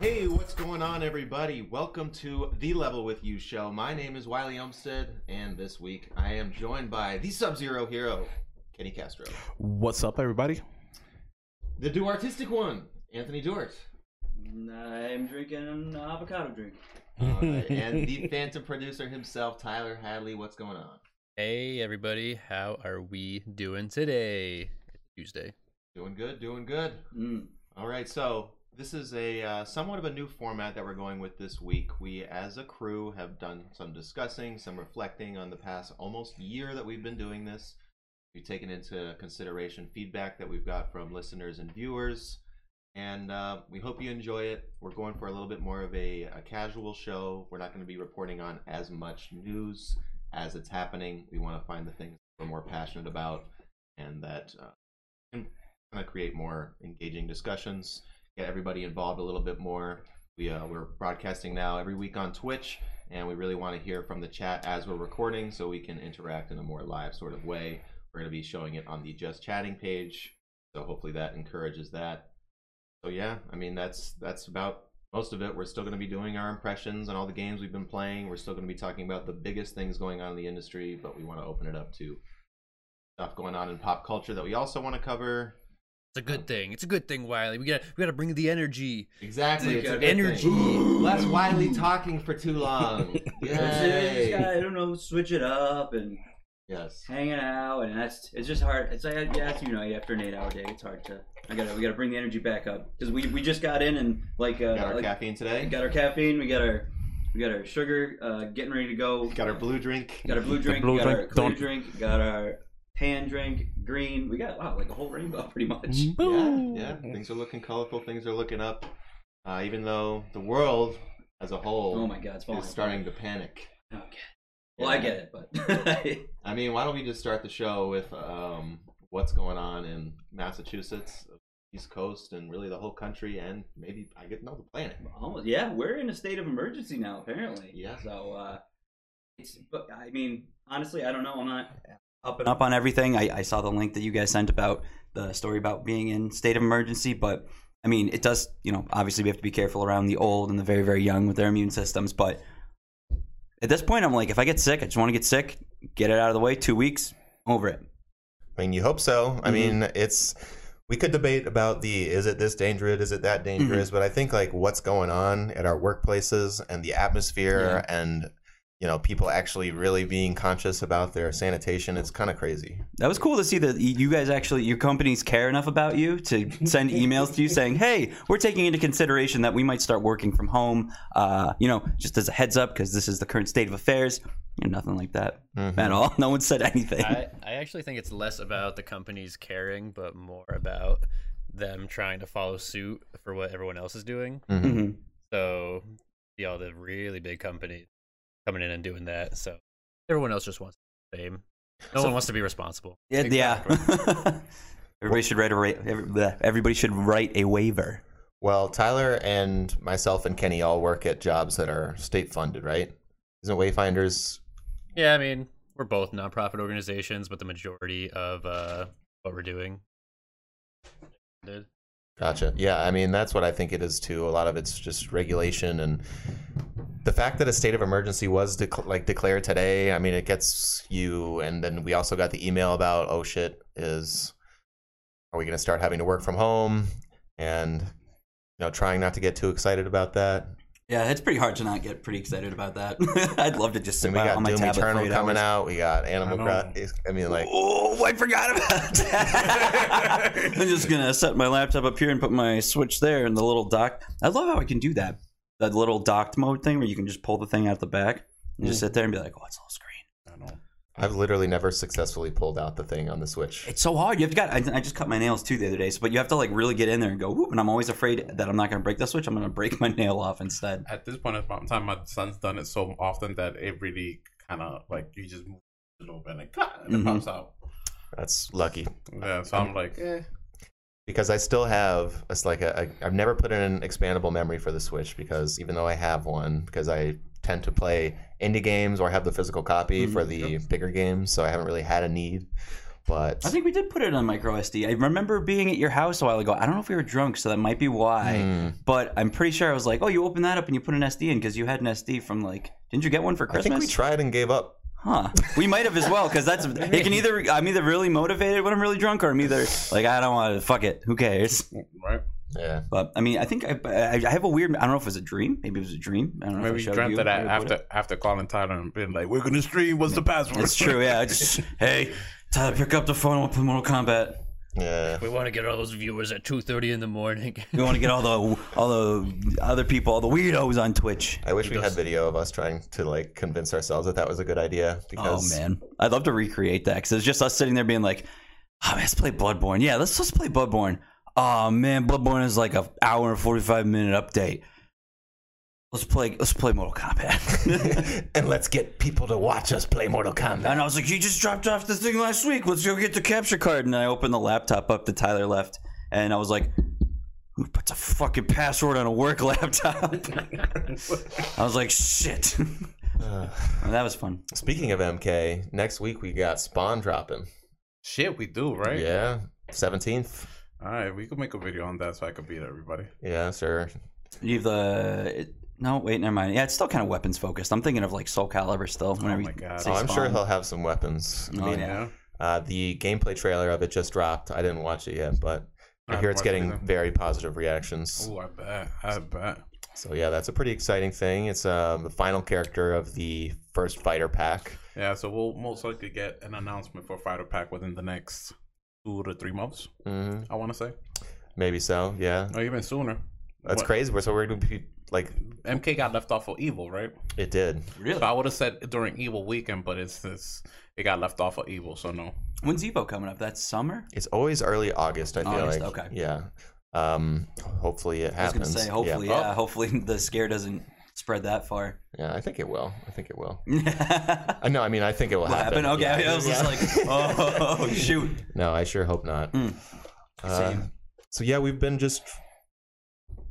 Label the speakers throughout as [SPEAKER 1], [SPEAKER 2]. [SPEAKER 1] Hey, what's going on, everybody? Welcome to the Level With You show. My name is Wiley Umstead, and this week I am joined by the Sub Zero hero, Kenny Castro,
[SPEAKER 2] What's up, everybody?
[SPEAKER 1] the Do Artistic One, Anthony Dort,
[SPEAKER 3] I'm drinking an avocado drink.
[SPEAKER 1] All right, and the Phantom producer himself, Tyler Hadley. What's going on?
[SPEAKER 4] Hey everybody, how are we doing today? Tuesday.
[SPEAKER 1] Doing good, doing good.
[SPEAKER 3] Mm.
[SPEAKER 1] All right, so this is a uh, somewhat of a new format that we're going with this week. We, as a crew, have done some discussing, some reflecting on the past almost year that we've been doing this. We've taken into consideration feedback that we've got from listeners and viewers, and uh, we hope you enjoy it. We're going for a little bit more of a, a casual show. We're not going to be reporting on as much news as it's happening. We want to find the things we're more passionate about and that uh, can kind of create more engaging discussions get everybody involved a little bit more. We uh, we're broadcasting now every week on Twitch, and we really want to hear from the chat as we're recording, so we can interact in a more live sort of way. We're going to be showing it on the Just Chatting page, so hopefully that encourages that. So yeah, I mean that's that's about most of it. We're still going to be doing our impressions on all the games we've been playing. We're still going to be talking about the biggest things going on in the industry, but we want to open it up to stuff going on in pop culture that we also want to cover.
[SPEAKER 4] It's a good thing. It's a good thing, Wiley. We got to we got to bring the energy.
[SPEAKER 1] Exactly, it's a
[SPEAKER 4] Good
[SPEAKER 1] good thing.
[SPEAKER 4] energy.
[SPEAKER 1] Less Wiley talking for too long.
[SPEAKER 3] It's- it's
[SPEAKER 1] Yay.
[SPEAKER 3] gotta, I don't know, switch it up and
[SPEAKER 1] Yes.
[SPEAKER 3] hanging out, and that's it's just hard. It's like yeah, as you know, after an eight-hour day, it's hard to. I gotta we gotta bring the energy back up because we we just got in and like uh,
[SPEAKER 1] Got our
[SPEAKER 3] like,
[SPEAKER 1] caffeine today.
[SPEAKER 3] got our caffeine, we got our we got our sugar, uh, getting ready to go.
[SPEAKER 1] Got our blue drink.
[SPEAKER 3] Got our blue drink,
[SPEAKER 2] blue
[SPEAKER 3] we got
[SPEAKER 2] drink,
[SPEAKER 3] our clear
[SPEAKER 2] don't-
[SPEAKER 3] drink, got our pan drink, green. We got wow, like a whole rainbow pretty much.
[SPEAKER 2] Mm-hmm.
[SPEAKER 1] Yeah,
[SPEAKER 2] Boo.
[SPEAKER 1] yeah. Things are looking colorful. Things are looking up. Uh, even though the world as a whole
[SPEAKER 3] Oh my god, it's falling.
[SPEAKER 1] is starting to panic.
[SPEAKER 3] Okay. Well, I get it, but
[SPEAKER 1] I mean, why don't we just start the show with um, what's going on in Massachusetts, East Coast, and really the whole country, and maybe I get no the planet.
[SPEAKER 3] Almost, yeah, we're in a state of emergency now, apparently.
[SPEAKER 1] Yeah.
[SPEAKER 3] So, uh, it's, but I mean, honestly, I don't know. I'm not up and up on everything. I, I saw the link that you guys sent about the story about being in state of emergency, but I mean, it does, you know, obviously we have to be careful around the old and the very, very young with their immune systems, but at this point, I'm like, if I get sick, I just want to get sick, get it out of the way, two weeks, over it.
[SPEAKER 5] I mean, you hope so. I
[SPEAKER 3] Mhm.
[SPEAKER 5] mean, it's we could debate about the is it this dangerous, is it that dangerous, but I think like what's going on at our workplaces and the atmosphere and you know people actually really being conscious about their sanitation. It's kind of crazy.
[SPEAKER 6] That was cool to see that y- you guys actually, your companies care enough about you to send emails to you saying, "Hey, we're taking into consideration that we might start working from home." Uh, you know, just as a heads up, because this is the current state of affairs. You know, nothing like that
[SPEAKER 5] Mhm.
[SPEAKER 6] at all. No one said anything.
[SPEAKER 4] I, I actually think it's less about the companies caring, but more about them trying to follow suit for what everyone else is doing.
[SPEAKER 3] Mm-hmm.
[SPEAKER 5] Mhm.
[SPEAKER 6] Mhm.
[SPEAKER 4] So, you know, the really big companies coming in and doing that. So everyone else just wants the same. No one wants to be responsible.
[SPEAKER 6] Yeah. yeah. everybody should write a ra- every- bleh. everybody should write a waiver.
[SPEAKER 5] Well, Tyler and myself and Kenny all work at jobs that are state funded, right? Isn't Wayfinders?
[SPEAKER 4] Yeah, I mean, we're both nonprofit organizations, but the majority of uh, what we're doing. Did.
[SPEAKER 5] Gotcha. Yeah, I mean that's what I think it is too. A lot of it's just regulation and the fact that a state of emergency was dec like declared today. I mean, it gets you, and then we also got the email about oh shit, is are we going to start having to work from home? And you know, trying not to get too excited about that.
[SPEAKER 6] Yeah, it's pretty hard to not get pretty excited about that. I'd love to just
[SPEAKER 5] Then
[SPEAKER 6] sit
[SPEAKER 5] we
[SPEAKER 6] by-
[SPEAKER 5] got
[SPEAKER 6] on my
[SPEAKER 5] Doom
[SPEAKER 6] tablet for
[SPEAKER 5] Eternal
[SPEAKER 6] eight
[SPEAKER 5] coming
[SPEAKER 6] hours.
[SPEAKER 5] out. We got Animal
[SPEAKER 2] know.
[SPEAKER 5] Cross. I mean, like
[SPEAKER 6] Oh, I forgot about that. I'm just gonna set my laptop up here and put my switch there in the little dock. I love how I can do that. That little docked mode thing where you can just pull the thing out the back and just sit there and be like, "Oh, it's all screen."
[SPEAKER 2] I know.
[SPEAKER 5] I've literally never successfully pulled out the thing on the Switch.
[SPEAKER 6] It's so hard. You have to. Got, I, I just cut my nails too the other day, so, but you have to like really get in there and go. Whoop, and I'm always afraid that I'm not gonna break the switch. I'm gonna break my nail off instead.
[SPEAKER 7] at this point in time, my son's done it so often that it really kind of like you just move it over and it, cut, and
[SPEAKER 3] Mm-hmm.
[SPEAKER 6] Mhm.
[SPEAKER 7] it pops out.
[SPEAKER 5] That's lucky.
[SPEAKER 7] Yeah, so I'm like, eh.
[SPEAKER 5] because I still have it's like a, a I've never put in an expandable memory for the Switch because even though I have one because I tend to
[SPEAKER 1] Mm-hmm.
[SPEAKER 5] play indie games or have the physical copy for the bigger games so I haven't really had a need
[SPEAKER 1] But
[SPEAKER 3] I think we did put it on micro SD. I remember being at your house a while ago. I don't know if we were drunk, so that might be why.
[SPEAKER 1] Hmm.
[SPEAKER 3] But I'm pretty sure I was like, "Oh, you opened that up and you put an SD in because you had an SD from like, didn't you get one for
[SPEAKER 1] I
[SPEAKER 3] Christmas?"
[SPEAKER 1] think we tried and gave up.
[SPEAKER 3] Huh. We might have as well, because that's it can either I'm either really motivated when I'm really drunk, or I'm either like I don't want to fuck it. Who cares?
[SPEAKER 7] right?
[SPEAKER 1] Yeah.
[SPEAKER 3] But I mean, I think I, I, I have a weird. I don't know if it was a dream. Maybe it was a dream. I don't know.
[SPEAKER 7] Maybe
[SPEAKER 3] if
[SPEAKER 7] you
[SPEAKER 3] I showed
[SPEAKER 7] dreamt
[SPEAKER 3] you.
[SPEAKER 7] of that
[SPEAKER 3] I would put
[SPEAKER 7] after
[SPEAKER 3] it-
[SPEAKER 7] after calling Tyler and being like, "We're gonna stream. What's the password?"
[SPEAKER 3] It's true. Yeah. I Just hey, Tyler, pick up the phone. We'll play Mortal Kombat.
[SPEAKER 1] Yeah.
[SPEAKER 4] We want to get all those viewers at two thirty in the morning.
[SPEAKER 3] We want to get all the all the other people, all the weirdos on Twitch.
[SPEAKER 1] I wish we had video of us trying to like convince ourselves that that was a good idea
[SPEAKER 3] Oh
[SPEAKER 1] because
[SPEAKER 3] man, I'd love to recreate that because it's just us sitting there being like, oh, man, "Let's play Bloodborne." Yeah, let's let's play Bloodborne. Oh man, Bloodborne is like an hour and forty five minute update. Let's play let's play Mortal Kombat.
[SPEAKER 1] and let's get people to watch us play Mortal Kombat.
[SPEAKER 3] and I was like, "You just dropped off the thing last week. Let's go get the capture card." And I opened the laptop up that Tyler left, and I was like. Who puts a fucking password on a work laptop? I was like, shit. that was fun.
[SPEAKER 1] Speaking of MK, next week we got Spawn dropping.
[SPEAKER 7] Shit, we do, right?
[SPEAKER 1] Yeah, seventeenth.
[SPEAKER 7] All right, we could make a video on that so I could beat everybody.
[SPEAKER 1] Yeah, sure.
[SPEAKER 3] You have the uh, it- no, wait, never mind. Yeah, it's still kind of weapons focused. I'm thinking of like Soul Calibur still. Whenever
[SPEAKER 7] my
[SPEAKER 3] you
[SPEAKER 7] God.
[SPEAKER 3] say
[SPEAKER 1] Oh, I'm sure
[SPEAKER 3] Spawn.
[SPEAKER 1] he'll have some weapons. I
[SPEAKER 3] Oh,
[SPEAKER 1] mean,
[SPEAKER 3] yeah.
[SPEAKER 1] uh, the gameplay trailer of it just dropped. I didn't watch it yet, but I,
[SPEAKER 7] I
[SPEAKER 1] hear it's
[SPEAKER 7] haven't watched
[SPEAKER 1] getting
[SPEAKER 7] it either.
[SPEAKER 1] very positive reactions.
[SPEAKER 7] Oh, I bet. I bet.
[SPEAKER 1] So yeah, that's a pretty exciting thing. It's um, the final character of the first fighter pack.
[SPEAKER 7] Yeah, so we'll most likely get an announcement for Fighter Pack within the next two to three months.
[SPEAKER 1] hmm
[SPEAKER 3] Mm-hmm.
[SPEAKER 7] I want to say,
[SPEAKER 1] Maybe so. Yeah,
[SPEAKER 7] or even sooner.
[SPEAKER 1] that's
[SPEAKER 7] What-
[SPEAKER 1] crazy. We're so we're gonna be like
[SPEAKER 7] MK got left off for Evil, right?
[SPEAKER 1] it did.
[SPEAKER 7] Really? So I would have said during Evil weekend, but it's this. It got left off for Evil, so no.
[SPEAKER 3] When's Evo coming up? That's summer.
[SPEAKER 1] It's always early August. I feel
[SPEAKER 3] August,
[SPEAKER 1] like.
[SPEAKER 3] okay.
[SPEAKER 1] Yeah. Um. Hopefully it
[SPEAKER 3] I was gonna
[SPEAKER 1] happens.
[SPEAKER 3] say
[SPEAKER 1] Yeah.
[SPEAKER 3] hopefully,
[SPEAKER 7] Oh.
[SPEAKER 3] yeah, hopefully the scare doesn't spread that far.
[SPEAKER 1] Yeah. I think it will. I think it will.
[SPEAKER 3] what
[SPEAKER 1] I know. I mean, I think it will happen.
[SPEAKER 3] happened? Okay,
[SPEAKER 1] Yeah.
[SPEAKER 3] I was
[SPEAKER 1] Yeah.
[SPEAKER 3] just like, oh shoot.
[SPEAKER 1] No, I sure hope not.
[SPEAKER 3] Mm.
[SPEAKER 1] Uh, so yeah, we've been just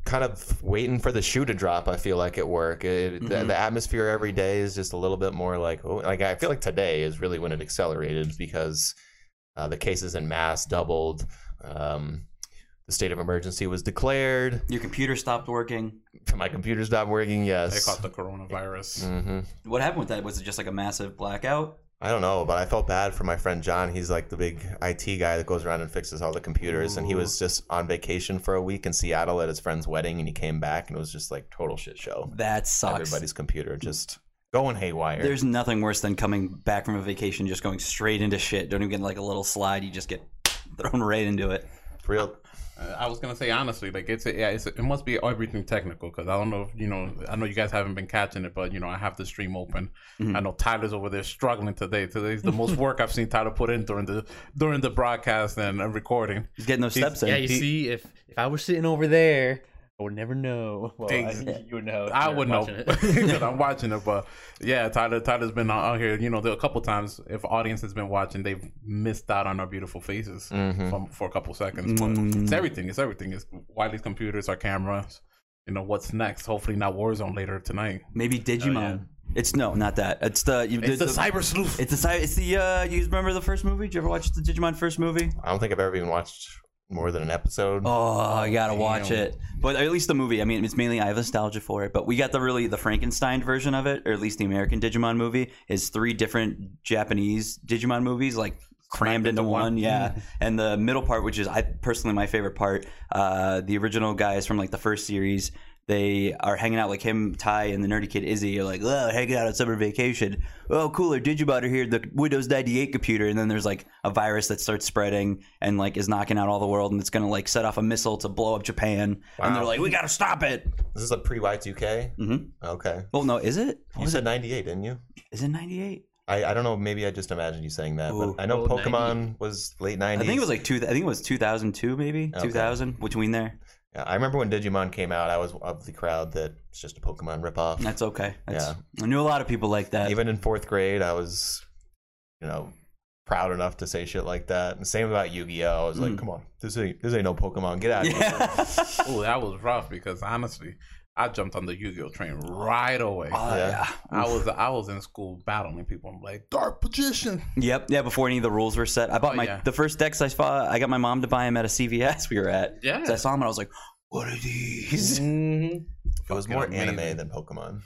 [SPEAKER 1] kind of waiting for the shoe to drop. I feel like at work, it, the,
[SPEAKER 3] Mhm.
[SPEAKER 1] the atmosphere every day is just a little bit more like oh, like I feel like today is really when it accelerated because uh, the cases in mass doubled. Um, the state of emergency was declared.
[SPEAKER 3] Your computer stopped working.
[SPEAKER 1] My computer stopped working.
[SPEAKER 7] They
[SPEAKER 1] Yes.
[SPEAKER 7] caught the coronavirus.
[SPEAKER 1] hmm
[SPEAKER 3] What happened with that? Was it just like a massive blackout?
[SPEAKER 1] I don't know, but I felt bad for my friend John. He's like the big IT guy that goes around and fixes all the computers. And he was just on vacation for a week in Seattle at his friend's wedding, and he came back and it was just like total shit show.
[SPEAKER 3] That sucks.
[SPEAKER 1] Everybody's computer just going haywire.
[SPEAKER 3] There's nothing worse than coming back from a vacation just going straight into shit. Don't even get like a little slide. You just get thrown right into it.
[SPEAKER 1] real.
[SPEAKER 7] Uh, I was gonna say honestly, like it's yeah, it's, it must be everything technical because I don't know if you know. I know you guys haven't been catching it, but you know I have the stream open. I know Tyler's over there struggling today. Today's the most work I've seen Tyler put in during the during the broadcast and uh, recording.
[SPEAKER 3] He's getting those steps in.
[SPEAKER 4] yeah, you see, if if I were sitting over there, I would never know. Well, I,
[SPEAKER 7] Dang.
[SPEAKER 4] you would know. if
[SPEAKER 7] I
[SPEAKER 4] you're
[SPEAKER 7] would know
[SPEAKER 4] watching it.
[SPEAKER 7] 'cause I'm watching it, but yeah, Tyler Tyler's been out out here. You know, there are a couple times if audience has been watching, they've missed out on our beautiful faces
[SPEAKER 3] Mm-hmm.
[SPEAKER 7] from, for a couple seconds. but It's everything. It's everything. It's Wiley's computers, our cameras. You know what's next? Hopefully not Warzone later tonight.
[SPEAKER 3] Maybe Digimon. It's no, not that. It's the you
[SPEAKER 7] It's the, cyber sleuth.
[SPEAKER 3] It's the cy- It's the uh. You remember the first movie? Did you ever watch the Digimon first movie?
[SPEAKER 1] I don't think I've ever even watched more than an episode.
[SPEAKER 3] Oh, you gotta watch
[SPEAKER 7] Damn.
[SPEAKER 3] it. But at least the movie. I mean, it's mainly I have nostalgia for it. But we got the really the Frankenstein version of it, or at least the American Digimon movie is three different Japanese Digimon movies like crammed into one. Yeah, and the middle part, which is I personally my favorite part. Uh, the original guys from like the first series. They are hanging out like him, Ty, and the nerdy kid Izzy. Are like, oh, hanging out on summer vacation. Oh, cooler, Digimon are here. The Windows ninety eight computer, and then there's like a virus that starts spreading and like is knocking out all the world, and it's gonna like set off a missile to blow up Japan. And they're
[SPEAKER 1] Wow.
[SPEAKER 3] like, we gotta stop it.
[SPEAKER 1] This is like pre Y2K.
[SPEAKER 3] Mhm.
[SPEAKER 1] Okay.
[SPEAKER 3] Well, no, is it?
[SPEAKER 1] You said 98, didn't you?
[SPEAKER 3] Is it ninety eight?
[SPEAKER 1] I, I don't know. Maybe I just imagined you saying that,
[SPEAKER 3] Ooh.
[SPEAKER 1] but I know
[SPEAKER 4] Old
[SPEAKER 1] Pokemon was late 90s.
[SPEAKER 3] I think it was like two. I think it was two thousand two, maybe
[SPEAKER 1] Okay.
[SPEAKER 3] two thousand between there.
[SPEAKER 1] Yeah, I remember when Digimon came out, I was of the crowd that it's just a Pokemon ripoff.
[SPEAKER 3] That's okay. That's, I knew a lot of people like that.
[SPEAKER 1] Even in fourth grade, I was, you know, proud enough to say shit like that. And same about Yu-Gi-Oh. I was
[SPEAKER 7] I jumped on the Yu-Gi-Oh train right away.
[SPEAKER 3] Oh, yeah.
[SPEAKER 7] I was I was in school battling people. I'm like dark magician.
[SPEAKER 3] Yep. Yeah. Before any of the rules were set, I bought
[SPEAKER 7] Oh,
[SPEAKER 3] my
[SPEAKER 7] yeah.
[SPEAKER 3] the first decks I saw. I got my mom to buy them at a CVS we were at.
[SPEAKER 7] Yeah.
[SPEAKER 3] 'Cause I saw them and I was like, "What are these?"
[SPEAKER 7] Mm-hmm.
[SPEAKER 1] It was
[SPEAKER 7] Fucking
[SPEAKER 1] more anime
[SPEAKER 7] amazing.
[SPEAKER 1] than Pokemon.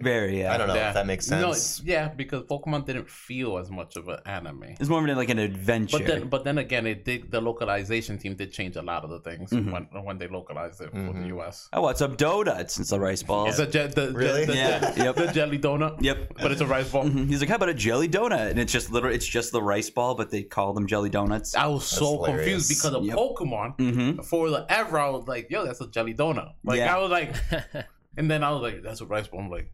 [SPEAKER 3] Very. Yeah.
[SPEAKER 1] I don't know
[SPEAKER 7] Yeah.
[SPEAKER 1] if that makes
[SPEAKER 7] No,
[SPEAKER 1] sense.
[SPEAKER 7] it's- yeah, because Pokemon didn't feel as much of an anime.
[SPEAKER 3] It's more of an, like an adventure.
[SPEAKER 7] But then, but then again, it did. The localization team did change a lot of the things
[SPEAKER 3] Mhm.
[SPEAKER 7] when when they localized it for the
[SPEAKER 1] Mhm.
[SPEAKER 7] U.S.
[SPEAKER 3] oh, it's some donuts. It's a rice ball.
[SPEAKER 7] It's a je- the,
[SPEAKER 1] Really?
[SPEAKER 7] The, the,
[SPEAKER 3] Oh, Yeah.
[SPEAKER 7] the-
[SPEAKER 3] Yep.
[SPEAKER 7] the jelly donut.
[SPEAKER 3] Yep.
[SPEAKER 7] But it's a rice ball.
[SPEAKER 3] Mhm. He's like, "How about a jelly donut?" And it's just literally, it's just the rice ball, but they call them jelly donuts.
[SPEAKER 7] I was so
[SPEAKER 1] hilarious.
[SPEAKER 7] confused because of
[SPEAKER 3] Yep.
[SPEAKER 7] Pokemon.
[SPEAKER 3] Mm-hmm.
[SPEAKER 7] For the ever, I was like, "Yo, that's a jelly donut." Like
[SPEAKER 3] Yeah.
[SPEAKER 7] I was like, and then I was like, "That's a rice ball." I'm like,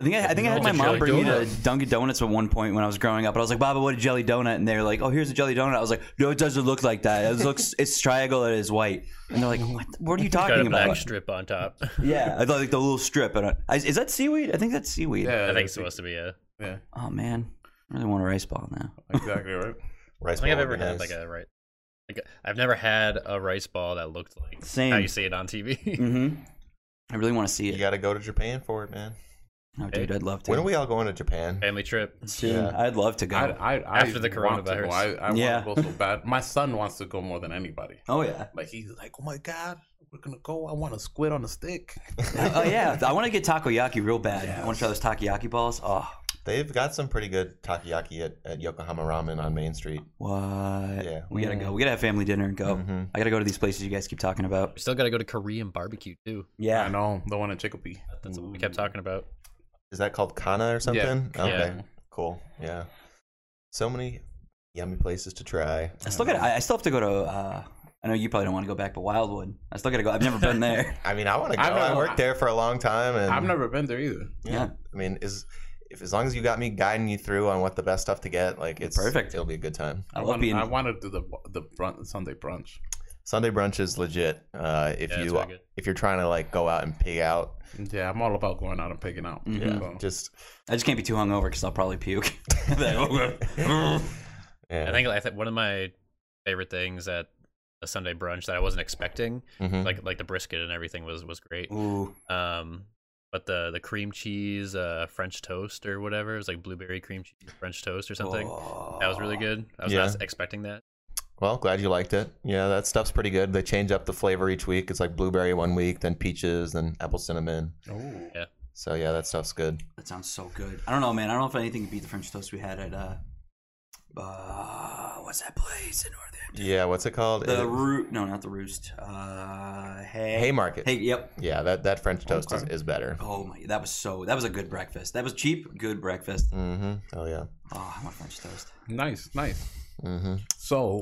[SPEAKER 3] I think I, I think I had
[SPEAKER 4] No,
[SPEAKER 3] my
[SPEAKER 4] it's a
[SPEAKER 3] mom
[SPEAKER 4] jelly
[SPEAKER 3] bring me to
[SPEAKER 4] donut.
[SPEAKER 3] Dunkin' Donuts at one point when I was growing up, and I was like, "Baba, what a jelly donut!" And they were like, "Oh, here's a jelly donut." I was like, "No, it doesn't look like that. It looks it's triangle and it's white." And they're like, "What? What are you
[SPEAKER 4] Got a
[SPEAKER 3] talking
[SPEAKER 4] black
[SPEAKER 3] about?"
[SPEAKER 4] strip on top.
[SPEAKER 3] Yeah, I thought like the little strip. And I, is that seaweed? I think that's seaweed.
[SPEAKER 7] "Yeah,
[SPEAKER 4] I think it's supposed to be a.
[SPEAKER 7] Yeah,
[SPEAKER 3] Oh man, I really want a rice ball now.
[SPEAKER 7] exactly right."
[SPEAKER 1] Rice
[SPEAKER 4] I think I've
[SPEAKER 1] ball
[SPEAKER 4] ever
[SPEAKER 1] would be
[SPEAKER 4] had
[SPEAKER 1] nice.
[SPEAKER 4] like a right. Like a, I've never had a rice ball that looked like how
[SPEAKER 3] Same.
[SPEAKER 4] you see it on TV.
[SPEAKER 3] Mm-hmm. I really want to see
[SPEAKER 1] You
[SPEAKER 3] it.
[SPEAKER 1] got to go to Japan for it, man.
[SPEAKER 3] Oh, dude, I'd love to.
[SPEAKER 1] When are we all going to Japan?
[SPEAKER 4] Family trip.
[SPEAKER 3] Soon.
[SPEAKER 1] Yeah.
[SPEAKER 3] I'd love to go.
[SPEAKER 7] I, I, I
[SPEAKER 4] After the
[SPEAKER 7] want to go.
[SPEAKER 4] coronavirus.
[SPEAKER 7] I, I
[SPEAKER 3] Yeah.
[SPEAKER 7] want to go so bad. My son wants to go more than anybody.
[SPEAKER 3] oh yeah.
[SPEAKER 7] Like he's like, oh my god, we're gonna go. I want a squid on a stick.
[SPEAKER 3] oh yeah. I want to get takoyaki real bad. I want to try those takoyaki balls. Oh,
[SPEAKER 1] They've got some pretty good takoyaki at, at Yokohama Ramen on Main Street.
[SPEAKER 3] what?
[SPEAKER 1] Yeah.
[SPEAKER 3] We gotta go. We gotta have family dinner and go.
[SPEAKER 1] Mhm.
[SPEAKER 3] I gotta go to these places you guys keep talking about.
[SPEAKER 4] We still got to go to Korean barbecue too.
[SPEAKER 7] I know the one in Chicopee. Mm.
[SPEAKER 4] That's what we kept talking about.
[SPEAKER 1] Is that called Kana or something? Okay.
[SPEAKER 4] Yeah.
[SPEAKER 1] Cool. Yeah. So many yummy places to try.
[SPEAKER 3] I still gotta. I I still have to go to. Uh, I know you probably don't want to go back, but Wildwood. I still gotta go. I've never been there.
[SPEAKER 1] I mean, I want to go.
[SPEAKER 7] I've
[SPEAKER 1] I
[SPEAKER 7] never-
[SPEAKER 1] worked there for a long time, and
[SPEAKER 7] I've never been there either.
[SPEAKER 1] Yeah.
[SPEAKER 3] Yeah.
[SPEAKER 1] I mean, is if as long as you got me guiding you through on what the best stuff to get, like it's
[SPEAKER 3] Perfect.
[SPEAKER 1] It'll be a good time.
[SPEAKER 3] I love
[SPEAKER 7] want,
[SPEAKER 3] being.
[SPEAKER 7] I want to do the the brunch, Sunday brunch.
[SPEAKER 1] Sunday brunch is legit. Uh, if
[SPEAKER 4] Yeah, it's
[SPEAKER 1] you
[SPEAKER 4] really good.
[SPEAKER 1] if you're trying to like go out and pig out,
[SPEAKER 7] Yeah, I'm all about going out and picking out.
[SPEAKER 3] Mhm.
[SPEAKER 4] Oh.
[SPEAKER 7] So,
[SPEAKER 1] just
[SPEAKER 3] I just can't be too hungover because I'll probably puke.
[SPEAKER 1] yeah.
[SPEAKER 4] I think I think one of my favorite things at a Sunday brunch that I wasn't expecting,
[SPEAKER 1] Mhm.
[SPEAKER 4] like like the brisket and everything was was great.
[SPEAKER 3] Ooh.
[SPEAKER 4] Um, but the the cream cheese uh, French toast or whatever it was like blueberry cream cheese French toast or something. That was really good. I was
[SPEAKER 1] Yeah.
[SPEAKER 4] not expecting that.
[SPEAKER 1] Well, glad you liked it. Yeah, that stuff's pretty good. They change up the flavor each week. It's like blueberry one week, then peaches, then apple cinnamon.
[SPEAKER 7] ooh.
[SPEAKER 1] So yeah, that stuff's good.
[SPEAKER 3] That sounds so good. I don't know, man. I don't know if anything could beat the French toast we had at. Uh, uh, what's that place in Northampton?
[SPEAKER 1] Yeah, what's it called?
[SPEAKER 3] The
[SPEAKER 1] It-
[SPEAKER 3] root? No, not the roost. Uh, hey.
[SPEAKER 1] Haymarket.
[SPEAKER 3] Hey. Yep.
[SPEAKER 1] Yeah, that, that French toast
[SPEAKER 7] Okay.
[SPEAKER 1] is, is better.
[SPEAKER 3] Oh my, that was so. That was a good breakfast. That was cheap, good breakfast.
[SPEAKER 1] Mm-hmm. Oh yeah.
[SPEAKER 3] Oh, I want French toast.
[SPEAKER 7] Nice, nice.
[SPEAKER 1] Mm-hmm.
[SPEAKER 7] So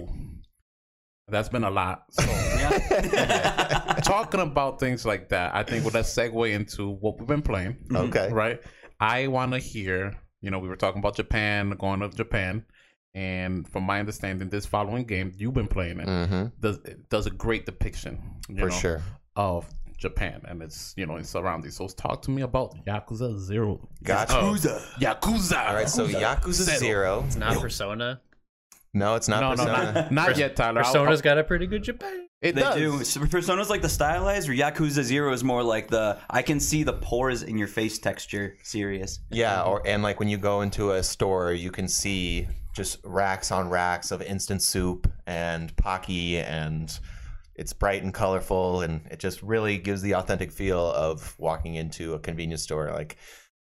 [SPEAKER 7] that's been a lot. So
[SPEAKER 3] Yeah.
[SPEAKER 7] talking about things like that, I think well, let's segue into what we've been playing.
[SPEAKER 1] Okay.
[SPEAKER 7] right? I want to hear. You know, we were talking about Japan, going to Japan, and from my understanding, this following game you've been playing it
[SPEAKER 1] Mm-hmm.
[SPEAKER 7] does it does a great depiction, you
[SPEAKER 1] For
[SPEAKER 7] know,
[SPEAKER 1] sure.
[SPEAKER 7] of Japan and its you know its surroundings. So talk to me about Yakuza Zero.
[SPEAKER 1] Gotcha.
[SPEAKER 7] Yakuza. Oh, Yakuza.
[SPEAKER 1] All right, so Yakuza
[SPEAKER 7] Zero.
[SPEAKER 1] Zero.
[SPEAKER 4] It's not Persona.
[SPEAKER 1] No, it's not
[SPEAKER 7] No, no,
[SPEAKER 1] Persona.
[SPEAKER 7] not, not yet, Tyler. I'll-
[SPEAKER 4] Persona's got a pretty good Japan.
[SPEAKER 7] it
[SPEAKER 3] They
[SPEAKER 7] does.
[SPEAKER 3] do. So Persona's like the stylized, or Yakuza Zero is more like the I can see the pores in your face texture. Serious.
[SPEAKER 1] Yeah, or and like when you go into a store, you can see just racks on racks of instant soup and pocky, and it's bright and colorful, and it just really gives the authentic feel of walking into a convenience store. Like,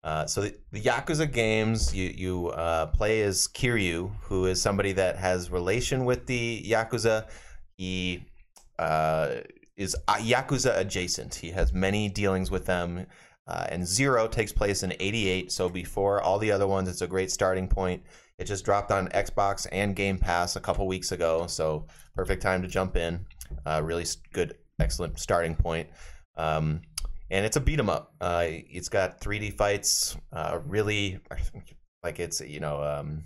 [SPEAKER 1] uh, so the, the Yakuza games, you you uh, play as Kiryu, who is somebody that has relation with the Yakuza. He uh, is uh, Yakuza adjacent. He has many dealings with them. Uh, and Zero takes place in 88, so before all the other ones, it's a great starting point. It just dropped on Xbox and Game Pass a couple weeks ago, so perfect time to jump in. Uh, really s- good, excellent starting point. Um, and it's a beat 'em up. Uh, it's got 3D fights, uh, really, like it's, you know, um,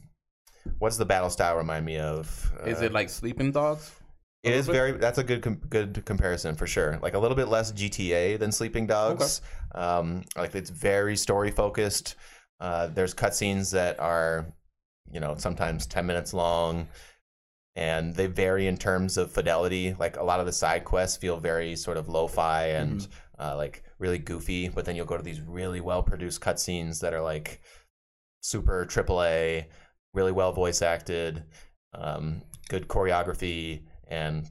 [SPEAKER 1] what's the battle style remind me of?
[SPEAKER 7] Is
[SPEAKER 1] Uh,
[SPEAKER 7] it like Sleeping Dogs?
[SPEAKER 1] it is
[SPEAKER 7] little
[SPEAKER 1] very. That's a good com- good comparison for sure. Like a little bit less GTA than Sleeping Dogs. Um, like it's very story focused. Uh, there's cutscenes that are, you know, sometimes ten minutes long, and they vary in terms of fidelity. Like a lot of the side quests feel very sort of lo-fi and uh, like really goofy, but then you'll go to these really well produced cutscenes that are like super AAA, really well voice acted, um, good choreography, and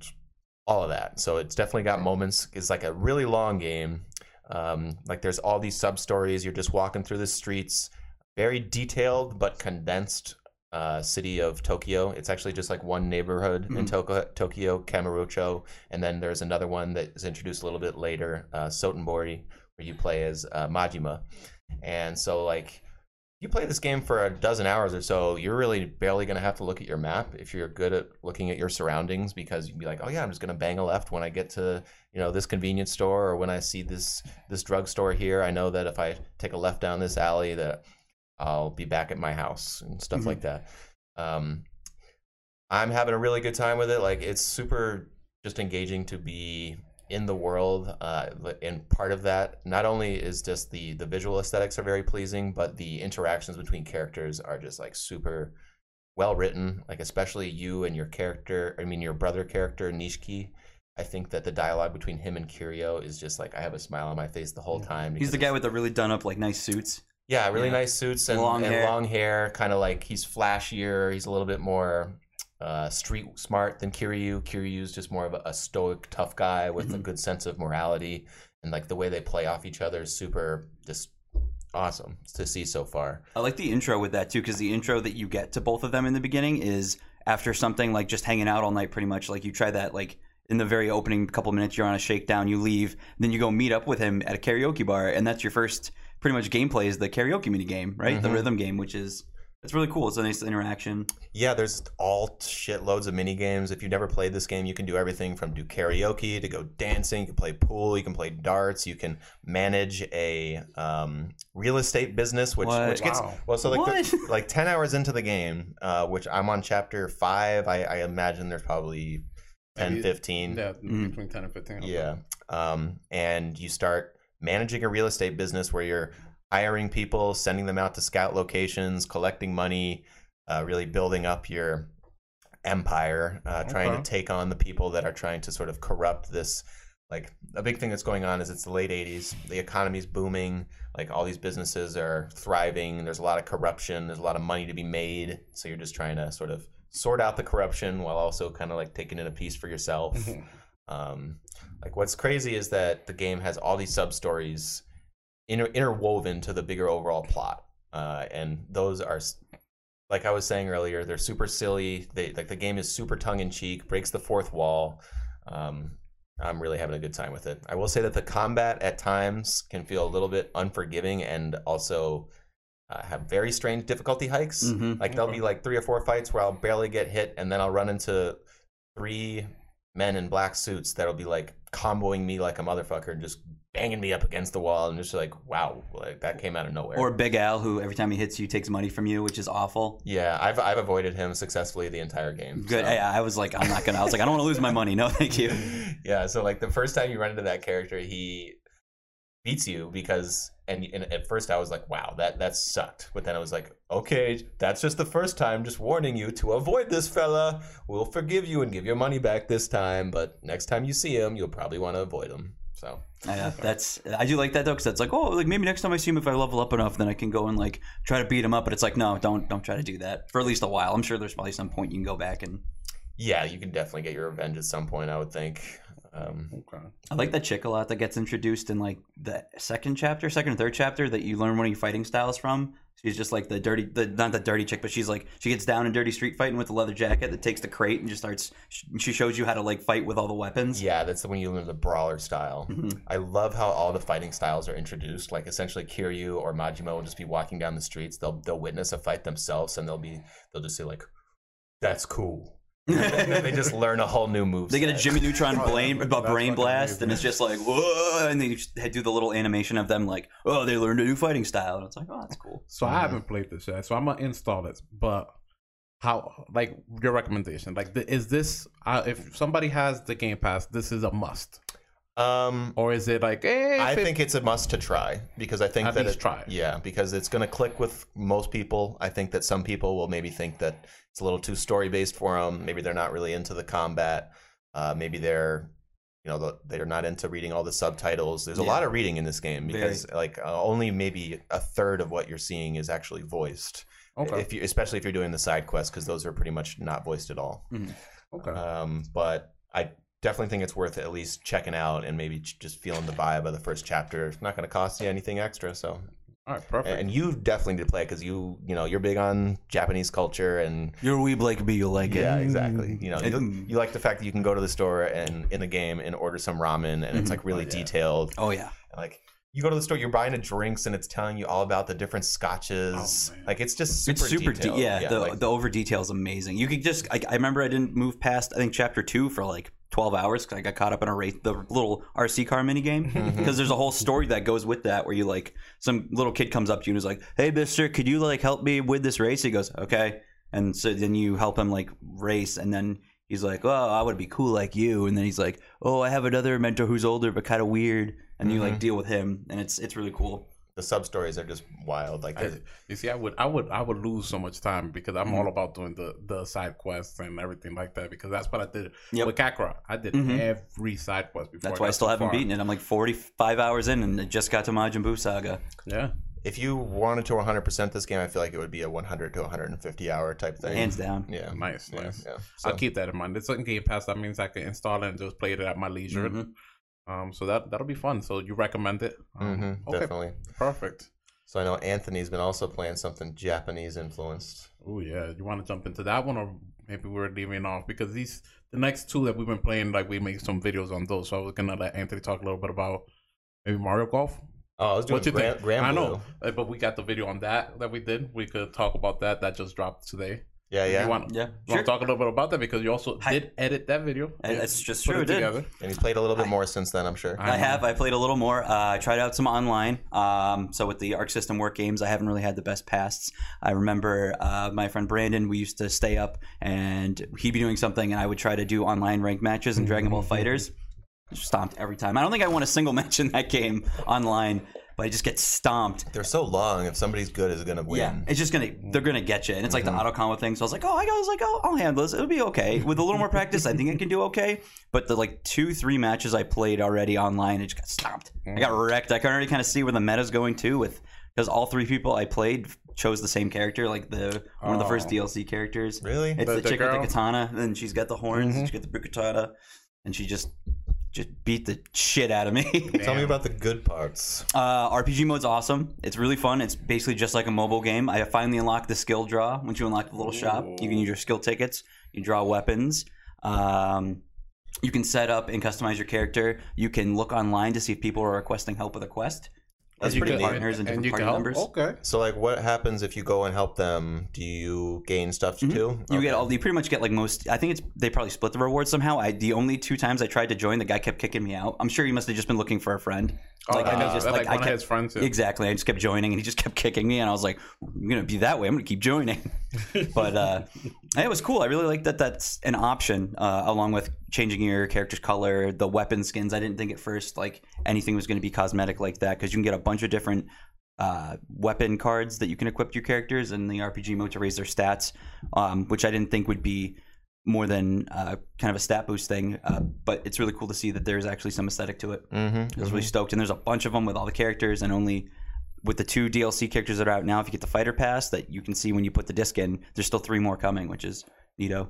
[SPEAKER 1] all of that. So it's definitely got moments. It's like a really long game. Um, like there's all these sub stories. You're just walking through the streets. Very detailed but condensed uh, city of Tokyo. It's actually just like one neighborhood in Toko- Tokyo, Kamurocho, and then there's another one that is introduced a little bit later, uh, Sotenbori, where you play as uh, Majima. And so like you play this game for a dozen hours or so, you're really barely going to have to look at your map if you're good at looking at your surroundings because you'd be like, oh yeah, I'm just going to bang a left when I get to you know this convenience store or when I see this this drugstore here. I know that if I take a left down this alley, that I'll be back at my house and stuff
[SPEAKER 3] Mm-hmm.
[SPEAKER 1] like that. Um, I'm having a really good time with it. Like it's super just engaging to be in the world. Uh, and part of that, not only is just the the visual aesthetics are very pleasing, but the interactions between characters are just like super well written. Like especially you and your character, I mean your brother character Nishiki. I think that the dialogue between him and Curio is just like I have a smile on my face the whole time.
[SPEAKER 3] He's
[SPEAKER 1] because
[SPEAKER 3] the
[SPEAKER 1] it's-
[SPEAKER 3] guy with the really done up, like nice suits.
[SPEAKER 1] yeah, really nice suits and
[SPEAKER 3] Long
[SPEAKER 1] and
[SPEAKER 3] hair.
[SPEAKER 1] long hair. Kind of like he's flashier. He's a little bit more uh, street smart than Kiryu. Kiryu's just more of a, a stoic, tough guy with
[SPEAKER 3] Mm-hmm.
[SPEAKER 1] a good sense of morality. And like the way they play off each other is super just awesome to see so far.
[SPEAKER 3] I like the intro with that too, because the intro that you get to both of them in the beginning is after something like just hanging out all night, pretty much. Like you try that, like in the very opening couple minutes, you're on a shakedown, you leave, then you go meet up with him at a karaoke bar, and that's your first pretty much gameplay is the karaoke mini game, right? The rhythm game, which is it's really cool. It's a nice interaction.
[SPEAKER 1] Yeah, there's all shitloads of mini games. If you've never played this game, you can do everything from do karaoke to go dancing. You can play pool. You can play darts. You can manage a um, real estate business, which
[SPEAKER 3] What?
[SPEAKER 1] which gets
[SPEAKER 7] Wow.
[SPEAKER 1] well. So like the-
[SPEAKER 3] What?
[SPEAKER 1] like ten hours into the game, uh, which I'm on chapter five. I, I imagine there's probably 10,
[SPEAKER 7] Maybe-
[SPEAKER 1] 15.
[SPEAKER 7] Yeah,
[SPEAKER 3] Mm.
[SPEAKER 7] between ten and fifteen.
[SPEAKER 1] Yeah. Um, and you start managing a real estate business where you're hiring people, sending them out to scout locations, collecting money, uh, really building up your empire, uh, trying to
[SPEAKER 7] Okay.
[SPEAKER 1] take on the people that are trying to sort of corrupt this. Like a big thing that's going on is it's the late 80s. The economy's booming. Like all these businesses are thriving. There's a lot of corruption. There's a lot of money to be made. So you're just trying to sort of sort out the corruption while also kind of like taking in a piece for yourself.
[SPEAKER 7] Mm-hmm.
[SPEAKER 1] Um, like what's crazy is that the game has all these sub stories inter- interwoven to the bigger overall plot, uh, and those are, s- like I was saying earlier, they're super silly. They like the game is super tongue in cheek, breaks the fourth wall. Um, I'm really having a good time with it. I will say that the combat at times can feel a little bit unforgiving and also uh, have very strange difficulty hikes.
[SPEAKER 3] Mhm.
[SPEAKER 1] Like there'll be like three or four fights where I'll barely get hit, and then I'll run into three men in black suits that'll be like comboing me like a motherfucker and just banging me up against the wall, and just like wow, like that came out of nowhere.
[SPEAKER 3] Or Big Al, who every time he hits you takes money from you, which is awful.
[SPEAKER 1] yeah, I've I've avoided him successfully the entire game.
[SPEAKER 3] Good.
[SPEAKER 1] so-
[SPEAKER 3] I, I was like, I'm not gonna. I was like, I don't want to lose my money. No, thank you.
[SPEAKER 1] yeah so like the first time you run into that character he beats you because and, and at first i was like wow that that sucked but then i was like okay that's just the first time just warning you to avoid this fella we'll forgive you and give your money back this time but next time you see him you'll probably want to avoid him so
[SPEAKER 3] Yeah, that's I do like that though because that's like oh like maybe next time I see him if I level up enough then I can go and like try to beat him up but it's like no don't don't try to do that for at least a while I'm sure there's probably some point you can go back and
[SPEAKER 1] yeah you can definitely get your revenge at some point i would think um,
[SPEAKER 7] Okay.
[SPEAKER 3] I like that chick a lot that gets introduced in like the second chapter second and third chapter that you learn one of your fighting styles from she's just like the dirty the not the dirty chick but she's like she gets down in dirty street fighting with the leather jacket that takes the crate and just starts she shows you how to like fight with all the weapons Mm-hmm.
[SPEAKER 1] Yeah, that's when you learn the brawler style. I love how all the fighting styles are introduced. Like essentially, Kiryu or Majima will just be walking down the streets. They'll they'll witness a fight themselves, and they'll be they'll just say like, "That's cool." they just learn a whole new move.
[SPEAKER 3] They get a Jimmy Neutron brain, a brain
[SPEAKER 7] fucking
[SPEAKER 3] blast,
[SPEAKER 7] amazing.
[SPEAKER 3] and it's just like, whoa, and they just do the little animation of them like, oh, they learned a new fighting style, and it's like, oh, that's cool.
[SPEAKER 7] So I
[SPEAKER 1] Mm-hmm.
[SPEAKER 7] haven't played this yet. So I'm gonna install this. But how? Like your recommendation? Like the, is this? Uh, if somebody has the Game Pass, this is a must,
[SPEAKER 1] Um,
[SPEAKER 7] or is it like? Eh,
[SPEAKER 1] I
[SPEAKER 7] fif-
[SPEAKER 1] think it's a must to try because I think
[SPEAKER 7] At
[SPEAKER 1] that
[SPEAKER 7] least
[SPEAKER 1] it,
[SPEAKER 7] try.
[SPEAKER 1] Yeah, because it's going to click with most people. I think that some people will maybe think that it's a little too story based for them. Maybe they're not really into the combat. Uh, maybe they're you know the, they're not into reading all the subtitles there's a
[SPEAKER 3] Yeah.
[SPEAKER 1] lot of reading in this game
[SPEAKER 3] Very.
[SPEAKER 1] because like uh, only maybe a third of what you're seeing is actually voiced
[SPEAKER 7] Okay.
[SPEAKER 1] if you especially if you're doing the side quests because those are pretty much not voiced at all
[SPEAKER 7] okay.
[SPEAKER 1] um, but I definitely think it's worth at least checking out and maybe j- just feeling the vibe of the first chapter. It's not going to cost you anything extra, so
[SPEAKER 7] All right. Perfect.
[SPEAKER 1] and you definitely need to play because you you know you're big on Japanese culture and
[SPEAKER 3] You're a wee Blake B. You'll like
[SPEAKER 1] yeah
[SPEAKER 3] it.
[SPEAKER 1] exactly you know you,
[SPEAKER 3] Mm.
[SPEAKER 1] you like the fact that you can go to the store and in the game and order some ramen and
[SPEAKER 3] Mm-hmm.
[SPEAKER 1] it's like really detailed
[SPEAKER 3] Oh yeah.
[SPEAKER 1] like. You go to the store, you're buying the drinks, and it's telling you all about the different scotches.
[SPEAKER 7] Oh, man.
[SPEAKER 1] like it's just super,
[SPEAKER 3] it's super deep.
[SPEAKER 1] detailed.
[SPEAKER 3] yeah, the
[SPEAKER 1] like-
[SPEAKER 3] the over detail is amazing. You could just I, I remember I didn't move past I think chapter two for like twelve hours because I got caught up in a race the little RC car mini game
[SPEAKER 1] mm-hmm.
[SPEAKER 3] because there's a whole story that goes with that where you like some little kid comes up to you and is like, hey Mister, could you like help me with this race? He goes, okay, and so then you help him like race and then. He's like, oh, I would be cool like you, and then he's like, oh, I have another mentor who's older but kind of weird, and you
[SPEAKER 7] Mm-hmm.
[SPEAKER 3] like deal with him, and it's it's really cool.
[SPEAKER 1] the sub stories are just wild. Like
[SPEAKER 7] I- you see, I would, I would, I would lose so much time because I'm
[SPEAKER 3] Mm-hmm.
[SPEAKER 7] all about doing the the side quests and everything like that because that's what I did
[SPEAKER 3] Yep.
[SPEAKER 7] with Kakarot. I did
[SPEAKER 3] Mhm.
[SPEAKER 7] every side quest before.
[SPEAKER 3] That's why I
[SPEAKER 7] got
[SPEAKER 3] still
[SPEAKER 7] so
[SPEAKER 3] haven't
[SPEAKER 7] far.
[SPEAKER 3] beaten it. I'm like 45 hours in and I just got to Majin Buu Saga.
[SPEAKER 7] Yeah,
[SPEAKER 1] if you wanted to 100% this game, I feel like it would be a 100 to 150 hour type thing.
[SPEAKER 3] Hands down.
[SPEAKER 1] yeah.
[SPEAKER 7] nice, nice.
[SPEAKER 1] Yeah.
[SPEAKER 7] I'll keep that in mind. It's on Game Pass. That means I can install it and just play it at my leisure.
[SPEAKER 3] Mhm.
[SPEAKER 7] Um, so that that'll be fun. So you recommend it? Um,
[SPEAKER 1] hmm
[SPEAKER 3] Mm-hmm.
[SPEAKER 7] okay,
[SPEAKER 1] Definitely.
[SPEAKER 7] perfect.
[SPEAKER 1] So I know Anthony's been also playing something Japanese influenced.
[SPEAKER 7] Oh yeah, you want to jump into that one, or maybe we're leaving off because these the next two that we've been playing, like we make some videos on those. So I was gonna let Anthony talk a little bit about maybe Mario Golf.
[SPEAKER 1] Oh, I was doing
[SPEAKER 7] What you
[SPEAKER 1] Gran-
[SPEAKER 7] think?
[SPEAKER 1] Gran
[SPEAKER 7] I know,
[SPEAKER 1] Blue.
[SPEAKER 7] uh, but we got the video on that that we did. We could talk about that. That just dropped today.
[SPEAKER 1] Yeah, yeah.
[SPEAKER 7] You want,
[SPEAKER 3] Yeah.
[SPEAKER 7] you want to talk a little bit about that because you also
[SPEAKER 3] Hi.
[SPEAKER 7] did edit that video.
[SPEAKER 3] I- that's just
[SPEAKER 7] Put
[SPEAKER 3] true,
[SPEAKER 7] it
[SPEAKER 3] I did.
[SPEAKER 7] together.
[SPEAKER 1] and he's played a little bit more since then, I'm sure.
[SPEAKER 3] I have. I played a little more. Uh, I tried out some online. Um, so with the Arc System Work games, I haven't really had the best pasts. I remember uh, my friend Brandon. We used to stay up, and he'd be doing something, and I would try to do online ranked matches in Dragon Ball Fighters. Stomped every time. I don't think I won a single match in that game online, but I just get stomped.
[SPEAKER 1] They're so long. If somebody's good, is going to win.
[SPEAKER 3] Yeah, it's just gonna they're gonna get you, and it's like
[SPEAKER 7] Mm-hmm.
[SPEAKER 3] the auto combo thing. So I was like, oh, I was like, oh, I'll handle this. It'll be okay. With a little more practice, I think I can do okay. But the like two, three matches I played already online, it just got stomped. I got
[SPEAKER 7] Mm.
[SPEAKER 3] wrecked. I can already kind of see where the meta's going too, with because all three people I played chose the same character, like the one of the first
[SPEAKER 7] Oh.
[SPEAKER 3] DLC characters.
[SPEAKER 1] Really?
[SPEAKER 3] It's
[SPEAKER 7] The-
[SPEAKER 3] the,
[SPEAKER 7] the
[SPEAKER 3] chick
[SPEAKER 7] girl? Mm-hmm.
[SPEAKER 3] with the katana, and she's got the horns, and she's got the big katana, and she just just beat the shit out of me.
[SPEAKER 1] Tell me about the good parts.
[SPEAKER 3] Uh, RPG mode's awesome. It's really fun. It's basically just like a mobile game. I finally unlocked the skill draw. Once you unlock the little shop, you can use your skill tickets. You draw weapons. Um, you can set up and customize your character. You can look online to see if people are requesting help with a quest.
[SPEAKER 1] That's
[SPEAKER 7] you
[SPEAKER 1] pretty
[SPEAKER 7] could-
[SPEAKER 1] neat.
[SPEAKER 3] partners and different
[SPEAKER 7] you
[SPEAKER 3] party
[SPEAKER 7] could help.
[SPEAKER 3] members.
[SPEAKER 7] Okay.
[SPEAKER 1] So, like, what happens if you go and help them? Do you gain stuff too?
[SPEAKER 3] You
[SPEAKER 1] Okay.
[SPEAKER 3] get all. You pretty much get like most. I think it's they probably split the reward somehow. I the only two times I tried to join, the guy kept kicking me out. I'm sure he must have just been looking for a friend.
[SPEAKER 7] Oh,
[SPEAKER 3] I
[SPEAKER 7] like,
[SPEAKER 3] just,
[SPEAKER 7] like,
[SPEAKER 3] I
[SPEAKER 7] one
[SPEAKER 3] kept-
[SPEAKER 7] of his friends. too.
[SPEAKER 3] Exactly. I just kept joining, and he just kept kicking me, and I was like, "I'm gonna be that way. I'm gonna keep joining." but uh, it was cool. I really like that. That's an option, uh, along with changing your character's color, the weapon skins. I didn't think at first like anything was gonna be cosmetic like that because you can get a bunch of different uh, weapon cards that you can equip your characters in the RPG mode to raise their stats, um, which I didn't think would be more than uh, kind of a stat boost thing. Uh, but it's really cool to see that there's actually some aesthetic to it.
[SPEAKER 1] Mm-hmm.
[SPEAKER 3] I was really stoked, and there's a bunch of them with all the characters, and only with the two DLC characters that are out now. If you get the fighter pass, that you can see when you put the disc in, there's still three more coming, which is neato.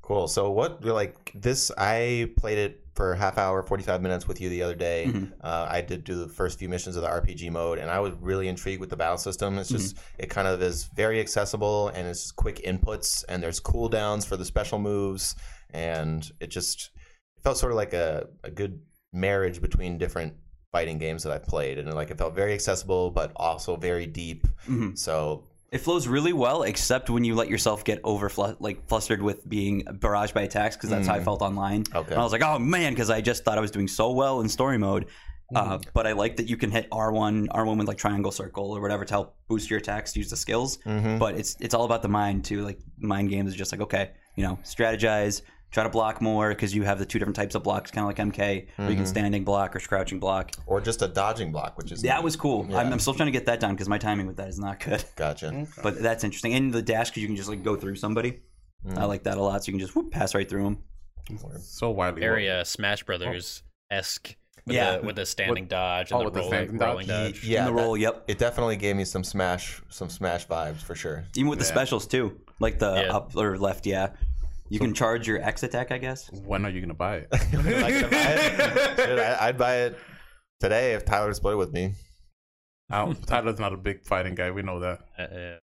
[SPEAKER 1] Cool. So what like this? I played it for half hour, forty five minutes with you the other day.
[SPEAKER 3] Mm-hmm.
[SPEAKER 1] Uh, I did do the first few missions of the RPG mode, and I was really intrigued with the battle system. It's just
[SPEAKER 3] Mm-hmm.
[SPEAKER 1] it kind of is very accessible, and it's just quick inputs, and there's cooldowns for the special moves, and it just it felt sort of like a, a good marriage between different fighting games that I've played, and like it felt very accessible, but also very deep. So
[SPEAKER 3] It flows really well, except when you let yourself get over flu- like flustered with being barraged by attacks, because that's how I felt online.
[SPEAKER 1] Okay.
[SPEAKER 3] And I was like, oh man, because I just thought I was doing so well in story mode. Uh, but I like that you can hit R1, R1 with like triangle, circle, or whatever to help boost your attacks, use the skills.
[SPEAKER 1] Mm-hmm.
[SPEAKER 3] But it's it's all about the mind too. Like mind games is just like okay, you know, strategize, try to block more because you have the two different types of blocks, kind of like MK, where you can standing block or crouching block.
[SPEAKER 1] or just a dodging block, which is
[SPEAKER 3] That was cool. I'm, I'm still trying to get that down because my timing with that is not good.
[SPEAKER 1] gotcha.
[SPEAKER 3] But
[SPEAKER 1] Mm-hmm.
[SPEAKER 3] that's interesting. And the dash because you can just like go through somebody. I like that a lot. So you can just whoop, pass right through them.
[SPEAKER 7] so widely
[SPEAKER 4] Very uh, Smash Brothers esque. With
[SPEAKER 3] Yeah.
[SPEAKER 4] the, with the standing dodge and
[SPEAKER 7] oh,
[SPEAKER 4] the,
[SPEAKER 7] with the
[SPEAKER 4] rolling,
[SPEAKER 7] standing dodge.
[SPEAKER 4] rolling dodge.
[SPEAKER 1] Yeah,
[SPEAKER 3] the
[SPEAKER 1] that-
[SPEAKER 3] roll, yep.
[SPEAKER 1] It definitely gave me some smash, some smash vibes for sure.
[SPEAKER 3] Even with the specials too, like the
[SPEAKER 4] Yeah.
[SPEAKER 3] up or left, yeah. You can charge your X attack, I guess.
[SPEAKER 7] When are you gonna buy it?
[SPEAKER 1] If I could buy it, shit, I, I'd buy it today if Tyler split it with me.
[SPEAKER 7] I don't- Tyler's not a big fighting guy. We know that.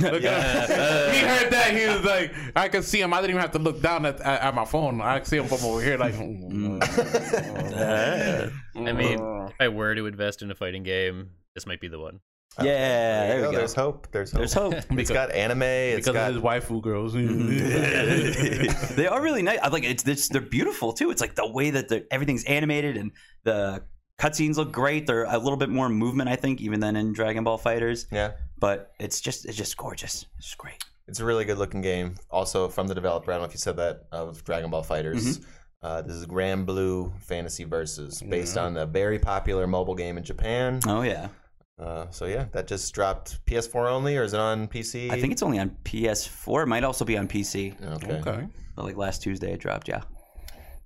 [SPEAKER 4] Uh, yeah.
[SPEAKER 7] Look at him. he heard that. He was like, I could see him. I didn't even have to look down at, at, at my phone. I could see him from over here. Like,
[SPEAKER 3] Mm.
[SPEAKER 4] I mean, if I were to invest in a fighting game, this might be the one.
[SPEAKER 3] Yeah, there we go.
[SPEAKER 1] There's hope. There's hope.
[SPEAKER 3] There's hope.
[SPEAKER 1] It's got anime. It's
[SPEAKER 7] because
[SPEAKER 1] got
[SPEAKER 7] of his waifu girls.
[SPEAKER 3] they are really nice. I like it's, it's they're beautiful too. It's like the way that they're- everything's animated and the cutscenes look great. They're a little bit more movement, I think, even than in Dragon Ball Fighters.
[SPEAKER 1] yeah.
[SPEAKER 3] But it's just it's just gorgeous. It's just great.
[SPEAKER 1] It's a really good looking game. Also from the developer. I don't know if you said that of Dragon Ball Fighters.
[SPEAKER 3] Mm-hmm.
[SPEAKER 1] Uh, this is Grand Blue Fantasy Versus, based on a very popular mobile game in Japan.
[SPEAKER 3] Oh yeah,
[SPEAKER 1] Uh, so yeah, that just dropped PS4 only, or is it on PC?
[SPEAKER 3] I think it's only on PS4. It might also be on PC.
[SPEAKER 1] Okay.
[SPEAKER 7] okay.
[SPEAKER 3] But like last Tuesday, it dropped. Yeah.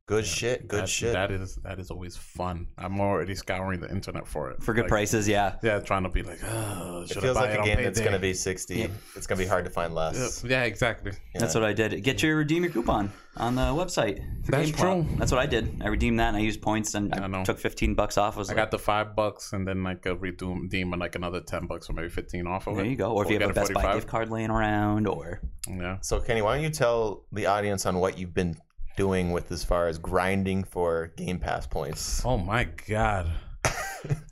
[SPEAKER 1] Good shit. Good
[SPEAKER 7] That-
[SPEAKER 1] shit.
[SPEAKER 7] That is that is always fun. I'm already scouring the internet for it
[SPEAKER 3] For good
[SPEAKER 7] Like,
[SPEAKER 3] prices, yeah.
[SPEAKER 7] Yeah, trying to be like, oh, should
[SPEAKER 1] it
[SPEAKER 7] I
[SPEAKER 1] feels
[SPEAKER 7] buy
[SPEAKER 1] like
[SPEAKER 7] it
[SPEAKER 1] a
[SPEAKER 7] on
[SPEAKER 1] game that's
[SPEAKER 7] payday?" Uh,
[SPEAKER 1] going to be 60. It's going to be hard to find less.
[SPEAKER 7] Yeah, exactly.
[SPEAKER 3] That's what I did. Get your redeem your coupon on the website. for
[SPEAKER 7] That's
[SPEAKER 3] GamePro.
[SPEAKER 7] true.
[SPEAKER 3] That's what I did. I redeemed that and I used points and I,
[SPEAKER 7] I know.
[SPEAKER 3] took fifteen bucks off. I was
[SPEAKER 7] I
[SPEAKER 3] like,
[SPEAKER 7] got the five bucks and then like a redeem deem and like another ten bucks or maybe fifteen off of it.
[SPEAKER 3] there you go. Or if
[SPEAKER 7] So
[SPEAKER 3] you
[SPEAKER 7] I
[SPEAKER 3] have a
[SPEAKER 7] got
[SPEAKER 3] Best Buy
[SPEAKER 7] 45.
[SPEAKER 3] gift card laying around, or
[SPEAKER 7] Yeah.
[SPEAKER 1] So Kenny, why don't you tell the audience on what you've been doing with as far as grinding for Game Pass points?
[SPEAKER 7] Oh my god.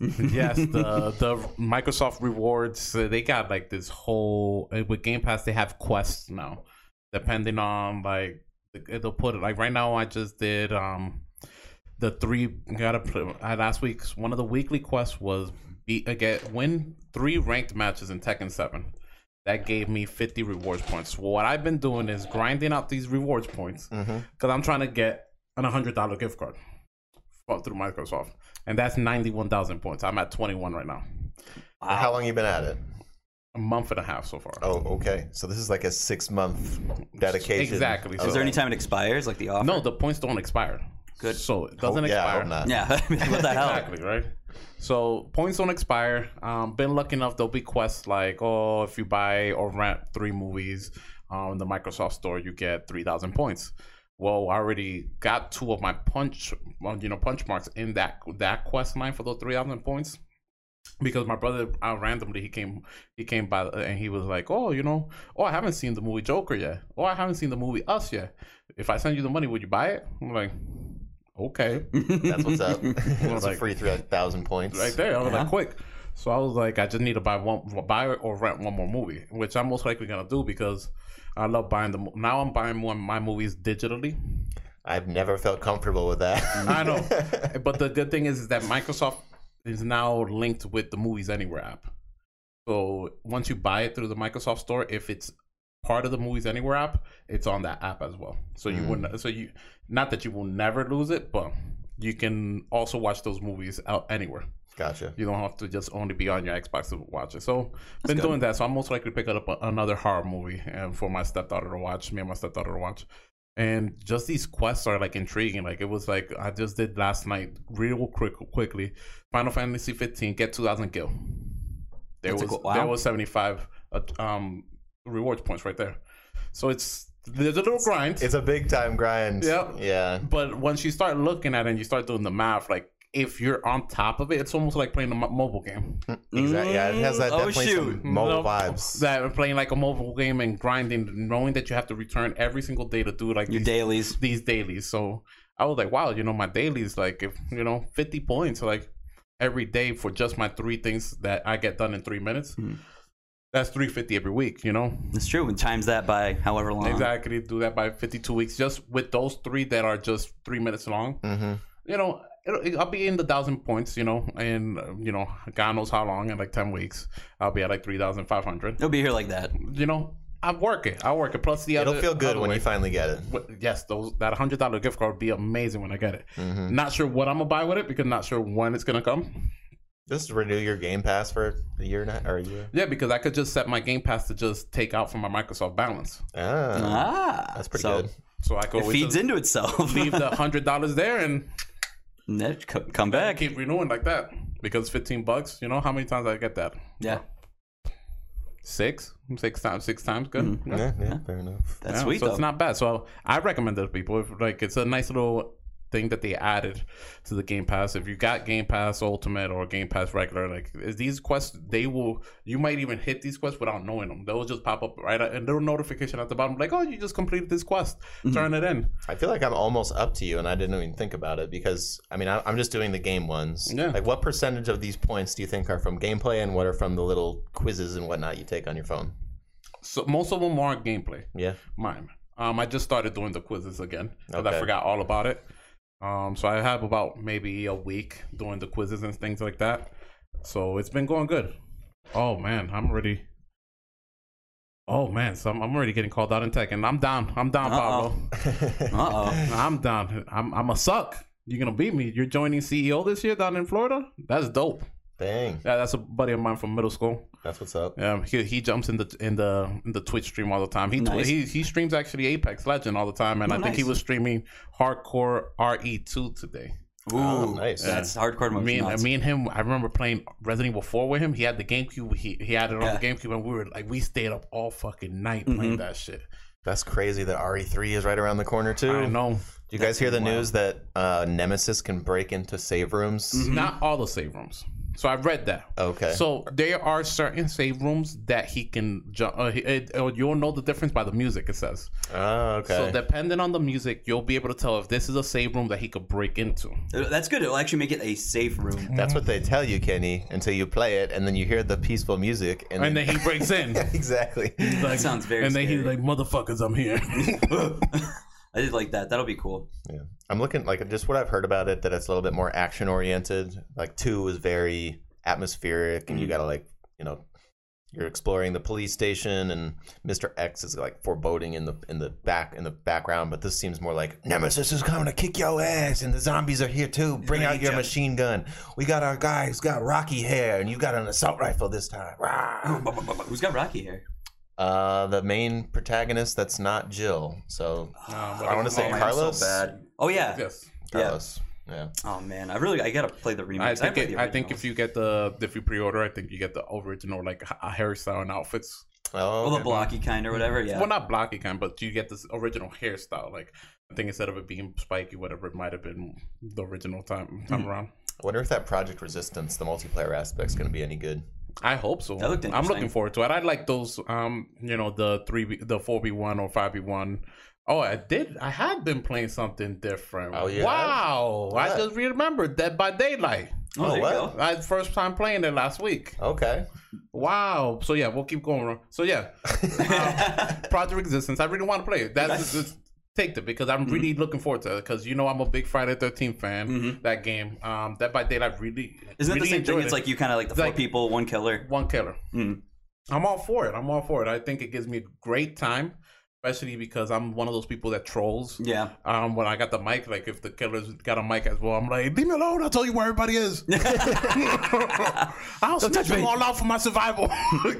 [SPEAKER 7] yes, the the Microsoft rewards uh, they got like this whole uh, with Game Pass they have quests now, depending on like they'll put it like right now I just did um the three gotta put uh, last week's one of the weekly quests was beat again win three ranked matches in Tekken Seven. That gave me 50 rewards points. What I've been doing is grinding out these rewards points because
[SPEAKER 1] Mm-hmm.
[SPEAKER 7] I'm trying to get an $100 gift card well, through Microsoft, and that's ninety-one thousand points. I'm at twenty-one right now,
[SPEAKER 1] How long you been at it?
[SPEAKER 7] a month and a half so far.
[SPEAKER 1] Oh, okay. So this is like a six month dedication.
[SPEAKER 7] Exactly.
[SPEAKER 1] Oh,
[SPEAKER 3] is there any time it expires? Like the offer?
[SPEAKER 7] No, the points don't expire.
[SPEAKER 3] Good.
[SPEAKER 7] So it
[SPEAKER 1] oh,
[SPEAKER 7] doesn't
[SPEAKER 1] yeah, I
[SPEAKER 7] expire.
[SPEAKER 1] hope not.
[SPEAKER 3] Yeah. what the hell?
[SPEAKER 7] Exactly right. So points don't expire. Um, been lucky enough. There'll be quests like, oh, if you buy or rent three movies on the Microsoft Store, you get three thousand points. Well, I already got two of my punch, well, you know, punch marks in that that quest line for those three thousand points. Because my brother, uh, randomly he came, he came by and he was like, "Oh, you know, oh, I haven't seen the movie Joker yet. Oh, I haven't seen the movie Us yet. If I send you the money, would you buy it?" I'm like, "Okay."
[SPEAKER 1] That's what's up. It's a
[SPEAKER 7] like-
[SPEAKER 1] free three thousand points.
[SPEAKER 7] right there. I was
[SPEAKER 3] Yeah.
[SPEAKER 7] like, quick. So I was like, I just need to buy one, buy or rent one more movie, which I'm most likely gonna do because I love buying the. mo- Now I'm buying more my movies digitally.
[SPEAKER 1] I've never felt comfortable with that.
[SPEAKER 7] I know, but the good thing is, is that Microsoft is now linked with the Movies Anywhere app. So once you buy it through the Microsoft Store, if it's part of the Movies Anywhere app, it's on that app as well. So you wouldn't. So you, not that you will never lose it, but you can also watch those movies out anywhere.
[SPEAKER 1] Gotcha.
[SPEAKER 7] You don't have to just only be on your Xbox to watch it. So been doing that. So I'm most likely picking up a, another horror movie and for my stepdaughter to watch. Me and my stepdaughter to watch. And just these quests are like intriguing. Like it was like I just did last night, real quick, quickly. Final Fantasy 15, get 2,000 kill. There
[SPEAKER 3] That's a
[SPEAKER 7] was
[SPEAKER 3] cool- wow.
[SPEAKER 7] there was 75 uh, um reward points right there. So it's there's a little grind.
[SPEAKER 1] It's a big time grind.
[SPEAKER 7] Yep.
[SPEAKER 1] Yeah.
[SPEAKER 7] But once you start looking at it and you start doing the math, like if you're on top of it, it's almost like playing a mo- mobile game.
[SPEAKER 1] Exactly. Yeah. It has that
[SPEAKER 3] Mm, oh,
[SPEAKER 7] Mm-hmm.
[SPEAKER 1] definitely
[SPEAKER 3] shoot.
[SPEAKER 1] some mobile
[SPEAKER 7] No,
[SPEAKER 1] vibes.
[SPEAKER 7] That playing like a mobile game and grinding, knowing that you have to return every single day to do like
[SPEAKER 3] Your
[SPEAKER 7] these,
[SPEAKER 3] dailies.
[SPEAKER 7] these dailies. So I was like, wow, you know, my dailies, like if you know, fifty points, like every day for just my three things that I get done in three minutes. That's three fifty every week, you know.
[SPEAKER 3] It's true. And times that by however long.
[SPEAKER 7] Exactly. Do that by 52 weeks. Just with those three that are just three minutes long.
[SPEAKER 1] Mm-hmm.
[SPEAKER 7] You know, it'll, I'll be in the thousand points. You know, and you know, God knows how long in like 10 weeks, I'll be at like 3,500.
[SPEAKER 3] It'll be here like that.
[SPEAKER 7] You know, I work it. I work it. Plus the
[SPEAKER 1] It'll
[SPEAKER 7] other.
[SPEAKER 1] feel good
[SPEAKER 7] other
[SPEAKER 1] when
[SPEAKER 7] way-
[SPEAKER 1] you finally get it.
[SPEAKER 7] w- Yes, those that hundred dollar gift card would be amazing when I get it.
[SPEAKER 1] Mm.
[SPEAKER 7] Not sure what I'm gonna buy with it because not sure when it's gonna come.
[SPEAKER 1] Just renew your Game Pass for a year and a, or a year.
[SPEAKER 7] Yeah, because I could just set my Game Pass to just take out from my Microsoft balance.
[SPEAKER 1] Ah,
[SPEAKER 3] Ah,
[SPEAKER 1] that's pretty
[SPEAKER 3] so
[SPEAKER 1] good.
[SPEAKER 7] So I could
[SPEAKER 3] It
[SPEAKER 7] always
[SPEAKER 3] feeds
[SPEAKER 7] just
[SPEAKER 3] into itself.
[SPEAKER 7] leave the hundred dollars there and
[SPEAKER 3] And then co- come back.
[SPEAKER 7] keep renewing like that because fifteen bucks. You know how many times I get that?
[SPEAKER 3] Yeah,
[SPEAKER 7] Six, six times, six times. Good. Yeah.
[SPEAKER 1] Yeah, yeah, fair enough.
[SPEAKER 3] that's
[SPEAKER 7] Yeah,
[SPEAKER 3] sweet
[SPEAKER 7] So
[SPEAKER 3] though.
[SPEAKER 7] it's not bad. So I recommend it to people. If, like it's a nice little thing that they added to the Game Pass. If you got Game Pass Ultimate or Game Pass regular, like is these quests, they will. You might even hit these quests without knowing them. They'll just pop up right at- and there'll notification at the bottom, like, oh, you just completed this quest.
[SPEAKER 3] Mm-hmm.
[SPEAKER 7] Turn it in.
[SPEAKER 1] I feel like I'm almost up to you, and I didn't even think about it because I mean I, I'm just doing the game ones.
[SPEAKER 7] Yeah.
[SPEAKER 1] Like, what percentage of these points do you think are from gameplay, and what are from the little quizzes and whatnot you take on your phone?
[SPEAKER 7] So most of them are gameplay.
[SPEAKER 1] Yeah.
[SPEAKER 7] Mine. Um, I just started doing the quizzes again because
[SPEAKER 1] Okay.
[SPEAKER 7] I forgot all about it. Um, so I have about maybe a week doing the quizzes and things like that. So it's been going good. Oh man, I'm already. Oh man, so I'm, I'm already getting called out in tech, and I'm down. I'm down,
[SPEAKER 3] Uh-oh.
[SPEAKER 7] Pablo.
[SPEAKER 3] Uh
[SPEAKER 7] I'm down. I'm I'm a suck. You're gonna beat me. You're joining CEO this year down in Florida. That's dope.
[SPEAKER 1] Dang,
[SPEAKER 7] Yeah, that's a buddy of mine from middle school.
[SPEAKER 1] that's what's up.
[SPEAKER 7] Um, he he jumps in the in the in the Twitch stream all the time. He tw-
[SPEAKER 3] Nice.
[SPEAKER 7] he he streams actually Apex Legend all the time, and
[SPEAKER 3] Oh,
[SPEAKER 7] I think he
[SPEAKER 3] nice.
[SPEAKER 7] was streaming Hardcore RE two today.
[SPEAKER 3] oh. Ooh,
[SPEAKER 1] nice.
[SPEAKER 3] That's hardcore E emotion.
[SPEAKER 7] me and
[SPEAKER 3] nuts.
[SPEAKER 7] me and him, I remember playing Resident Evil four with him. He had the GameCube. He he had it on
[SPEAKER 3] Yeah. Mm-hmm.
[SPEAKER 7] the GameCube, and we were like we stayed up all fucking night playing that shit.
[SPEAKER 1] That's crazy that RE3 is right around the corner too.
[SPEAKER 7] I know
[SPEAKER 3] Mm-hmm.
[SPEAKER 1] Do you guys hear the news that uh, Nemesis can break into save rooms?
[SPEAKER 7] not all the save rooms. So I read that.
[SPEAKER 1] Okay.
[SPEAKER 7] So there are certain save rooms that he can jump. Uh, he- it, uh, you'll know the difference by the music. It says.
[SPEAKER 1] oh, okay.
[SPEAKER 7] So depending on the music, you'll be able to tell if this is a save room that he could break into.
[SPEAKER 3] Uh, That's good. It'll actually make it a safe room.
[SPEAKER 1] That's what they tell you, Kenny, until you play it, and then you hear the peaceful music, and,
[SPEAKER 7] And then he breaks in.
[SPEAKER 1] exactly.
[SPEAKER 7] Like,
[SPEAKER 3] sounds very
[SPEAKER 7] And then he's
[SPEAKER 3] scary.
[SPEAKER 7] like, "Motherfuckers, I'm here."
[SPEAKER 3] I did like that. That'll be cool.
[SPEAKER 1] Yeah. I'm looking like just what I've heard about it that it's a little bit more action oriented. Like two is very atmospheric, and you gotta like you know you're exploring the police station, and Mister X is like foreboding in the in the back in the background. But this seems more like Nemesis is coming to kick your ass, and the zombies are here too. Bring out your machine gun. We got our guy who's got rocky hair, and you got an assault rifle this time. Rah!
[SPEAKER 3] Who's got Rocky hair?
[SPEAKER 1] Uh, the main protagonist that's not Jill. So
[SPEAKER 3] Ah,
[SPEAKER 1] I want to say
[SPEAKER 7] Oh, man,
[SPEAKER 1] Carlos.
[SPEAKER 3] Oh yeah.
[SPEAKER 7] yes.
[SPEAKER 1] Carlos. yeah.
[SPEAKER 3] Oh man, I really I gotta play the
[SPEAKER 7] I
[SPEAKER 3] remix.
[SPEAKER 7] think
[SPEAKER 3] played
[SPEAKER 7] it,
[SPEAKER 3] the
[SPEAKER 7] I think
[SPEAKER 3] original.
[SPEAKER 7] if you get the if you pre-order, I think you get the original like ha- hairstyle and outfits.
[SPEAKER 1] Oh,
[SPEAKER 3] well,
[SPEAKER 1] okay.
[SPEAKER 3] the blocky kind or whatever. Yeah.
[SPEAKER 7] Well, not blocky kind, but you get this original hairstyle. Like I think instead of it being spiky, whatever it might have been the original time
[SPEAKER 3] Hmm.
[SPEAKER 7] time around.
[SPEAKER 1] I wonder if that Project Resistance, the multiplayer aspect's going to be any good.
[SPEAKER 7] I hope so.
[SPEAKER 3] That looked
[SPEAKER 7] I'm
[SPEAKER 3] interesting.
[SPEAKER 7] looking forward to it. I like those, um, you know, the three, v- the four v one or five v one. Oh, I did. I had been playing something different.
[SPEAKER 1] Oh, you
[SPEAKER 7] Wow! I
[SPEAKER 1] What?
[SPEAKER 7] just remembered Dead by Daylight.
[SPEAKER 3] oh, there you
[SPEAKER 1] what?
[SPEAKER 3] go.
[SPEAKER 7] I first time playing it last week.
[SPEAKER 1] Okay.
[SPEAKER 7] Wow! So yeah, we'll keep going. So yeah, um, Project Existence. I really want to play it. That's just, just take it because I'm really
[SPEAKER 3] Mm-hmm.
[SPEAKER 7] looking forward to it. Because you know I'm a big Friday Thirteenth fan. That game, um, Dead by Daylight, really
[SPEAKER 3] Isn't it
[SPEAKER 7] really
[SPEAKER 3] the same thing?
[SPEAKER 7] enjoyed
[SPEAKER 3] It's
[SPEAKER 7] it
[SPEAKER 3] like you kind of like the
[SPEAKER 7] It's
[SPEAKER 3] four
[SPEAKER 7] like-
[SPEAKER 3] people, one killer.
[SPEAKER 7] one killer.
[SPEAKER 3] Mm.
[SPEAKER 7] I'm all for it. I'm all for it. I think it gives me a great time, especially because I'm one of those people that trolls.
[SPEAKER 3] Yeah.
[SPEAKER 7] Um, when I got the mic, like if the killer's got a mic as well, I'm like, leave me alone. I'll tell you where everybody is. I'll snitch
[SPEAKER 3] touch me.
[SPEAKER 7] them all out for my survival.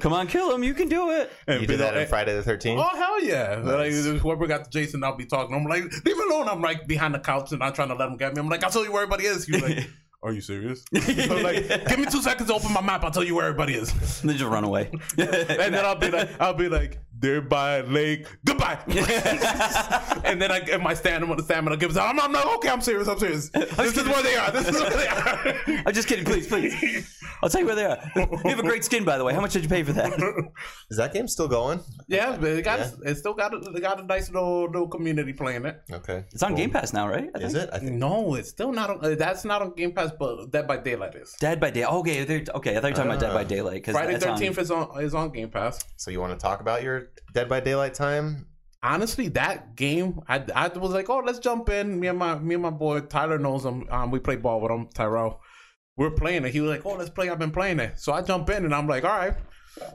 [SPEAKER 3] Come on, kill him. You can do it.
[SPEAKER 7] And
[SPEAKER 1] You
[SPEAKER 7] be
[SPEAKER 1] did that on
[SPEAKER 7] like,
[SPEAKER 1] Friday the 13th?
[SPEAKER 7] Oh hell yeah! Like, whoever got Jason, I'll be talking. I'm like, leave me alone. I'm like behind the couch and I'm trying to let him get me. I'm like, I'll tell you where everybody is. He's like, Are you serious? I'm like, give me two seconds to open my map. I'll tell you where everybody is.
[SPEAKER 3] And then just run away.
[SPEAKER 7] and then I'll be like, I'll be like, there by a lake, goodbye. and then I get my stamina, the stamina gives out. I'm, I'm like, okay, I'm serious, I'm serious. This is where they are. This is where they are.
[SPEAKER 3] I'm just kidding. Please, please. I'll tell you where they are. You have a great skin, by the way. How much did you pay for that?
[SPEAKER 1] Is that game still going?
[SPEAKER 7] yeah, but it got it still got a, it got a nice little little community playing it.
[SPEAKER 1] Okay.
[SPEAKER 3] It's on Game Pass now, right? I
[SPEAKER 1] Is
[SPEAKER 3] think.
[SPEAKER 1] it? I think.
[SPEAKER 7] No, it's still not on. uh, That's not on Game Pass, but Dead by Daylight is.
[SPEAKER 3] Dead by Day. oh, Okay, they're, okay. I thought you were talking about Dead
[SPEAKER 1] Ah.
[SPEAKER 3] by Daylight because
[SPEAKER 7] Friday Thirteenth is on is on Game Pass.
[SPEAKER 1] So you want to talk about your Dead by Daylight time?
[SPEAKER 7] honestly, that game, I, I was like, oh, let's jump in. Me and my me and my boy Tyler knows him. Um, we play ball with him, Tyrell. We're playing it. He was like, oh, let's play. I've been playing it. So I jump in and I'm like, all right.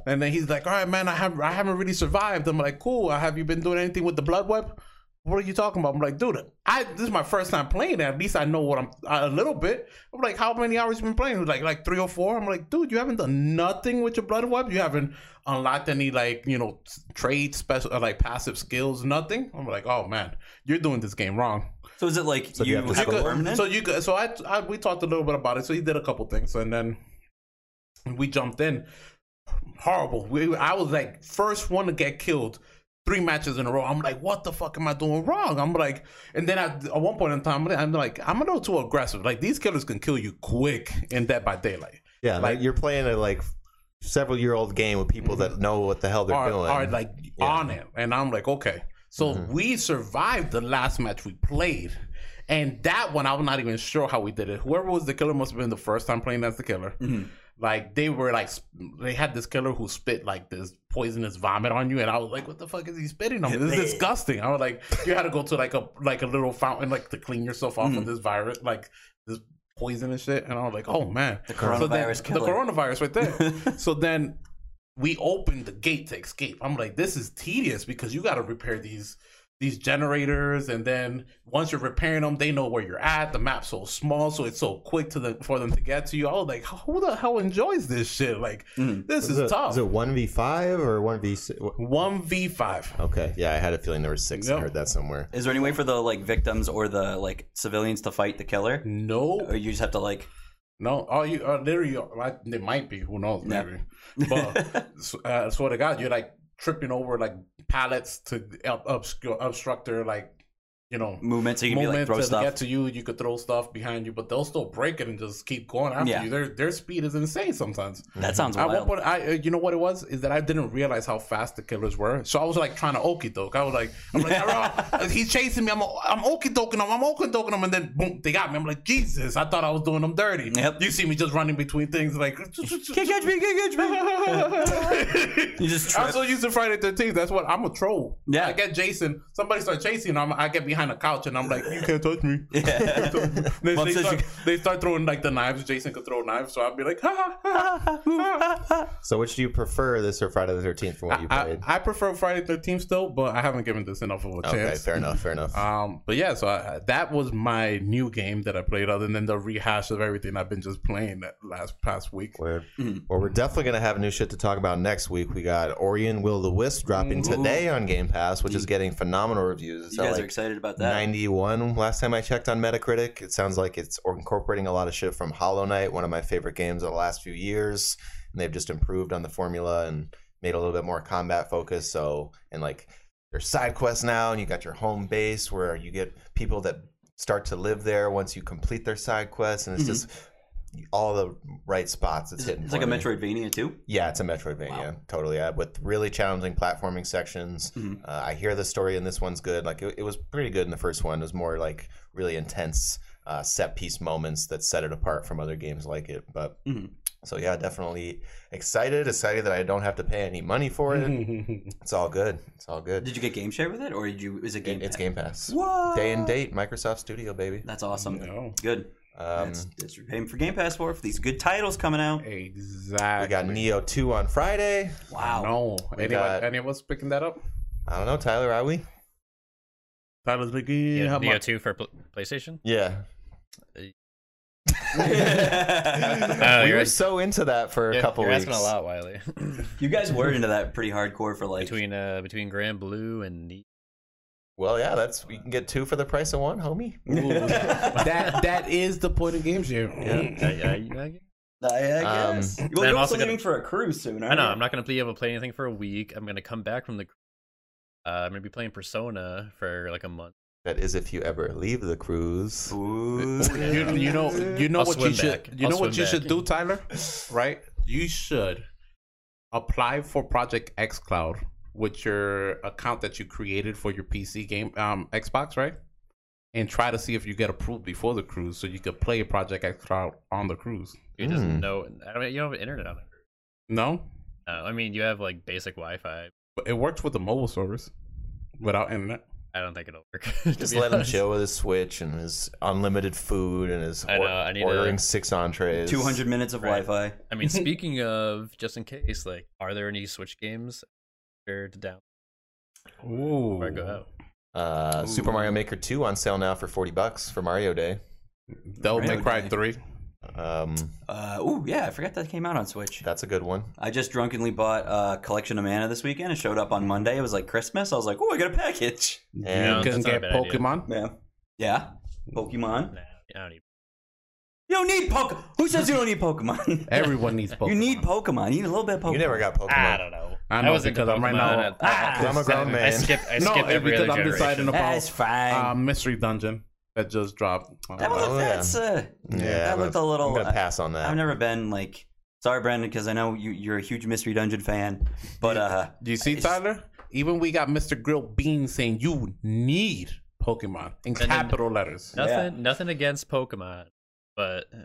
[SPEAKER 7] And then he's like, all right, man, I have I haven't really survived. I'm like, cool. Have you been doing anything with the blood web? what are you talking about? I'm like, dude, I this is my first time playing. it. At least I know what I'm a little bit. I'm like, how many hours you been playing? He was like, like three or four. I'm like, dude, you haven't done nothing with your blood web. You haven't unlocked any like you know trade special uh, like passive skills. Nothing. I'm like, oh man, you're doing this game wrong.
[SPEAKER 3] So is it like
[SPEAKER 1] So do
[SPEAKER 3] you,
[SPEAKER 1] you have to
[SPEAKER 3] have
[SPEAKER 7] You
[SPEAKER 3] a
[SPEAKER 7] could-
[SPEAKER 3] permanent?
[SPEAKER 7] So you could, so I, I we talked a little bit about it. So he did a couple things, and then we jumped in. Horrible. We, I was like first one to get killed three matches in a row. I'm like, what the fuck am I doing wrong? I'm like, and then I, at one point in time, I'm like, I'm a little too aggressive. Like these killers can kill you quick in Dead by Daylight.
[SPEAKER 1] Yeah, like
[SPEAKER 7] Like-
[SPEAKER 1] you're playing a like several year old game with people that know what the hell they're
[SPEAKER 7] are,
[SPEAKER 1] doing.
[SPEAKER 7] are like on it. And I'm like, okay. So we survived the last match we played. And that one, I'm not even sure how we did it. Whoever was the killer must have been the first time playing as the killer. Like they were like, sp- they had this killer who spit like this poisonous vomit on you, and I was like, "What the fuck is he spitting on? me? This is disgusting." I was like, "You had to go to like a like a little fountain like to clean yourself off of this virus, like this poison and shit." And I was like, "Oh man, the
[SPEAKER 3] coronavirus
[SPEAKER 7] the
[SPEAKER 3] killer.
[SPEAKER 7] coronavirus right there." so then we opened the gate to escape. I'm like, this is tedious because you got to repair these these generators, and then once you're repairing them, they know where you're at. The map's so small, so it's so quick to the for them to get to you. I was like, who the hell enjoys this shit? Like, this is
[SPEAKER 1] is it,
[SPEAKER 7] tough.
[SPEAKER 1] is it one v five or one v six?
[SPEAKER 7] One v five.
[SPEAKER 1] Okay, yeah, I had a feeling there were six. I
[SPEAKER 7] Yep.
[SPEAKER 1] heard that somewhere.
[SPEAKER 3] Is there any way for the like victims or the like civilians to fight the killer,
[SPEAKER 7] No,
[SPEAKER 3] or you just have to like?
[SPEAKER 7] no. All you are literally. uh, I, there might be. Who knows?
[SPEAKER 3] Yeah.
[SPEAKER 7] Maybe. But s- uh, swear to God, you're like tripping over like pallets to ob- obscure obstruct their like you know
[SPEAKER 3] movement, so you can be like
[SPEAKER 7] moment
[SPEAKER 3] throw
[SPEAKER 7] to
[SPEAKER 3] stuff.
[SPEAKER 7] get to you. You could throw stuff behind you, but they'll still break it and just keep going after
[SPEAKER 3] Yeah.
[SPEAKER 7] you. Their their speed is insane sometimes.
[SPEAKER 3] that sounds
[SPEAKER 7] Mhm. At one
[SPEAKER 3] wild.
[SPEAKER 7] point, I uh, you know what it was is that I didn't realize how fast the killers were, so I was like trying to okey doke. I was like, I'm like, "Arrgh." he's chasing me. I'm I'm okey doking him. I'm okey doking him, and then boom, they got me. I'm like, Jesus, I thought I was doing them dirty.
[SPEAKER 3] Yep.
[SPEAKER 7] You see me just running between things like, can't
[SPEAKER 3] catch me, can't
[SPEAKER 7] catch me.
[SPEAKER 3] You just
[SPEAKER 7] I'm
[SPEAKER 3] trip.
[SPEAKER 7] so used to Friday Thirteenth. That's what I'm a troll.
[SPEAKER 3] Yeah.
[SPEAKER 7] I get Jason. Somebody start chasing. him, I'm, I get behind a couch and I'm like, you can't touch me.
[SPEAKER 3] Yeah.
[SPEAKER 7] They,
[SPEAKER 3] Mom
[SPEAKER 7] they,
[SPEAKER 3] says
[SPEAKER 7] start,
[SPEAKER 3] you-
[SPEAKER 7] they start throwing like the knives. Jason could throw knives, so I'd be like, ha ha ha. ha, ha.
[SPEAKER 1] So, which do you prefer, this or Friday the Thirteenth, from what you
[SPEAKER 7] I,
[SPEAKER 1] played?
[SPEAKER 7] I prefer Friday Thirteenth still, but I haven't given this enough of a
[SPEAKER 1] okay,
[SPEAKER 7] chance.
[SPEAKER 1] fair enough, fair enough.
[SPEAKER 3] Uh,
[SPEAKER 7] Um, but yeah, so I, that was my new game that I played, other than the rehash of everything I've been just playing that last past week.
[SPEAKER 1] Word.
[SPEAKER 3] mm.
[SPEAKER 1] Well, we're definitely going to have new shit to talk about next week. We got Orion Will the Wisp dropping today on Game Pass, which is getting phenomenal reviews. It's
[SPEAKER 3] you
[SPEAKER 1] at,
[SPEAKER 3] guys
[SPEAKER 1] like
[SPEAKER 3] are excited about that.
[SPEAKER 1] 91 last time I checked on Metacritic. It sounds like it's incorporating a lot of shit from Hollow Knight, one of my favorite games of the last few years. And they've just improved on the formula and made a little bit more combat focused. So, and like there's side quests now, and you got your home base where you get people that start to live there once you complete their side quests. And it's just all the right spots it's hitting.
[SPEAKER 3] Mm-hmm. It's like a
[SPEAKER 1] for me.
[SPEAKER 3] Metroidvania too.
[SPEAKER 1] Yeah, it's a Metroidvania, totally. Yeah, with really challenging platforming sections.
[SPEAKER 3] Mm-hmm.
[SPEAKER 1] Uh, I hear the story in this one's good. Like it, it was pretty good in the first one. It was more like really intense uh, set piece moments that set it apart from other games like it. But
[SPEAKER 3] Mhm.
[SPEAKER 1] so yeah, definitely excited. Excited that I don't have to pay any money for it.
[SPEAKER 3] Mm-hmm.
[SPEAKER 1] It's all good. It's all good.
[SPEAKER 3] Did you get game share with it, or did you? Is it game?
[SPEAKER 1] it's
[SPEAKER 3] Pass?
[SPEAKER 1] Game Pass.
[SPEAKER 3] What?
[SPEAKER 1] Day and date, Microsoft Studio, baby.
[SPEAKER 3] That's awesome.
[SPEAKER 7] No.
[SPEAKER 3] Good.
[SPEAKER 1] Um,
[SPEAKER 3] that's, that's what you're paying for Game Pass for for these good titles coming out.
[SPEAKER 7] Exactly.
[SPEAKER 1] we got Neo 2 on Friday.
[SPEAKER 3] Wow.
[SPEAKER 7] No. Anyone,
[SPEAKER 1] got-
[SPEAKER 7] anyone's picking that up?
[SPEAKER 1] I don't know, Tyler, are we?
[SPEAKER 7] Tyler's like, yeah,
[SPEAKER 4] Yeah,
[SPEAKER 7] how
[SPEAKER 4] Neo
[SPEAKER 7] much?
[SPEAKER 4] two for pl- PlayStation.
[SPEAKER 1] Yeah.
[SPEAKER 4] Oh,
[SPEAKER 1] we
[SPEAKER 4] you're
[SPEAKER 1] were
[SPEAKER 4] ask-
[SPEAKER 1] so into that for a
[SPEAKER 4] you're-
[SPEAKER 1] couple
[SPEAKER 4] you're
[SPEAKER 1] weeks.
[SPEAKER 4] asking a lot, Wiley.
[SPEAKER 3] you guys were into that pretty hardcore for like.
[SPEAKER 4] between uh between Grand Blue and Ne-
[SPEAKER 1] Well, yeah, that's you can get two for the price of one, homie.
[SPEAKER 7] Ooh. that that is the point of games here.
[SPEAKER 4] Yeah, yeah, yeah, yeah.
[SPEAKER 3] I, I
[SPEAKER 1] Um,
[SPEAKER 3] guess. well,
[SPEAKER 4] I'm
[SPEAKER 3] you're
[SPEAKER 4] also
[SPEAKER 3] also
[SPEAKER 4] gonna-
[SPEAKER 3] leaving for a cruise soon.
[SPEAKER 4] I know I'm not gonna be able to play anything for a week. I'm gonna come back from the. Uh, I'm gonna be playing Persona for like a month.
[SPEAKER 1] That is if you ever leave the cruise.
[SPEAKER 7] You, you know you know
[SPEAKER 4] I'll
[SPEAKER 7] what you
[SPEAKER 4] swim
[SPEAKER 7] should
[SPEAKER 4] back.
[SPEAKER 7] you
[SPEAKER 4] I'll
[SPEAKER 7] know what
[SPEAKER 4] swim
[SPEAKER 7] you should
[SPEAKER 4] back.
[SPEAKER 7] do, Tyler. Right? You should apply for Project X Cloud with your account that you created for your PC game um Xbox, right? And try to see if you get approved before the cruise, so you could play Project X Cloud on the cruise.
[SPEAKER 4] You just
[SPEAKER 1] Mm.
[SPEAKER 4] know. I mean, you don't have internet on there.
[SPEAKER 7] No,
[SPEAKER 4] No, I mean, you have like basic Wi-Fi.
[SPEAKER 7] but it works with the mobile service without internet.
[SPEAKER 4] I don't think it'll work. to
[SPEAKER 1] Just
[SPEAKER 4] be
[SPEAKER 1] let him
[SPEAKER 4] honest.
[SPEAKER 1] chill with his Switch and his unlimited food and his
[SPEAKER 4] I know, I need to-
[SPEAKER 1] ordering six entrees.
[SPEAKER 3] 200 minutes of
[SPEAKER 4] Right.
[SPEAKER 3] Wi-Fi.
[SPEAKER 4] I mean, speaking of, just in case, like, are there any Switch games fair to down
[SPEAKER 7] Ooh,
[SPEAKER 4] before I go out?
[SPEAKER 1] Uh, Super Mario Maker 2 on sale now for 40 bucks for Mario Day.
[SPEAKER 7] Devil May Cry three.
[SPEAKER 1] Um,
[SPEAKER 3] Uh, ooh, yeah, I forgot that came out on Switch.
[SPEAKER 1] that's a good one.
[SPEAKER 3] I just drunkenly bought a collection of mana this weekend. It showed up on Monday. It was like Christmas. I was like, oh, I got a package.
[SPEAKER 1] And
[SPEAKER 4] Yeah.
[SPEAKER 7] Couldn't
[SPEAKER 4] that's not a
[SPEAKER 7] get
[SPEAKER 4] bad idea.
[SPEAKER 7] Pokemon.
[SPEAKER 3] Yeah. Yeah. Pokemon.
[SPEAKER 4] Nah, I don't even.
[SPEAKER 3] You don't need Pokemon. Who says you don't need Pokemon?
[SPEAKER 7] Everyone needs Pokemon.
[SPEAKER 3] You need Pokemon. You need a little bit of Pokemon.
[SPEAKER 1] you never got Pokemon.
[SPEAKER 4] I don't know.
[SPEAKER 7] I know,
[SPEAKER 4] was into
[SPEAKER 7] because I'm right
[SPEAKER 4] Pokemon
[SPEAKER 7] now-
[SPEAKER 4] and I,
[SPEAKER 1] I'm a grown
[SPEAKER 4] I
[SPEAKER 1] man.
[SPEAKER 4] skipped. I
[SPEAKER 7] no,
[SPEAKER 4] skipped every
[SPEAKER 7] because
[SPEAKER 4] other
[SPEAKER 7] I'm deciding
[SPEAKER 4] generation.
[SPEAKER 7] about
[SPEAKER 3] That's fine.
[SPEAKER 7] uh, Mystery Dungeon that just dropped.
[SPEAKER 3] that was,
[SPEAKER 1] Um, Oh, yeah.
[SPEAKER 3] that's, uh,
[SPEAKER 1] Yeah,
[SPEAKER 3] that
[SPEAKER 1] I'm
[SPEAKER 3] looked
[SPEAKER 1] gonna-
[SPEAKER 3] a little. uh,
[SPEAKER 1] I'm gonna pass on that.
[SPEAKER 3] I've never been like. Sorry, Brandon, because I know you, you're a huge Mystery Dungeon fan, but uh,
[SPEAKER 7] Do you see
[SPEAKER 3] It's-
[SPEAKER 7] Tyler? Even we got Mr. Grilled Bean saying you need Pokemon in
[SPEAKER 4] then-
[SPEAKER 7] capital letters.
[SPEAKER 4] Nothing. Nothing against Pokemon, but uh,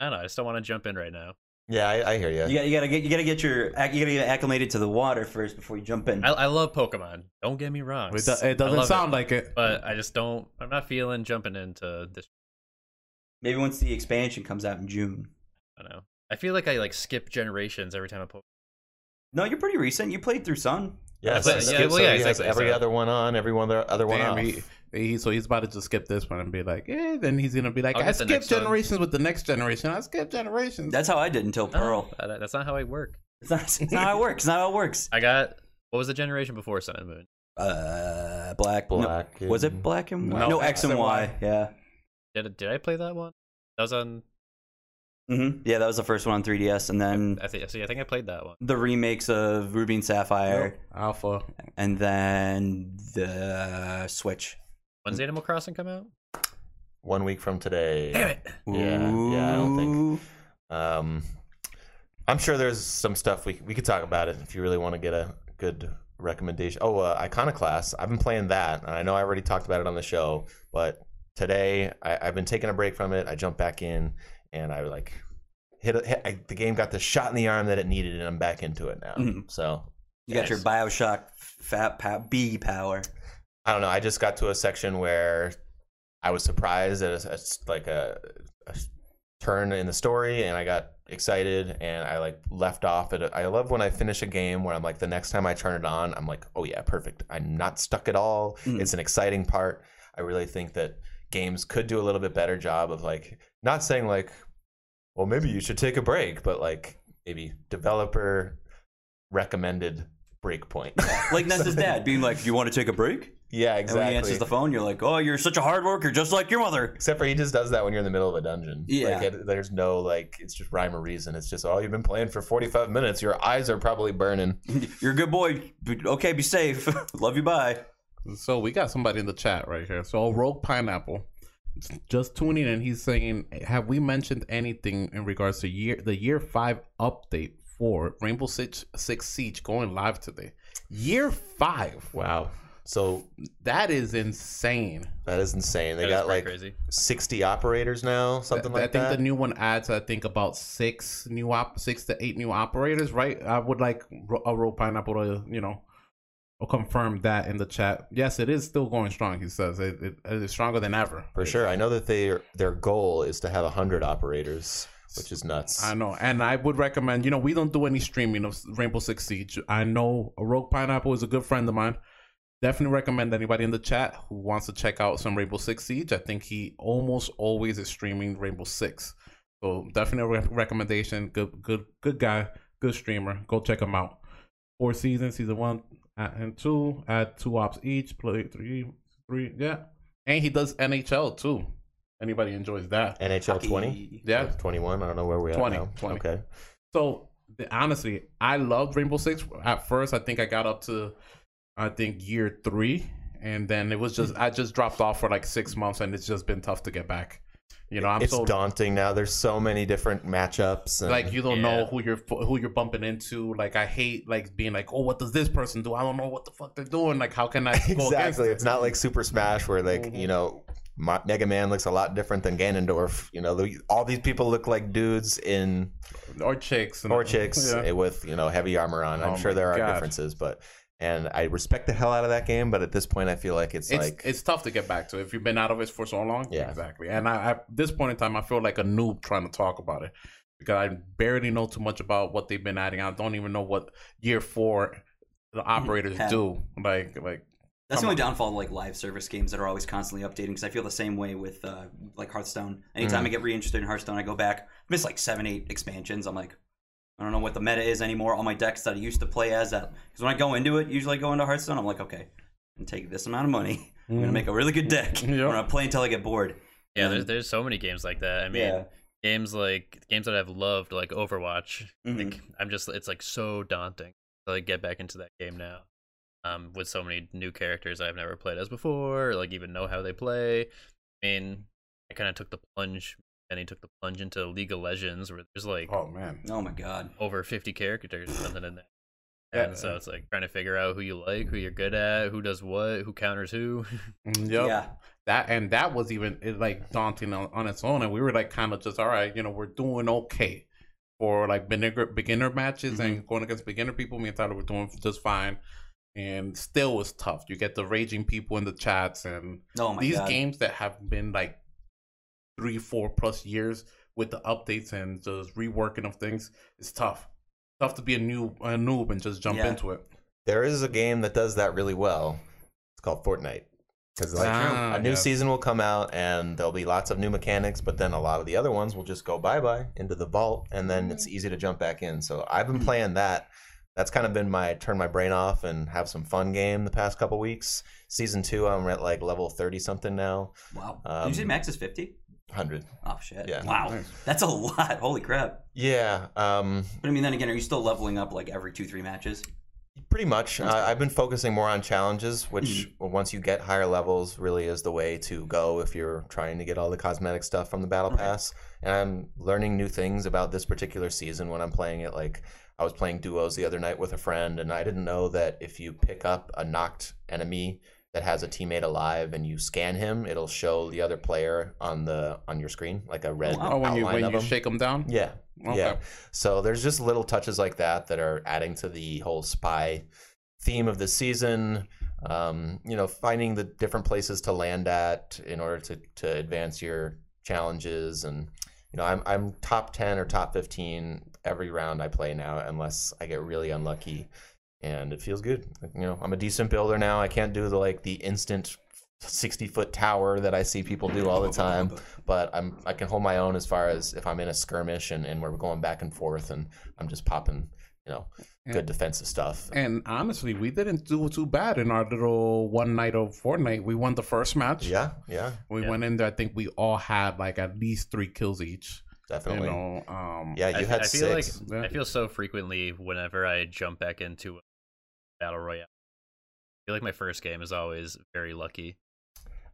[SPEAKER 4] I don't know. I just don't want to jump in right now.
[SPEAKER 1] yeah, I, I hear you.
[SPEAKER 3] you got you gotta get you gotta get your you gotta get acclimated to the water first before you jump in.
[SPEAKER 4] I, I love Pokemon. Don't get me wrong.
[SPEAKER 7] It, do-
[SPEAKER 4] I
[SPEAKER 7] it doesn't
[SPEAKER 4] love
[SPEAKER 7] sound like it.
[SPEAKER 4] But I just don't. I'm not feeling jumping into this.
[SPEAKER 3] Maybe once the expansion comes out in June.
[SPEAKER 4] I don't know. I feel like I like skip generations every time I Pokemon.
[SPEAKER 3] No, you're pretty recent. You played through Sun.
[SPEAKER 1] Yeah,
[SPEAKER 4] But-
[SPEAKER 1] so
[SPEAKER 4] yeah,
[SPEAKER 1] skip-
[SPEAKER 4] well,
[SPEAKER 1] so
[SPEAKER 4] yeah,
[SPEAKER 1] he has
[SPEAKER 4] exactly,
[SPEAKER 1] every
[SPEAKER 4] so-
[SPEAKER 1] other one on, every one other, other one
[SPEAKER 7] Damn,
[SPEAKER 1] off.
[SPEAKER 7] he, he- so he's about to just skip this one and be like, eh, then he's gonna be like,
[SPEAKER 4] I'll
[SPEAKER 7] I
[SPEAKER 4] get the
[SPEAKER 7] skip
[SPEAKER 4] next one."
[SPEAKER 7] generations with the next generation. I skip generations.
[SPEAKER 3] That's how I did until Pearl.
[SPEAKER 4] Uh, that- that's not how I work.
[SPEAKER 3] It's not, it's not how it works. It's not how it works.
[SPEAKER 4] I got what was the generation before Sun and Moon?
[SPEAKER 3] Uh, black. no,
[SPEAKER 1] Black.
[SPEAKER 3] was it black and white?
[SPEAKER 7] No,
[SPEAKER 3] No, X, and Y. Yeah.
[SPEAKER 4] Did did I play that one? That was on.
[SPEAKER 3] hmm Yeah, that was the first one on 3DS, and then
[SPEAKER 4] I think. See, I think I played that one.
[SPEAKER 3] the remakes of Ruby and Sapphire,
[SPEAKER 7] Alpha.
[SPEAKER 3] and then the Switch.
[SPEAKER 4] When's Animal Crossing come out?
[SPEAKER 1] One week from today. Damn
[SPEAKER 4] it.
[SPEAKER 1] Yeah, yeah, I don't think-
[SPEAKER 3] Ooh.
[SPEAKER 1] Um, I'm sure there's some stuff we we could talk about it if you really want to get a good recommendation. Oh, uh, Iconoclast. I've been playing that, and I know I already talked about it on the show, but today I, I've been taking a break from it. I jumped back in, and I like hit, a, hit I, the game got the shot in the arm that it needed, and I'm back into it now.
[SPEAKER 3] Mhm.
[SPEAKER 1] So
[SPEAKER 3] You got your Bioshock Fat pow- B power.
[SPEAKER 1] I don't know. I just got to a section where I was surprised at a, at like a, a turn in the story, and I got excited, and I like left off at. A, I love when I finish a game where I'm like, the next time I turn it on, I'm like, oh yeah, perfect. I'm not stuck at all.
[SPEAKER 3] Mm.
[SPEAKER 1] It's an exciting part. I really think that games could do a little bit better job of like not saying like, well, maybe you should take a break, but like maybe developer recommended breakpoint.
[SPEAKER 3] Like Nessa's dad being like, "Do you want to take a break?"
[SPEAKER 1] yeah,
[SPEAKER 3] And
[SPEAKER 1] exactly.
[SPEAKER 3] when he answers the phone, you're like, "Oh, you're such a hard worker, just like your mother."
[SPEAKER 1] Except for he just does that when you're in the middle of a dungeon.
[SPEAKER 3] Yeah.
[SPEAKER 1] Like, it, there's no, like, it's just rhyme or reason. It's just, oh, you've been playing for 45 minutes. Your eyes are probably burning.
[SPEAKER 3] You're a good boy. Be- Okay, be safe. Love you. Bye.
[SPEAKER 7] So we got somebody in the chat right here. So Rogue Pineapple, just tuning in, he's saying, "Have we mentioned anything in regards to year the year five update for Rainbow Six Six Siege going live today? Year five,
[SPEAKER 1] Wow. So
[SPEAKER 7] that is insane.
[SPEAKER 1] that is insane. They
[SPEAKER 4] That is
[SPEAKER 1] got,
[SPEAKER 4] pretty
[SPEAKER 1] like,
[SPEAKER 4] crazy.
[SPEAKER 1] 60 operators now, something
[SPEAKER 7] I
[SPEAKER 1] like
[SPEAKER 7] think
[SPEAKER 1] that.
[SPEAKER 7] the new one adds, I think, about six new op, six to eight new operators, right? I would like Ro- a Rogue Pineapple to, you know, confirm that in the chat. Yes, it is still going strong. He says it, it, it is stronger than ever.
[SPEAKER 1] for sure. I know that they their goal is to have 100 operators, which is nuts.
[SPEAKER 7] I know, and I would recommend. You know, we don't do any streaming of Rainbow Six Siege. I know Rogue Pineapple is a good friend of mine. Definitely recommend anybody in the chat who wants to check out some Rainbow Six Siege. I think he almost always is streaming Rainbow Six, so definitely a re- recommendation. Good, good, good guy, good streamer. Go check him out. Four seasons, season one uh, and two. Add two ops each. Play three, three. Yeah, and he does NHL too. Anybody enjoys that?
[SPEAKER 1] NHL 20?
[SPEAKER 7] Yeah,
[SPEAKER 1] Or 21? I don't know where we are
[SPEAKER 7] 20,
[SPEAKER 1] now.
[SPEAKER 7] 20.
[SPEAKER 1] Okay.
[SPEAKER 7] So th- honestly, I loved Rainbow Six at first. I think I got up to, I think year three, and then it was just
[SPEAKER 1] Hmm.
[SPEAKER 7] I just dropped off for like six months, and it's just been tough to get back. You know, I'm
[SPEAKER 1] it's
[SPEAKER 7] so
[SPEAKER 1] daunting now. There's so many different matchups. And,
[SPEAKER 7] like you don't know
[SPEAKER 4] Yeah.
[SPEAKER 7] who you're who you're bumping into. Like I hate like being like, oh, what does this person do? I don't know what the fuck they're doing. Like how can I go against?
[SPEAKER 1] exactly. It's not like Super Smash where like
[SPEAKER 7] Mhm.
[SPEAKER 1] you know. Ma- Mega Man looks a lot different than Ganondorf. You know, the- all these people look like dudes in
[SPEAKER 7] or chicks and
[SPEAKER 1] or chicks
[SPEAKER 7] Yeah.
[SPEAKER 1] eh, with you know heavy armor on. I'm
[SPEAKER 7] Oh
[SPEAKER 1] sure
[SPEAKER 7] my
[SPEAKER 1] there are
[SPEAKER 7] God.
[SPEAKER 1] differences, but and I respect the hell out of that game. But at this point, I feel like it's,
[SPEAKER 7] It's,
[SPEAKER 1] like
[SPEAKER 7] it's tough to get back to if you've been out of it for so long.
[SPEAKER 1] Yeah.
[SPEAKER 7] exactly. And I, at this point in time, I feel like a noob trying to talk about it because I barely know too much about what they've been adding. I don't even know what year four the operators
[SPEAKER 3] Yeah.
[SPEAKER 7] do. Like, like
[SPEAKER 3] That's the only downfall to like live service games that are always constantly updating. Because I feel the same way with uh, like Hearthstone.
[SPEAKER 7] Mm.
[SPEAKER 3] Anytime I get reinterested in Hearthstone, I go back. Miss like seven, eight expansions. I'm like, I don't know what the meta is anymore. All my decks that I used to play as that. Because when I go into it, usually I go into Hearthstone. I'm like, okay, I'm gonna take this amount of money. I'm gonna make a really good deck.
[SPEAKER 7] Mm. Yep.
[SPEAKER 3] I'm gonna play until I get bored.
[SPEAKER 4] Yeah,
[SPEAKER 3] And-
[SPEAKER 4] there's there's so many games like that. I mean,
[SPEAKER 3] Yeah.
[SPEAKER 4] games like games that I've loved, like Overwatch.
[SPEAKER 7] Mm-hmm.
[SPEAKER 3] Mhm.
[SPEAKER 4] Like I'm just, it's like so daunting to like get back into that game now. Um, with so many new characters I've never played as before, or, like even know how they play. I mean, I kind of took the plunge, and he took the plunge into League of Legends, where there's like
[SPEAKER 7] Oh man.
[SPEAKER 3] Oh my god.
[SPEAKER 4] over 50 characters or something in there.
[SPEAKER 7] Yeah.
[SPEAKER 4] And so it's like trying to figure out who you like, who you're good at, who does what, who counters who.
[SPEAKER 7] Yep.
[SPEAKER 3] Yeah.
[SPEAKER 7] That and that was even it, like daunting on, on its own, and we were like kind of just all right, you know, we're doing okay for like beginner beginner matches and going against beginner people. Me and Tyler were doing just fine, and still was tough. You get the raging people in the chats and
[SPEAKER 3] Oh my
[SPEAKER 7] these
[SPEAKER 3] god.
[SPEAKER 7] games that have been like three, four plus years with the updates and just reworking of things, it's tough. Tough to be a new a noob and just jump
[SPEAKER 3] Yeah.
[SPEAKER 7] into it.
[SPEAKER 1] There is a game that does that really well. It's called Fortnite. Because like
[SPEAKER 7] Ah,
[SPEAKER 1] a new
[SPEAKER 7] yes.
[SPEAKER 1] season will come out and there'll be lots of new mechanics, but then a lot of the other ones will just go bye bye into the vault, and then it's easy to jump back in. So I've been playing that. That's kind of been my turn my brain off and have some fun game the past couple weeks. Season two, I'm at like level thirty something now,
[SPEAKER 3] Wow.
[SPEAKER 1] Um,
[SPEAKER 3] Did you say max is 50?
[SPEAKER 1] hundred.
[SPEAKER 3] Oh shit.
[SPEAKER 1] Yeah.
[SPEAKER 3] Wow.
[SPEAKER 7] Nice.
[SPEAKER 3] That's a lot. Holy crap.
[SPEAKER 1] Yeah, um,
[SPEAKER 3] But I mean, then again, are you still leveling up like every two, three matches?
[SPEAKER 1] Pretty much. Uh, I've been focusing more on challenges, which
[SPEAKER 7] Mm-hmm.
[SPEAKER 1] once you get higher levels, really is the way to go if you're trying to get all the cosmetic stuff from the battle pass. And I'm learning new things about this particular season when I'm playing it. Like I was playing duos the other night with a friend, and I didn't know that if you pick up a knocked enemy that has a teammate alive and you scan him, it'll show the other player on the on your screen, like a red
[SPEAKER 7] Oh, when
[SPEAKER 1] outline
[SPEAKER 7] you when
[SPEAKER 1] of
[SPEAKER 7] you
[SPEAKER 1] him.
[SPEAKER 7] shake them down,
[SPEAKER 1] Yeah.
[SPEAKER 7] Okay.
[SPEAKER 1] Yeah. So there's just little touches like that that are adding to the whole spy theme of the season. Um, you know, finding the different places to land at in order to, to advance your challenges and you know, I'm I'm top ten or top fifteen every round I play now unless I get really unlucky and it feels good. You know, I'm a decent builder now. I can't do the like the instant 60 foot tower that I see people do all the time, but I'm I can hold my own as far as if I'm in a skirmish and, and we're going back and forth and I'm just popping, you know, good defensive stuff.
[SPEAKER 7] And honestly, we didn't do too bad in our little one night of Fortnite. We won the first match.
[SPEAKER 1] Yeah, yeah,
[SPEAKER 7] We
[SPEAKER 4] Yeah.
[SPEAKER 7] went in there. I think we all had like at least three kills each. You
[SPEAKER 1] definitely.
[SPEAKER 7] know, um,
[SPEAKER 1] Yeah,
[SPEAKER 4] I,
[SPEAKER 1] you had
[SPEAKER 4] I feel
[SPEAKER 1] six.
[SPEAKER 4] like
[SPEAKER 7] Yeah.
[SPEAKER 4] I feel so frequently whenever I jump back into a battle royale. I feel like my first game is always very lucky.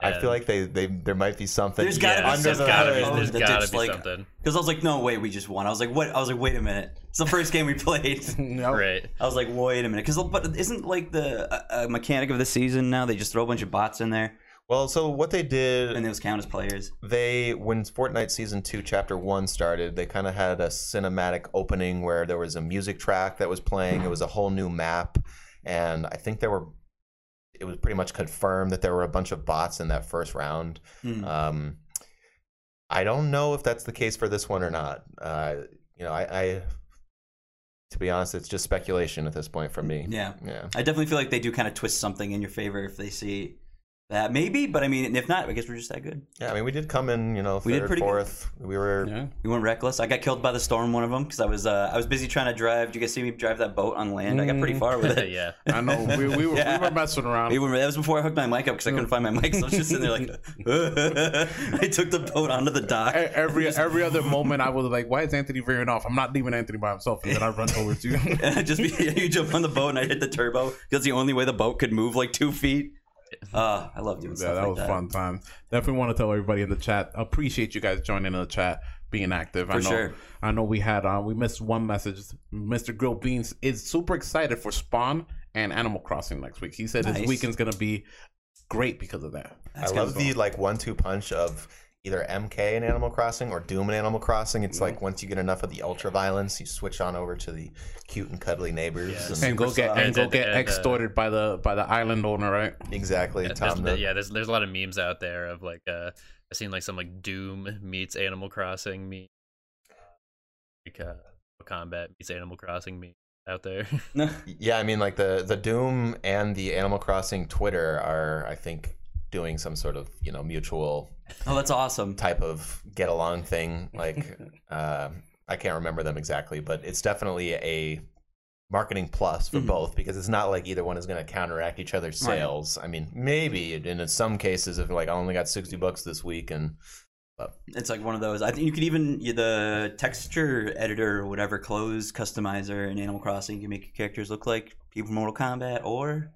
[SPEAKER 1] I feel
[SPEAKER 4] And-
[SPEAKER 1] like they, they there might be something.
[SPEAKER 3] There's gotta be
[SPEAKER 1] under
[SPEAKER 4] there's
[SPEAKER 1] the
[SPEAKER 3] something.
[SPEAKER 4] gotta
[SPEAKER 1] hood.
[SPEAKER 4] be, there's
[SPEAKER 3] That
[SPEAKER 4] gotta
[SPEAKER 3] just,
[SPEAKER 4] be
[SPEAKER 3] like-
[SPEAKER 4] something,
[SPEAKER 3] Because I was like, no, wait, we just won. I was like, what? I was like, wait a minute. It's the first game we played.
[SPEAKER 7] Yep.
[SPEAKER 4] right?
[SPEAKER 3] I was like, wait a minute. Because but isn't like the uh, uh, mechanic of the season now? They just throw a bunch of bots in there
[SPEAKER 1] Well, so what they did
[SPEAKER 3] and those count as players.
[SPEAKER 1] they when Fortnite season 2 chapter 1 started, they kind of had a cinematic opening where there was a music track that was playing, it was a whole new map, and I think there were it was pretty much confirmed that there were a bunch of bots in that first round.
[SPEAKER 3] Hmm.
[SPEAKER 1] Um, I don't know if that's the case for this one or not. Uh, you know, I, I to be honest, it's just speculation at this point for me.
[SPEAKER 3] Yeah.
[SPEAKER 1] Yeah.
[SPEAKER 3] I definitely feel like they do kind of twist something in your favor if they see that. Maybe, but I mean, if not, I guess we're just that good.
[SPEAKER 1] Yeah, I mean, we did come in, you know, third,
[SPEAKER 3] We did pretty good.
[SPEAKER 1] fourth. We were
[SPEAKER 7] Yeah.
[SPEAKER 3] We went reckless. I got killed by the storm one of them because I was uh, I was busy trying to drive. Did you guys see me drive that boat on land? I got pretty far with it.
[SPEAKER 4] yeah,
[SPEAKER 7] I know. We, we, were, we were messing around. E-,
[SPEAKER 3] We were, that was before I hooked my mic up because I couldn't find my mic, so I was just sitting there like, I took the boat onto the dock.
[SPEAKER 7] E- Every every other moment, I was like, "Why is Anthony veering off? I'm not leaving Anthony by himself." And then I run over to you.
[SPEAKER 3] And I just you jump on the boat and I hit the turbo because the only way the boat could move like two feet. Uh, I love doing
[SPEAKER 7] Yeah,
[SPEAKER 3] stuff
[SPEAKER 7] that
[SPEAKER 3] like
[SPEAKER 7] was fun time. Definitely want to tell everybody in the chat. Appreciate you guys joining the chat, being active. I
[SPEAKER 3] For
[SPEAKER 7] know,
[SPEAKER 3] sure.
[SPEAKER 7] I know we had uh, we missed one message. Mr. Grill Beans is super excited for Spawn and Animal Crossing next week. He said
[SPEAKER 3] Nice.
[SPEAKER 7] his weekend's gonna be great because of that.
[SPEAKER 1] I love the like one-two punch of either MK in Animal Crossing or Doom in Animal Crossing. It's like once you get enough of the ultra violence, you switch on over to the cute and cuddly neighbors.
[SPEAKER 7] And go get and
[SPEAKER 4] And
[SPEAKER 7] go
[SPEAKER 4] then-
[SPEAKER 7] get
[SPEAKER 4] and, uh,
[SPEAKER 7] extorted by the by the island owner, right?
[SPEAKER 1] exactly,
[SPEAKER 4] there's,
[SPEAKER 1] Tom. The,
[SPEAKER 4] yeah. There's there's a lot of memes out there of like uh, I've seen like some like Doom meets Animal Crossing meet like uh, Mortal Kombat meets Animal Crossing meet. out there.
[SPEAKER 1] Yeah, I mean, like the the Doom and the Animal Crossing Twitter are, I think, doing some sort of you know mutual
[SPEAKER 3] Oh, that's awesome.
[SPEAKER 1] type of get along thing. Like, uh, I can't remember them exactly, but it's definitely a marketing plus for both because it's not like either one is going to counteract each other's
[SPEAKER 3] Right.
[SPEAKER 1] sales. I mean, maybe in some cases, if like I only got sixty bucks this week and
[SPEAKER 3] It's like one of those. I think you could even you- the texture editor or whatever, clothes customizer in Animal Crossing, you can make your characters look like people from Mortal Kombat or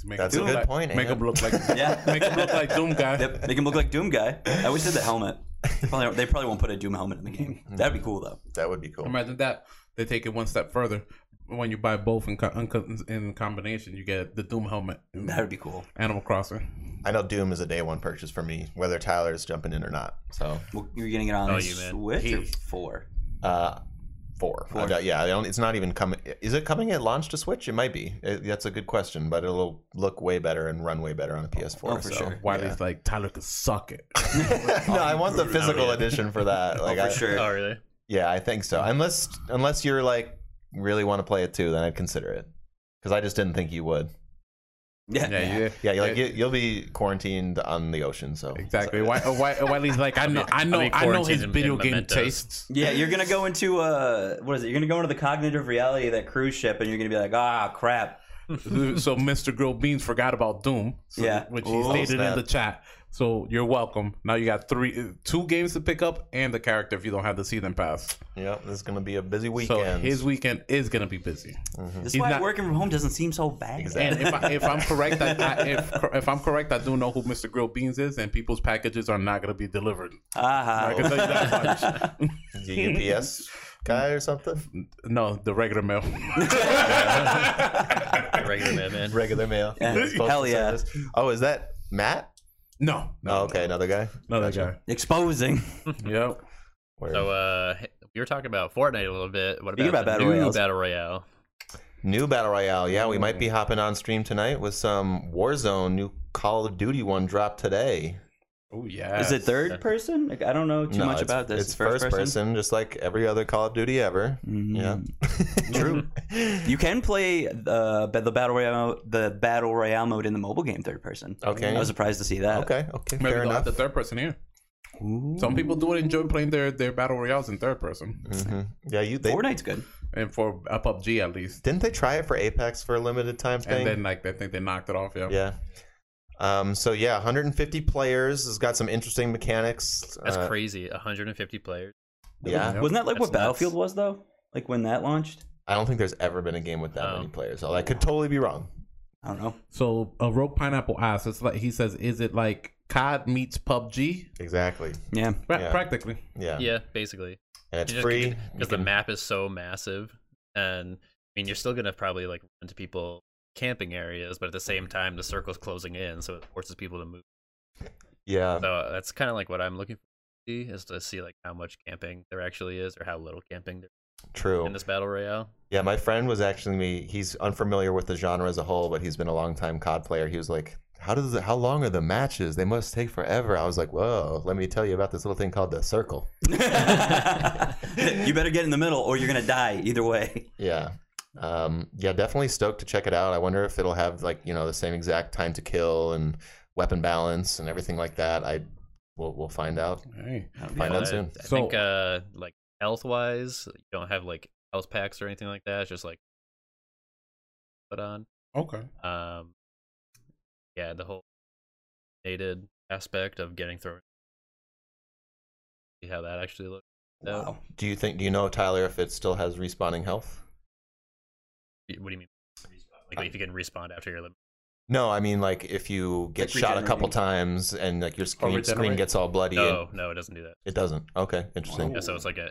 [SPEAKER 7] To make
[SPEAKER 1] That's
[SPEAKER 7] it
[SPEAKER 1] a
[SPEAKER 7] look
[SPEAKER 1] good
[SPEAKER 7] like-
[SPEAKER 1] point,
[SPEAKER 7] Make
[SPEAKER 1] Ant.
[SPEAKER 7] him look like
[SPEAKER 3] Yeah.
[SPEAKER 7] make him look like Doom guy.
[SPEAKER 3] yep, make him look like Doom guy. I always said the helmet. They probably, don't- they probably won't put a Doom helmet in the game. That'd be cool though.
[SPEAKER 1] that would be cool.
[SPEAKER 7] Imagine that. They take it one step further. When you buy both in, co- in co- in combination, you get the Doom helmet. in
[SPEAKER 3] That would be cool.
[SPEAKER 7] Animal Crossing.
[SPEAKER 1] I know Doom is a day one purchase for me, whether Tyler's jumping in or not. So
[SPEAKER 3] Well, you're getting it on
[SPEAKER 4] Oh, you, man.
[SPEAKER 3] Switch or
[SPEAKER 4] Jeez.
[SPEAKER 3] four.
[SPEAKER 7] Oh,
[SPEAKER 1] Uh, four. I doubt- yeah, I don't, it's not even coming. Is it coming at launch to Switch? It might be. It- that's a good question, but it'll look way better and run way better on a PS4.
[SPEAKER 3] Oh, for
[SPEAKER 1] so,
[SPEAKER 3] sure.
[SPEAKER 7] Wiley's like Tyler could suck it.
[SPEAKER 1] no, I want the physical
[SPEAKER 4] yeah.
[SPEAKER 1] edition for that. Like,
[SPEAKER 3] for
[SPEAKER 1] I,
[SPEAKER 3] sure.
[SPEAKER 4] oh, really?
[SPEAKER 1] Yeah, I think so. Unless unless you're like really want to play it too, then I'd consider it. Because I just didn't think you would.
[SPEAKER 3] Yeah,
[SPEAKER 7] yeah, yeah,
[SPEAKER 1] Yeah, you're like you, you'll be quarantined on the ocean. So
[SPEAKER 7] exactly. Why, why, Wiley's like I know, I know,
[SPEAKER 4] I'll be
[SPEAKER 7] I know
[SPEAKER 4] quarantined
[SPEAKER 7] his
[SPEAKER 4] in-
[SPEAKER 7] video
[SPEAKER 4] in
[SPEAKER 7] game
[SPEAKER 4] Mementos.
[SPEAKER 7] tastes.
[SPEAKER 3] Yeah, you're gonna go into uh, what is it? You're gonna go into the cognitive reality of that cruise ship, and you're gonna be like, ah, crap.
[SPEAKER 7] so Mr. Grilled Beans forgot about Doom. so-
[SPEAKER 3] Yeah.
[SPEAKER 7] which
[SPEAKER 3] Ooh.
[SPEAKER 7] he stated
[SPEAKER 1] Snap.
[SPEAKER 7] in the chat. So you're welcome. Now you got three, two games to pick up, and the character if you don't have the season pass.
[SPEAKER 1] yeah, this is gonna be a busy
[SPEAKER 7] So
[SPEAKER 1] weekend.
[SPEAKER 7] his weekend is gonna be busy.
[SPEAKER 3] This is
[SPEAKER 7] He's
[SPEAKER 3] why
[SPEAKER 7] not-
[SPEAKER 3] working from home doesn't seem so bad.
[SPEAKER 1] Exactly.
[SPEAKER 7] And if, I, if I'm correct, I, I, if if I'm correct, I do know who Mr. Grilled Beans is, and people's packages are not gonna be delivered. I can
[SPEAKER 3] Ah,
[SPEAKER 7] tell you that much.
[SPEAKER 1] The UPS guy or something.
[SPEAKER 7] No, the regular mail.
[SPEAKER 4] Regular man, man.
[SPEAKER 1] regular mail.
[SPEAKER 3] Yeah.
[SPEAKER 1] Postal
[SPEAKER 3] Hell yeah.
[SPEAKER 1] service. Oh, is that Matt?
[SPEAKER 7] no, no,
[SPEAKER 1] Oh, okay, another guy.
[SPEAKER 7] no, that
[SPEAKER 1] Gotcha.
[SPEAKER 3] exposing.
[SPEAKER 7] guy. Yep.
[SPEAKER 1] Word.
[SPEAKER 4] So, uh, we were talking about Fortnite a little bit. What
[SPEAKER 3] Speaking
[SPEAKER 4] about,
[SPEAKER 3] about
[SPEAKER 4] the
[SPEAKER 3] battle
[SPEAKER 4] new
[SPEAKER 3] royales.
[SPEAKER 4] battle royale?
[SPEAKER 1] New battle royale. Yeah, we might be hopping on stream tonight with some Warzone. New Call of Duty one dropped today.
[SPEAKER 7] Oh yeah.
[SPEAKER 3] Is it third person? Like, I don't know too
[SPEAKER 1] No,
[SPEAKER 3] much
[SPEAKER 1] it's-
[SPEAKER 3] about this.
[SPEAKER 1] It's first, person? just like every other Call of Duty ever.
[SPEAKER 3] Mm-hmm.
[SPEAKER 1] Yeah, true.
[SPEAKER 3] You can play uh, ba- the battle royale, the battle royale mode in the mobile game third person.
[SPEAKER 1] Okay.
[SPEAKER 3] I was surprised to see that.
[SPEAKER 1] okay, okay,
[SPEAKER 7] Maybe
[SPEAKER 1] fair
[SPEAKER 7] they'll have
[SPEAKER 1] enough.
[SPEAKER 7] the third person here.
[SPEAKER 3] Ooh.
[SPEAKER 7] Some people do enjoy playing their, their battle royales in third person,
[SPEAKER 1] Mhm. Yeah, you. They,
[SPEAKER 3] Fortnite's good.
[SPEAKER 7] and for uh, a PUBG at least.
[SPEAKER 1] didn't they try it for Apex for a limited time
[SPEAKER 7] And
[SPEAKER 1] thing?
[SPEAKER 7] then like I think they knocked it off. Yeah.
[SPEAKER 1] yeah. Um. So yeah, 150 players. It's got some interesting mechanics.
[SPEAKER 4] That's
[SPEAKER 1] Uh,
[SPEAKER 4] crazy. 150 players.
[SPEAKER 1] Yeah.
[SPEAKER 7] Yep.
[SPEAKER 3] Wasn't that like
[SPEAKER 4] That's
[SPEAKER 3] what
[SPEAKER 4] nuts.
[SPEAKER 3] Battlefield was though? Like when that launched?
[SPEAKER 1] I don't think there's ever been a game with that
[SPEAKER 4] Oh.
[SPEAKER 1] many players. Although I could totally be wrong.
[SPEAKER 3] I don't know.
[SPEAKER 7] So a rope pineapple asks, it's like he says, is it like COD meets PUBG?
[SPEAKER 1] Exactly.
[SPEAKER 3] Yeah.
[SPEAKER 7] Pra-
[SPEAKER 1] Yeah.
[SPEAKER 7] Practically.
[SPEAKER 1] Yeah.
[SPEAKER 4] Yeah, basically.
[SPEAKER 1] And it's free. You
[SPEAKER 4] because the
[SPEAKER 1] can-
[SPEAKER 4] map is so massive, and I mean you're still gonna probably like run into people camping areas, but at the same
[SPEAKER 1] Mm-hmm.
[SPEAKER 4] time the circle's closing in, so it forces people to move.
[SPEAKER 1] Yeah.
[SPEAKER 4] So uh, that's kind of like what I'm looking for to see, is to see like how much camping there actually is or how little camping there
[SPEAKER 1] True.
[SPEAKER 4] is in this battle royale.
[SPEAKER 1] Yeah, my friend was actually me. He's unfamiliar with the genre as a whole, but he's been a long time COD player. He was like, "How does how long are the matches? They must take forever." I was like, "Whoa, let me tell you about this little thing called the circle."
[SPEAKER 3] you better get in the middle or you're gonna die either way.
[SPEAKER 1] Yeah, um, yeah, definitely stoked to check it out. I wonder if it'll have like you know the same exact time to kill and weapon balance and everything like that. I we'll, we'll find out.
[SPEAKER 7] Hey.
[SPEAKER 1] Find
[SPEAKER 4] I,
[SPEAKER 1] out soon.
[SPEAKER 4] I
[SPEAKER 7] So-
[SPEAKER 4] think uh like health wise, you don't have like health packs or anything like that. It's just like put on.
[SPEAKER 7] Okay.
[SPEAKER 4] Um, yeah, the whole dated aspect of getting thrown. See how that actually looks. out.
[SPEAKER 3] Wow.
[SPEAKER 1] Do you think? Do you know Tyler if it still has respawning health?
[SPEAKER 4] Y- What do you mean? Like if you can respawn after your limit.
[SPEAKER 1] No, I mean like if you get
[SPEAKER 3] Like
[SPEAKER 1] shot a couple
[SPEAKER 3] regenerating.
[SPEAKER 1] times and like your screen, screen
[SPEAKER 7] regenerate?
[SPEAKER 1] gets all bloody. and-
[SPEAKER 4] No, no, it doesn't do that.
[SPEAKER 1] It doesn't. Okay, interesting.
[SPEAKER 7] Wow.
[SPEAKER 4] Yeah, so it's like a.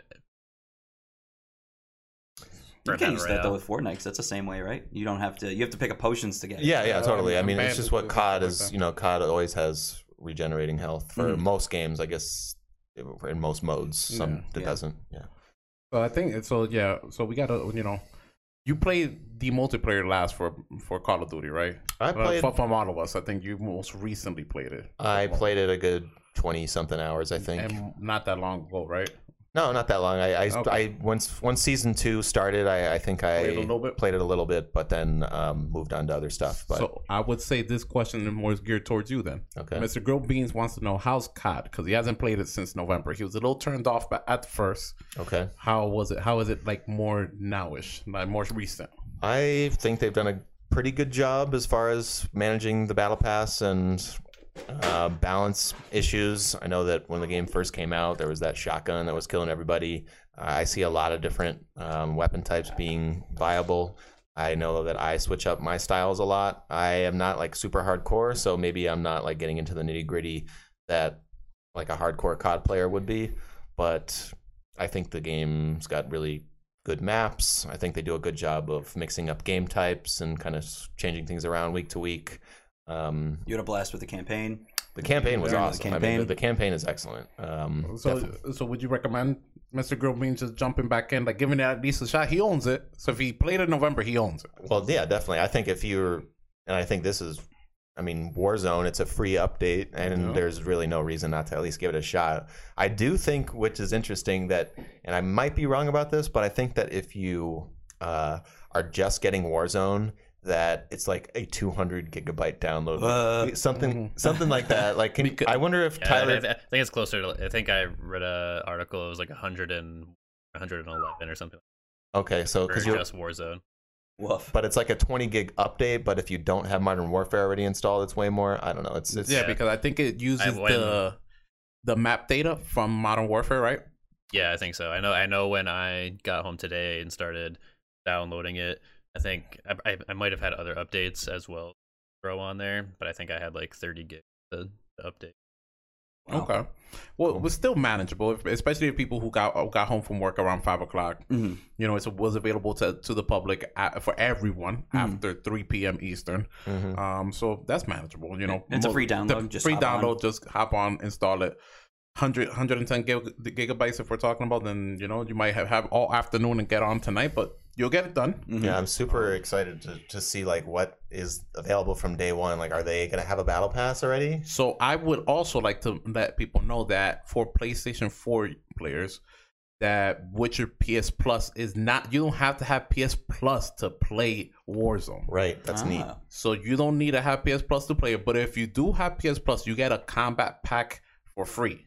[SPEAKER 3] You
[SPEAKER 4] for a
[SPEAKER 3] can't
[SPEAKER 4] battle
[SPEAKER 3] use that though
[SPEAKER 4] royale.
[SPEAKER 3] with Fortnite 'cause that's the same way, right? You don't have to. You have to pick up potions to get. it.
[SPEAKER 1] Yeah, yeah,
[SPEAKER 7] Yeah,
[SPEAKER 1] totally. I
[SPEAKER 7] I'm
[SPEAKER 1] mean,
[SPEAKER 7] bad
[SPEAKER 1] it's just what
[SPEAKER 7] with
[SPEAKER 1] COD
[SPEAKER 7] that. Hmm.
[SPEAKER 1] is. You know, COD always has regenerating health for
[SPEAKER 3] Mhm.
[SPEAKER 1] most games. I guess in most modes, some
[SPEAKER 7] Yeah.
[SPEAKER 1] that
[SPEAKER 3] Yeah.
[SPEAKER 1] doesn't. Yeah.
[SPEAKER 7] So I think it's so yeah, so we gotta you know you played the multiplayer last for for Call of Duty, right?
[SPEAKER 1] I
[SPEAKER 7] Well,
[SPEAKER 1] played.
[SPEAKER 7] from, from all of us. I think you most recently played it.
[SPEAKER 1] I played it a good twenty something hours. I think.
[SPEAKER 7] and not that long ago, right?
[SPEAKER 1] No, not that long. I I,
[SPEAKER 7] Okay.
[SPEAKER 1] I once once season two started, I, I think I
[SPEAKER 7] Oh. Played a little bit?
[SPEAKER 1] played it a little bit, but then um, moved on to other stuff. But
[SPEAKER 7] so I would say this question is more geared towards you then.
[SPEAKER 1] Okay.
[SPEAKER 7] Mr. Grilled Beans wants to know how's COD because he hasn't played it since November. He was a little turned off ba- at first.
[SPEAKER 1] okay,
[SPEAKER 7] How was it? How is it like more nowish, like more recent?
[SPEAKER 1] I think they've done a pretty good job as far as managing the battle pass and uh, balance issues. I know that when the game first came out, there was that shotgun that was killing everybody. Uh, I see a lot of different um, weapon types being viable. I know that I switch up my styles a lot. I am not like super hardcore, so maybe I'm not like getting into the nitty gritty that like a hardcore COD player would be. But I think the game's got really good maps. I think they do a good job of mixing up game types and kind of s- changing things around week to week. Um,
[SPEAKER 3] You had a blast with the campaign.
[SPEAKER 1] the campaign was
[SPEAKER 3] Yeah, the
[SPEAKER 1] awesome. I mean, the,
[SPEAKER 3] campaign.
[SPEAKER 1] the campaign is excellent. Um,
[SPEAKER 7] So,
[SPEAKER 1] defi-
[SPEAKER 7] so would you recommend Mr. Grilled Beans just jumping back in, like giving it at least a shot? He owns it. So if he played it in November, he owns it.
[SPEAKER 1] well, yeah, definitely. I think if you're, and I think this is, I mean, Warzone. It's a free update, and
[SPEAKER 7] Yeah.
[SPEAKER 1] there's really no reason not to at least give it a shot. I do think, which is interesting, that, and I might be wrong about this, but I think that if you uh, are just getting Warzone. That it's like a 200 gigabyte download,
[SPEAKER 3] Uh.
[SPEAKER 1] something something like that. Like, can, I wonder if
[SPEAKER 4] Yeah,
[SPEAKER 1] Tyler
[SPEAKER 4] I, I think it's closer to. I think I read a article. It was like 100 and 111 or something.
[SPEAKER 1] Okay,
[SPEAKER 3] Oh,
[SPEAKER 1] so
[SPEAKER 4] For
[SPEAKER 1] because you
[SPEAKER 4] just Warzone.
[SPEAKER 3] Woof.
[SPEAKER 1] but it's like a 20 gig update, but if you don't have Modern Warfare already installed, it's way more. I don't know. It's it's
[SPEAKER 7] yeah,
[SPEAKER 4] Yeah.
[SPEAKER 7] because I think it uses
[SPEAKER 4] when-
[SPEAKER 7] the the map data from Modern Warfare, right?
[SPEAKER 4] Yeah, I think so. I know. I know when I got home today and started downloading it. I think I, I, I might have had other updates as well throw on there, but I think I had like 30 gig the, the update.
[SPEAKER 3] Wow.
[SPEAKER 7] Okay. Well,
[SPEAKER 1] Cool.
[SPEAKER 7] it was still manageable, if, especially if people who got uh, got home from work around five o'clock.
[SPEAKER 3] Mhm.
[SPEAKER 7] You know, it was available to to the public at, for everyone
[SPEAKER 3] Mm-hmm.
[SPEAKER 7] after three p.m. Eastern.
[SPEAKER 1] Mhm.
[SPEAKER 7] Um, so that's manageable. You know,
[SPEAKER 3] It's a
[SPEAKER 7] Mo-
[SPEAKER 3] free
[SPEAKER 7] the
[SPEAKER 3] download, just
[SPEAKER 7] free
[SPEAKER 3] hop on.
[SPEAKER 7] download. Just hop on, install it. 100, 110 gig, gigabytes if we're talking about then you know you might have, have all afternoon and get on tonight but you'll get it done
[SPEAKER 3] Mhm.
[SPEAKER 1] yeah. I'm super excited to, to see like what is available from day one. Like, are they gonna have a battle pass already?
[SPEAKER 7] So I would also like to let people know that for PlayStation 4 players, that Witcher PS Plus is not you don't have to have PS Plus to play Warzone.
[SPEAKER 1] Right, that's neat.
[SPEAKER 3] Ah.
[SPEAKER 7] So you don't need to have PS Plus to play it. But if you do have PS Plus, you get a combat pack for free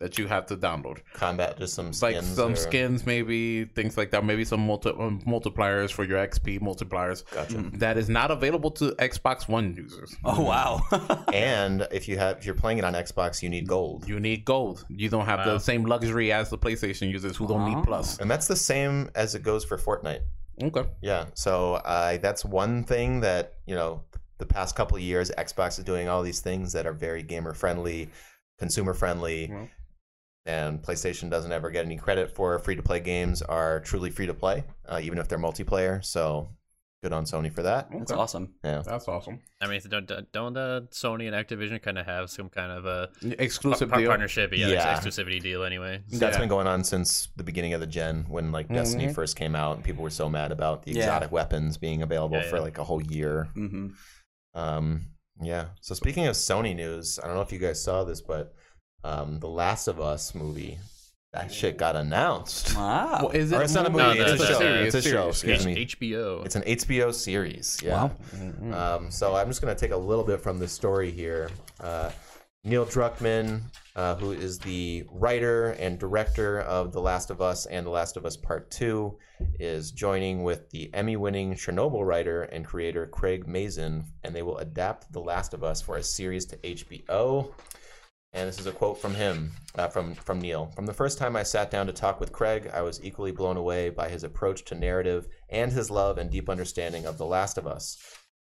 [SPEAKER 7] that you have to download.
[SPEAKER 1] Combat, just some
[SPEAKER 7] It's
[SPEAKER 1] skins.
[SPEAKER 7] like some
[SPEAKER 1] or-
[SPEAKER 7] skins, maybe things like that. Maybe some multi- um, multipliers for your XP multipliers.
[SPEAKER 1] Gotcha.
[SPEAKER 7] That is not available to Xbox One users.
[SPEAKER 3] Oh wow.
[SPEAKER 1] And if you have if you're playing it on Xbox, you need gold.
[SPEAKER 7] You need gold. You don't have
[SPEAKER 4] Wow.
[SPEAKER 7] the same luxury as the PlayStation users who don't
[SPEAKER 3] Oh.
[SPEAKER 7] need Plus.
[SPEAKER 1] And that's the same as it goes for Fortnite.
[SPEAKER 7] Okay.
[SPEAKER 1] Yeah. So uh, that's one thing that you know the past couple of years, Xbox is doing all these things that are very gamer friendly, consumer friendly,
[SPEAKER 7] Mhm.
[SPEAKER 1] and PlayStation doesn't ever get any credit for free to play games are truly free to play, uh, even if they're multiplayer. So good on Sony for that.
[SPEAKER 3] That's
[SPEAKER 7] okay.
[SPEAKER 3] awesome.
[SPEAKER 7] That's awesome.
[SPEAKER 4] I mean, don't don't uh, Sony and Activision kind of have some kind of a
[SPEAKER 7] Exclusive
[SPEAKER 4] par-
[SPEAKER 7] deal.
[SPEAKER 4] partnership? Yeah,
[SPEAKER 1] Yeah.
[SPEAKER 4] exclusivity deal anyway.
[SPEAKER 1] That's
[SPEAKER 7] Yeah.
[SPEAKER 1] been going on since the beginning of the gen when like Destiny
[SPEAKER 7] Mhm.
[SPEAKER 1] first came out and people were so mad about the
[SPEAKER 3] Yeah.
[SPEAKER 1] exotic weapons being available
[SPEAKER 4] Yeah,
[SPEAKER 1] for
[SPEAKER 4] yeah.
[SPEAKER 1] like a whole year.
[SPEAKER 3] hmm
[SPEAKER 1] Um, yeah. So speaking of Sony news, I don't know if you guys saw this, but um, the Last of Us movie, that shit got announced.
[SPEAKER 3] Wow.
[SPEAKER 7] Well, is it
[SPEAKER 1] Or it's not a
[SPEAKER 4] movie,
[SPEAKER 1] movie.
[SPEAKER 4] No,
[SPEAKER 1] it's a
[SPEAKER 4] that's
[SPEAKER 1] show.
[SPEAKER 4] a
[SPEAKER 1] It's a show. Excuse me.
[SPEAKER 4] HBO.
[SPEAKER 1] It's an HBO series. Yeah. Um, so I'm just gonna take a little bit from this story here. Uh, Neil Druckmann, uh, who is the writer and director of The Last of Us and The Last of Us Part Two, is joining with the Emmy-winning Chernobyl writer and creator Craig Mazin, and they will adapt The Last of Us for a series to HBO. And this is a quote from him, uh, from from Neil. From the first time I sat down to talk with Craig, I was equally blown away by his approach to narrative and his love and deep understanding of The Last of Us.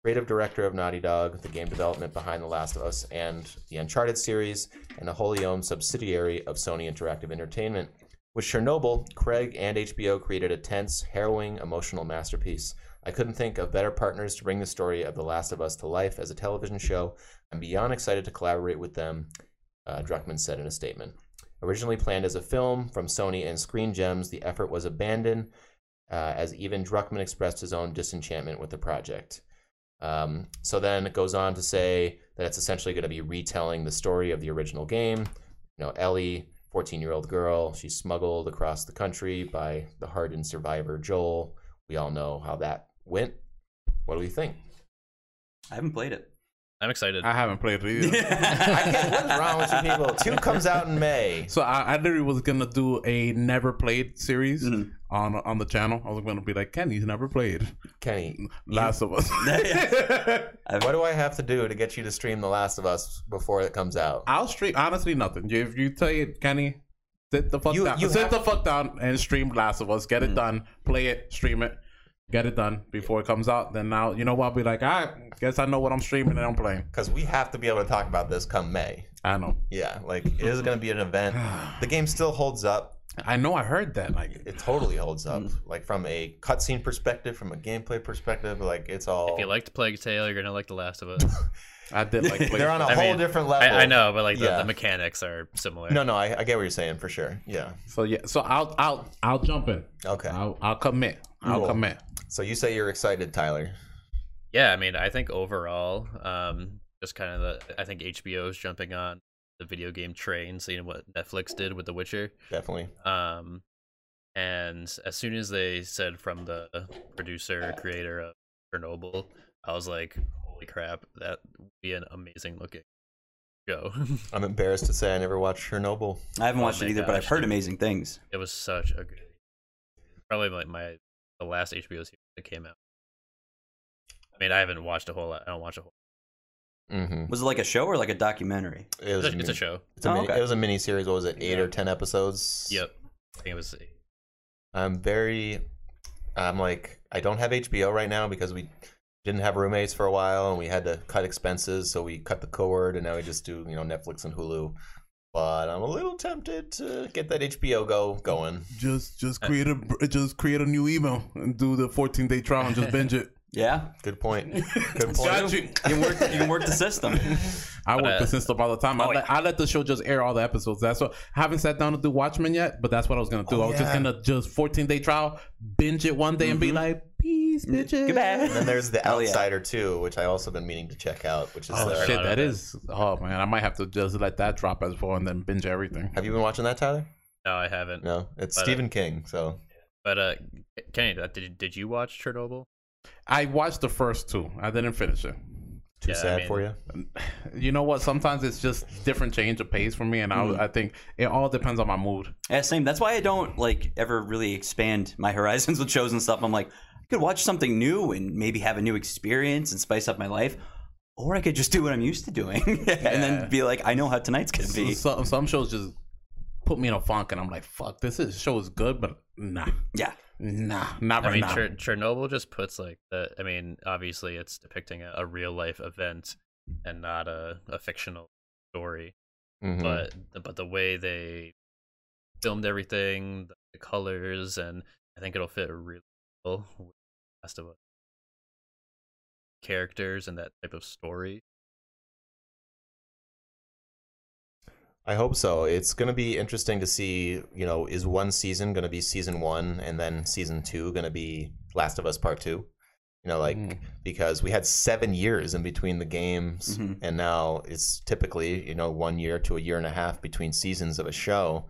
[SPEAKER 1] Creative director of Naughty Dog, the game development behind The Last of Us and the Uncharted series, and a wholly owned subsidiary of Sony Interactive Entertainment. With Chernobyl, Craig and HBO created a tense, harrowing, emotional masterpiece. I couldn't think of better partners to bring the story of The Last of Us to life as a television show. I'm beyond excited to collaborate with them uh, Druckmann said in a statement. Originally planned as a film from Sony and Screen Gems, the effort was abandoned uh, as even Druckmann expressed his own disenchantment with the project. Um, so then it goes on to say that it's essentially going to be retelling the story of the original game. You know, Ellie 14 year old girl. She's smuggled across the country by the hardened survivor Joel. We all know how that went. What do we think?
[SPEAKER 3] I haven't played it.
[SPEAKER 4] I'm excited.
[SPEAKER 7] I haven't played it either.
[SPEAKER 1] I can't, what's wrong with you people? Two comes out in May.
[SPEAKER 7] So I, I literally was gonna do a never played series
[SPEAKER 3] Mhm.
[SPEAKER 7] on on the channel. I was gonna be like, Kenny's never played
[SPEAKER 1] Kenny,
[SPEAKER 7] Last of Us.
[SPEAKER 1] what do I have to do to get you to stream The Last of Us before it comes out?
[SPEAKER 7] I'll stream honestly nothing. If you tell it, Kenny, sit the fuck
[SPEAKER 1] You-
[SPEAKER 7] down.
[SPEAKER 1] you
[SPEAKER 7] sit
[SPEAKER 1] have- Hmm.
[SPEAKER 7] the fuck down and stream Last of Us. Get it done. Play it. Stream it. Get it done before it comes out. Then now you know what? I'll be like, I guess I know what I'm streaming and I'm playing.
[SPEAKER 1] Because we have to be able to talk about this come May.
[SPEAKER 7] I know.
[SPEAKER 1] Yeah, like it is going to be an event. The game still holds up.
[SPEAKER 7] I know. I heard that. Like,
[SPEAKER 1] It totally holds up.
[SPEAKER 3] Mm.
[SPEAKER 1] Like from a cutscene perspective, from a gameplay perspective, like it's all.
[SPEAKER 4] If you liked Plague Tale, you're gonna like The Last of Us.
[SPEAKER 7] I did like. play
[SPEAKER 1] they're on a
[SPEAKER 4] I
[SPEAKER 1] whole
[SPEAKER 4] mean,
[SPEAKER 1] different
[SPEAKER 4] I,
[SPEAKER 1] level.
[SPEAKER 4] I know, but like the,
[SPEAKER 1] Yeah.
[SPEAKER 4] the mechanics are similar.
[SPEAKER 1] No, no, I, I get what you're saying for sure. Yeah.
[SPEAKER 7] So yeah. So I'll I'll I'll jump in.
[SPEAKER 1] Okay.
[SPEAKER 7] I'll I'll commit. I'll
[SPEAKER 1] Cool.
[SPEAKER 7] commit.
[SPEAKER 1] So you say you're excited, Tyler.
[SPEAKER 4] Yeah, I mean, I think overall, um, just kind of the I think HBO is jumping on the video game train, seeing what Netflix did with The Witcher.
[SPEAKER 1] Definitely.
[SPEAKER 4] Um, and as soon as they said from the producer creator of Chernobyl, I was like, "Holy crap, that would be an amazing looking show."
[SPEAKER 1] I'm embarrassed to say I never watched Chernobyl.
[SPEAKER 3] I haven't
[SPEAKER 4] Oh
[SPEAKER 3] watched
[SPEAKER 4] my
[SPEAKER 3] it either, but I've
[SPEAKER 4] gosh,
[SPEAKER 3] heard
[SPEAKER 4] dude.
[SPEAKER 3] amazing things.
[SPEAKER 4] it was such a good, probably like my the last HBO series that came out. I mean, I haven't watched a whole lot. I don't watch a whole.
[SPEAKER 1] Mm-hmm.
[SPEAKER 3] Was it like a show or like a documentary?
[SPEAKER 1] It was
[SPEAKER 4] It's a, it's a
[SPEAKER 1] mini-
[SPEAKER 4] show.
[SPEAKER 1] It's a
[SPEAKER 3] Oh,
[SPEAKER 1] mini,
[SPEAKER 3] okay.
[SPEAKER 1] It was a mini series. What was it? Eight
[SPEAKER 4] Yeah.
[SPEAKER 1] or ten episodes.
[SPEAKER 4] Yep, I think it was
[SPEAKER 1] I'm very. I'm like I don't have HBO right now because we didn't have roommates for a while and we had to cut expenses, so we cut the cord and now we just do you know Netflix and Hulu. But I'm a little tempted to get that HBO Go going.
[SPEAKER 7] Just just create a just create a new email and do the 14 day trial and just binge it.
[SPEAKER 3] Yeah,
[SPEAKER 1] Good point. Good
[SPEAKER 7] Got
[SPEAKER 1] point.
[SPEAKER 7] you.
[SPEAKER 3] you can work. You can work the system.
[SPEAKER 7] I work
[SPEAKER 4] uh,
[SPEAKER 7] the system all the time. I, let, I let the show just air all the episodes. That's what I haven't sat down to do Watchmen yet, but that's what I was gonna
[SPEAKER 1] Oh,
[SPEAKER 7] do. I was just
[SPEAKER 1] yeah.
[SPEAKER 7] gonna just 14 day trial, binge it one day and be like, peace,
[SPEAKER 3] Mm-hmm.
[SPEAKER 7] bitches.
[SPEAKER 1] And then
[SPEAKER 3] Goodbye.
[SPEAKER 1] there's The
[SPEAKER 4] Oh,
[SPEAKER 3] Hell yeah.
[SPEAKER 1] Outsider too, which I also been meaning to check out. Which is
[SPEAKER 7] Oh
[SPEAKER 1] uh,
[SPEAKER 7] shit,
[SPEAKER 4] I
[SPEAKER 7] that
[SPEAKER 4] know.
[SPEAKER 7] is. Oh man, I might have to just let that drop as well and then binge everything.
[SPEAKER 1] have you been watching that, Tyler?
[SPEAKER 4] no, I haven't.
[SPEAKER 1] No, it's
[SPEAKER 4] But, uh,
[SPEAKER 1] Stephen King. So
[SPEAKER 4] But uh, Kenny, that- did did you watch Chernobyl?
[SPEAKER 7] I watched the first two. I didn't finish it.
[SPEAKER 1] too
[SPEAKER 4] yeah, I
[SPEAKER 1] sad
[SPEAKER 4] mean-
[SPEAKER 1] for you.
[SPEAKER 7] You know what? Sometimes it's just different change of pace for me, and I, I think it all depends on my mood.
[SPEAKER 3] Yeah, same. That's why I don't like ever really expand my horizons with shows and stuff. I'm like, I could watch something new and maybe have a new experience and spice up my life, or I could just do what I'm used to doing and then be like, I know how tonight's gonna be.
[SPEAKER 7] Some some shows just put me in a funk, and I'm like, "Fuck, this is, show is good, but nah,
[SPEAKER 3] Yeah,
[SPEAKER 7] nah, not
[SPEAKER 4] I
[SPEAKER 7] right
[SPEAKER 4] mean,
[SPEAKER 7] now."
[SPEAKER 4] Cher- Chernobyl just puts like the. I mean, obviously, it's depicting a, a real life event and not a, a fictional story.
[SPEAKER 1] Mhm.
[SPEAKER 4] But the, but the way they filmed everything, the, colors, and I think it'll fit really well with the rest of us. characters and that type of story.
[SPEAKER 1] I hope so. It's going to be interesting to see, you know, is one season going to be season 1 and then season 2 going to be Last of Us Part 2? You know, like
[SPEAKER 7] Mm.
[SPEAKER 1] because we had 7 years in between the games
[SPEAKER 7] Mm-hmm.
[SPEAKER 3] Mhm.
[SPEAKER 1] and now it's typically, you know, 1 year to a year and a half between seasons of a show.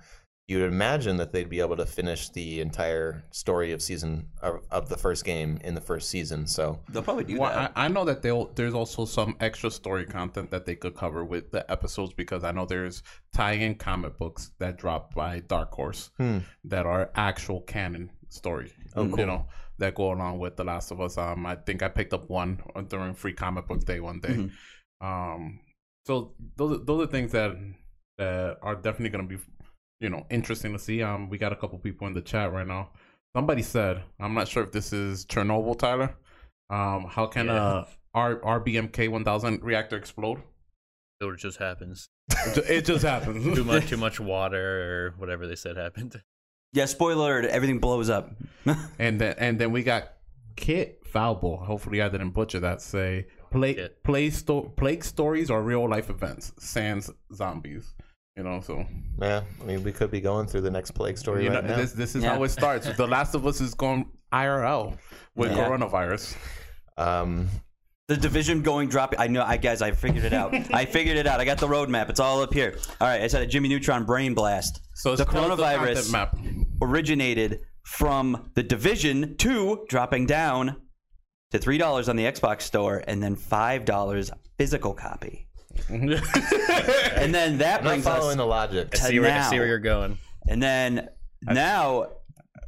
[SPEAKER 1] You would imagine that they'd be able to finish the entire story of season of, of the first game in the first season. So,
[SPEAKER 3] they'll probably do
[SPEAKER 7] Well,
[SPEAKER 3] that.
[SPEAKER 7] I, I know that they'll, there's also some extra story content that they could cover with the episodes because I know there's tie-in comic books that drop by Dark Horse
[SPEAKER 1] Hmm.
[SPEAKER 7] that are actual canon story.
[SPEAKER 1] Oh, cool.
[SPEAKER 7] You know that go along with The Last of Us. Um, I think I picked up one uh, during Free Comic Book Day one day.
[SPEAKER 3] Mhm.
[SPEAKER 7] Um, so those those are things that that are definitely going to be you know interesting to see. Um, we got a couple people in the chat right now. Somebody said, I'm not sure if this is Chernobyl, Tyler. Um, how can
[SPEAKER 4] Yeah.
[SPEAKER 7] uh R- RBMK 1000 reactor explode?
[SPEAKER 4] It just happens.
[SPEAKER 7] It ju- It just happens.
[SPEAKER 4] Too much, too much water, or whatever they said happened.
[SPEAKER 3] yeah, spoiler: alert, everything blows up.
[SPEAKER 7] And then and then we got Kit Falbo. Hopefully I didn't butcher that. Say play
[SPEAKER 4] Kit.
[SPEAKER 7] play sto- plague stories or real life events. Sans zombies. You know, so
[SPEAKER 1] yeah, I mean, we could be going through the next plague story
[SPEAKER 7] you know
[SPEAKER 1] right now.
[SPEAKER 7] this this is
[SPEAKER 3] Yeah.
[SPEAKER 7] how it starts. The Last of Us is going IRL with
[SPEAKER 3] Yeah.
[SPEAKER 7] coronavirus.
[SPEAKER 1] Um,
[SPEAKER 3] The division going drop. I know, I guys, I figured it out. I figured it out. I got the roadmap. It's all up here. All right, I said a Jimmy Neutron brain blast.
[SPEAKER 7] So it's
[SPEAKER 3] the
[SPEAKER 7] called the content
[SPEAKER 3] coronavirus
[SPEAKER 7] map.
[SPEAKER 3] originated from the division two dropping down to three dollars on the Xbox store, and then five dollars physical copy. and then that
[SPEAKER 1] I'm not
[SPEAKER 3] brings us
[SPEAKER 1] following the logic.
[SPEAKER 4] I
[SPEAKER 3] to
[SPEAKER 4] see, where, I
[SPEAKER 3] now.
[SPEAKER 4] see where you're going.
[SPEAKER 3] And then now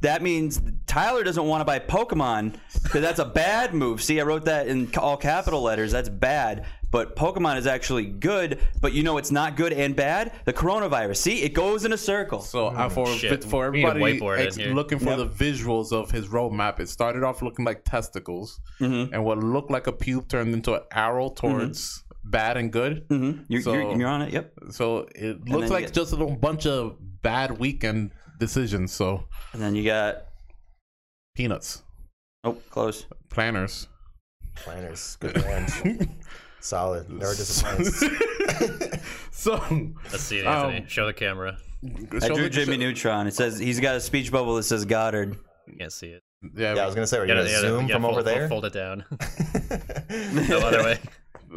[SPEAKER 3] that means Tyler doesn't want to buy Pokemon because that's a bad move. See, I wrote that in ca- all capital letters. That's bad. But Pokemon is actually good. But you know it's not good and bad? The coronavirus. See, it goes in a circle.
[SPEAKER 7] So uh, for
[SPEAKER 4] shit.
[SPEAKER 7] for
[SPEAKER 4] We need a
[SPEAKER 7] everybody
[SPEAKER 4] whiteboard
[SPEAKER 7] ex-
[SPEAKER 4] in here.
[SPEAKER 7] looking for the visuals of his roadmap, it started off looking like testicles,
[SPEAKER 3] Mm-hmm.
[SPEAKER 7] and what looked like a pube turned into an arrow towards
[SPEAKER 3] Mm-hmm.
[SPEAKER 7] bad and good.
[SPEAKER 3] Mhm. You're,
[SPEAKER 7] So-
[SPEAKER 3] you're, you're on it. Yep.
[SPEAKER 7] So it
[SPEAKER 3] then
[SPEAKER 7] looks
[SPEAKER 3] you
[SPEAKER 7] like
[SPEAKER 3] get-
[SPEAKER 7] just a little bunch of bad weekend decisions. So
[SPEAKER 3] And then you got
[SPEAKER 7] peanuts,
[SPEAKER 3] oh, close.
[SPEAKER 7] planners.
[SPEAKER 1] Planners, good plans, solid. Never disappoints.
[SPEAKER 7] So
[SPEAKER 4] Let's see it,
[SPEAKER 7] Um,
[SPEAKER 4] Anthony. Show the camera.
[SPEAKER 3] I
[SPEAKER 7] so
[SPEAKER 3] drew
[SPEAKER 7] the-
[SPEAKER 3] Jimmy Neutron. It says he's got a speech bubble that says Goddard.
[SPEAKER 4] You can't see it.
[SPEAKER 7] Yeah,
[SPEAKER 1] Yeah, I was gonna say, are you
[SPEAKER 4] Gotta-
[SPEAKER 1] gonna
[SPEAKER 4] gotta-
[SPEAKER 1] zoom
[SPEAKER 4] gotta
[SPEAKER 1] from
[SPEAKER 4] fold,
[SPEAKER 1] over there?
[SPEAKER 4] Fold it down. no other way.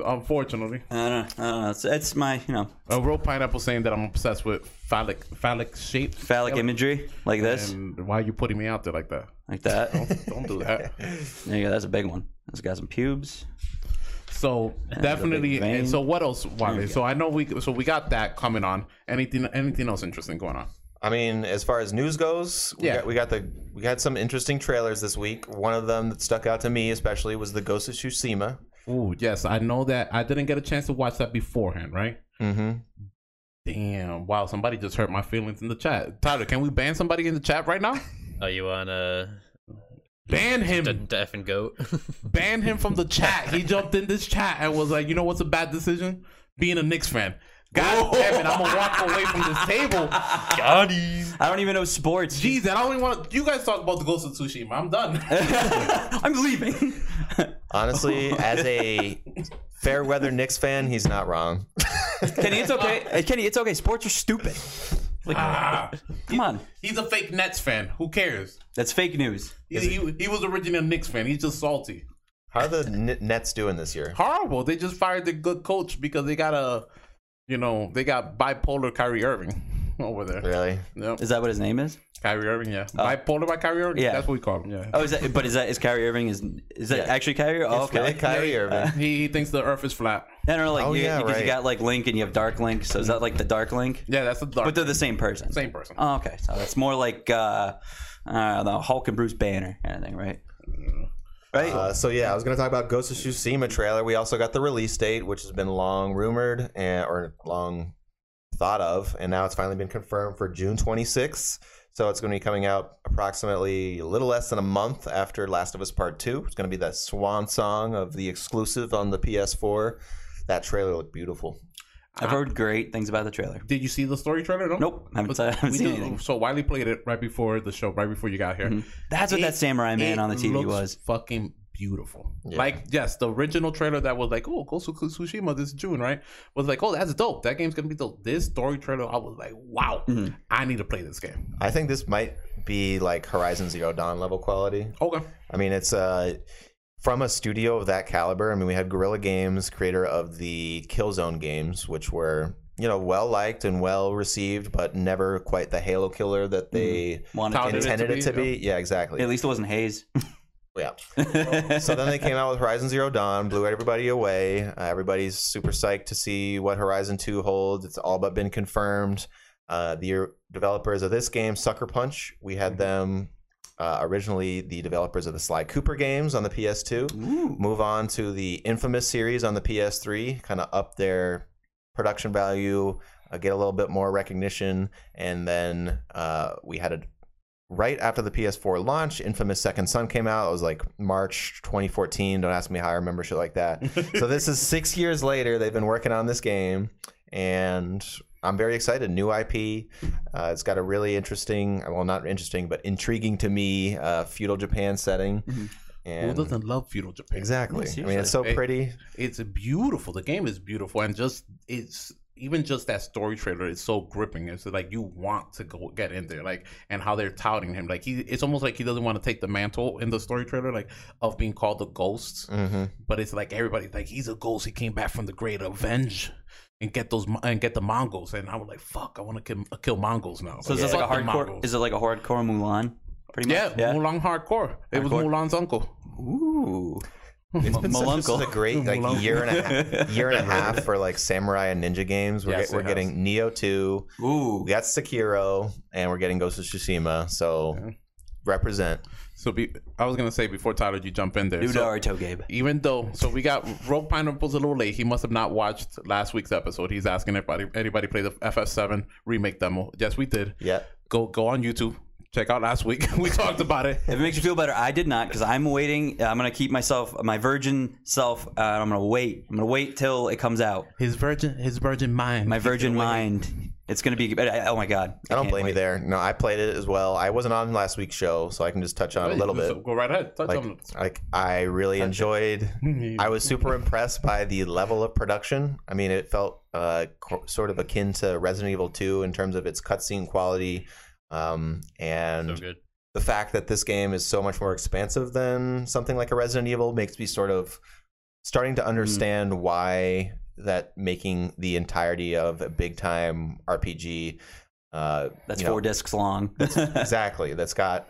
[SPEAKER 7] unfortunately,
[SPEAKER 3] I don't, I don't know. It's, it's my you know
[SPEAKER 7] a real pineapple saying that I'm obsessed with phallic phallic shape.
[SPEAKER 3] phallic imagery like this,
[SPEAKER 7] And why are you putting me out there like that?
[SPEAKER 3] like that.
[SPEAKER 7] Don't do that.
[SPEAKER 3] There you go. That's a big one. It's got some pubes.
[SPEAKER 7] So
[SPEAKER 3] big
[SPEAKER 7] definitely.
[SPEAKER 3] vein.
[SPEAKER 7] And so what else, Wale? So I know we so we got that coming on. Anything anything else interesting going on?
[SPEAKER 1] I mean, as far as news goes, we,
[SPEAKER 7] Yeah.
[SPEAKER 1] got, we got the we had some interesting trailers this week. One of them that stuck out to me especially was the Ghost of Tsushima.
[SPEAKER 7] Ooh, yes, I know that I didn't get a chance to watch that beforehand, right?
[SPEAKER 1] Mm-hmm.
[SPEAKER 7] Damn! Wow, somebody just hurt my feelings in the chat. Tyler, can we ban somebody in the chat right now?
[SPEAKER 4] Are you on a
[SPEAKER 7] Ban
[SPEAKER 4] d-
[SPEAKER 7] him!
[SPEAKER 4] deaf and goat?
[SPEAKER 7] Ban him from the chat. He jumped in this chat and was like, "You know what's a bad decision? Being a Knicks fan." God damn it! I'm gonna walk away from this table.
[SPEAKER 3] I don't even know sports.
[SPEAKER 7] Jeez, and I only want you guys talk about the Ghost of Tsushima. I'm done.
[SPEAKER 3] I'm leaving.
[SPEAKER 1] Honestly, as a fair weather Knicks fan, he's not wrong.
[SPEAKER 3] Kenny, it's okay. Hey, Kenny, it's okay. Sports are stupid.
[SPEAKER 7] Ah.
[SPEAKER 3] Come on.
[SPEAKER 7] He's a fake Nets fan. Who cares?
[SPEAKER 3] That's fake news.
[SPEAKER 7] He, he, he was originally a Knicks fan. He's just salty.
[SPEAKER 1] How are the N- Nets doing this year?
[SPEAKER 7] Horrible. They just fired the good coach because they got a, you know, they got bipolar Kyrie Irving over there.
[SPEAKER 1] Really?
[SPEAKER 7] Yep.
[SPEAKER 3] Is that what his name is?
[SPEAKER 7] Kyrie Irving, yeah. bipolar by Kyrie Irving?
[SPEAKER 3] Yeah.
[SPEAKER 7] That's what we call him, yeah.
[SPEAKER 3] Oh, is that? But is that is Kyrie Irving? Is is that actually Kyrie? Oh, okay.
[SPEAKER 1] Really, Kyrie Irving?
[SPEAKER 7] He, he thinks the earth is flat.
[SPEAKER 3] I don't know. Like
[SPEAKER 1] Oh,
[SPEAKER 3] you,
[SPEAKER 1] yeah,
[SPEAKER 3] because
[SPEAKER 1] right.
[SPEAKER 3] you got like Link and you have Dark Link. So is that like the Dark Link?
[SPEAKER 7] Yeah, that's a dark.
[SPEAKER 3] But they're the same person.
[SPEAKER 7] same person.
[SPEAKER 3] Oh, okay. So that's more like uh, uh, the Hulk and Bruce Banner kind of thing, right? Right.
[SPEAKER 1] Uh, so yeah, I was gonna talk about Ghost of Tsushima trailer. We also got the release date, which has been long rumored and or long thought of, and now it's finally been confirmed for June 26th. So it's going to be coming out approximately a little less than a month after Last of Us Part Two. It's going to be that swan song of the exclusive on the PS4. That trailer looked beautiful.
[SPEAKER 3] I've heard great things about the trailer.
[SPEAKER 7] Did you see the story trailer? No?
[SPEAKER 3] Nope, I haven't- I haven't
[SPEAKER 7] We
[SPEAKER 3] seen
[SPEAKER 7] did-
[SPEAKER 3] anything. Mm-hmm.
[SPEAKER 7] So Wiley played it right before the show, right before you got here.
[SPEAKER 3] That's what that
[SPEAKER 7] It-
[SPEAKER 3] samurai man
[SPEAKER 7] it
[SPEAKER 3] on the TV
[SPEAKER 7] looks
[SPEAKER 3] was.
[SPEAKER 7] fucking beautiful.
[SPEAKER 1] Yeah.
[SPEAKER 7] Like yes, the original trailer that was like, oh, Ghost of Tsushima this June, right? Was like, oh, that's dope. That game's gonna be dope. This story trailer, I was like, wow,
[SPEAKER 1] Mm-hmm.
[SPEAKER 7] I need to play this game.
[SPEAKER 1] I think this might be like Horizon Zero Dawn level quality.
[SPEAKER 7] Okay,
[SPEAKER 1] I mean, it's uh, from a studio of that caliber. I mean, we had Guerrilla Games, creator of the Killzone games, which were you know well liked and well received, but never quite the Halo killer that they
[SPEAKER 3] Wanted
[SPEAKER 7] How
[SPEAKER 3] to-
[SPEAKER 7] did it-
[SPEAKER 1] intended it to
[SPEAKER 7] be,
[SPEAKER 1] be. Yeah, exactly.
[SPEAKER 3] At least it wasn't Hayes.
[SPEAKER 1] Yeah. so then they came out with Horizon Zero Dawn, blew everybody away. Uh, everybody's super psyched to see what Horizon 2 holds. It's all but been confirmed. Uh, the developers of this game, Sucker Punch, we had them uh, originally the developers of the Sly Cooper games on the PS2. Move on to the infamous series on the PS3, kind of up their production value, uh, get a little bit more recognition. And then uh, we had a right after the PS4 launch, Infamous Second Son came out. It was like March 2014. Don't ask me how I remember shit like that. so this is six years later. They've been working on this game, and I'm very excited. New IP. Uh, it's got a really interesting, well, not interesting, but intriguing to me, uh, feudal Japan setting.
[SPEAKER 7] who
[SPEAKER 1] And
[SPEAKER 7] doesn't love feudal Japan?
[SPEAKER 1] exactly. I mean, it's so
[SPEAKER 7] Hey.
[SPEAKER 1] pretty.
[SPEAKER 7] It's beautiful. The game is beautiful, and just it's even just that story trailer is so gripping. It's like you want to go get in there, like and how they're touting him. Like he, it's almost like he doesn't want to take the mantle in the story trailer, like of being called the ghost. But it's like everybody's like he's a ghost. He came back from the great avenge. And get those Mo- and get the Mongols, and I was like, "Fuck, I want to kill, kill Mongols now."
[SPEAKER 3] So is this like a
[SPEAKER 7] Fuck the
[SPEAKER 3] hardcore?
[SPEAKER 7] Mongols.
[SPEAKER 3] Is it like a hardcore Mulan? Pretty much.
[SPEAKER 7] Yeah, Mulan hardcore. It was
[SPEAKER 3] Hardcore.
[SPEAKER 7] Mulan's uncle.
[SPEAKER 3] Ooh.
[SPEAKER 1] It's been such, this is
[SPEAKER 3] Maluncle.
[SPEAKER 1] a great like
[SPEAKER 7] Maluncle.
[SPEAKER 1] year and a half, year and a half for like samurai and ninja games. We're,
[SPEAKER 7] Yes,
[SPEAKER 1] get- we're
[SPEAKER 7] it has.
[SPEAKER 1] getting Neo two,
[SPEAKER 3] Ooh.
[SPEAKER 1] we got Sekiro, and we're getting Ghost of Tsushima. So
[SPEAKER 7] Yeah.
[SPEAKER 1] represent.
[SPEAKER 7] So be, I was gonna say before Tyler, you jump in there.
[SPEAKER 3] New
[SPEAKER 7] so
[SPEAKER 3] Naruto game.
[SPEAKER 7] even though, so we got Rogue Pineapple's a little late. He must have not watched last week's episode. He's asking everybody, anybody play the FF7 remake demo? Yes, we did.
[SPEAKER 1] Yep.
[SPEAKER 7] Go go on YouTube. Check out last week. we talked about it.
[SPEAKER 3] If it makes you feel better, I did not because I'm waiting. I'm gonna keep myself, my virgin self. Uh, I'm gonna wait. I'm gonna wait till it comes out.
[SPEAKER 7] His virgin, his virgin mind.
[SPEAKER 3] My virgin mind. It's gonna be. I- I- Oh my god.
[SPEAKER 1] I don't
[SPEAKER 3] can't
[SPEAKER 1] blame
[SPEAKER 3] wait.
[SPEAKER 1] you there. No, I played it as well. I wasn't on last week's show, so I can just touch on it a little bit.
[SPEAKER 7] So go right ahead. Touch
[SPEAKER 1] Like,
[SPEAKER 7] on it.
[SPEAKER 1] like I really enjoyed. I was super impressed by the level of production. I mean, it felt uh, co- sort of akin to Resident Evil 2 in terms of its cutscene quality, um,
[SPEAKER 4] So
[SPEAKER 1] and
[SPEAKER 4] good.
[SPEAKER 1] the fact that this game is so much more expansive than something like a Resident Evil makes me sort of starting
[SPEAKER 4] Hmm.
[SPEAKER 1] to understand why that making the entirety of a big time RPG. Uh,
[SPEAKER 3] That's
[SPEAKER 1] you know,
[SPEAKER 3] four discs long.
[SPEAKER 1] exactly that's got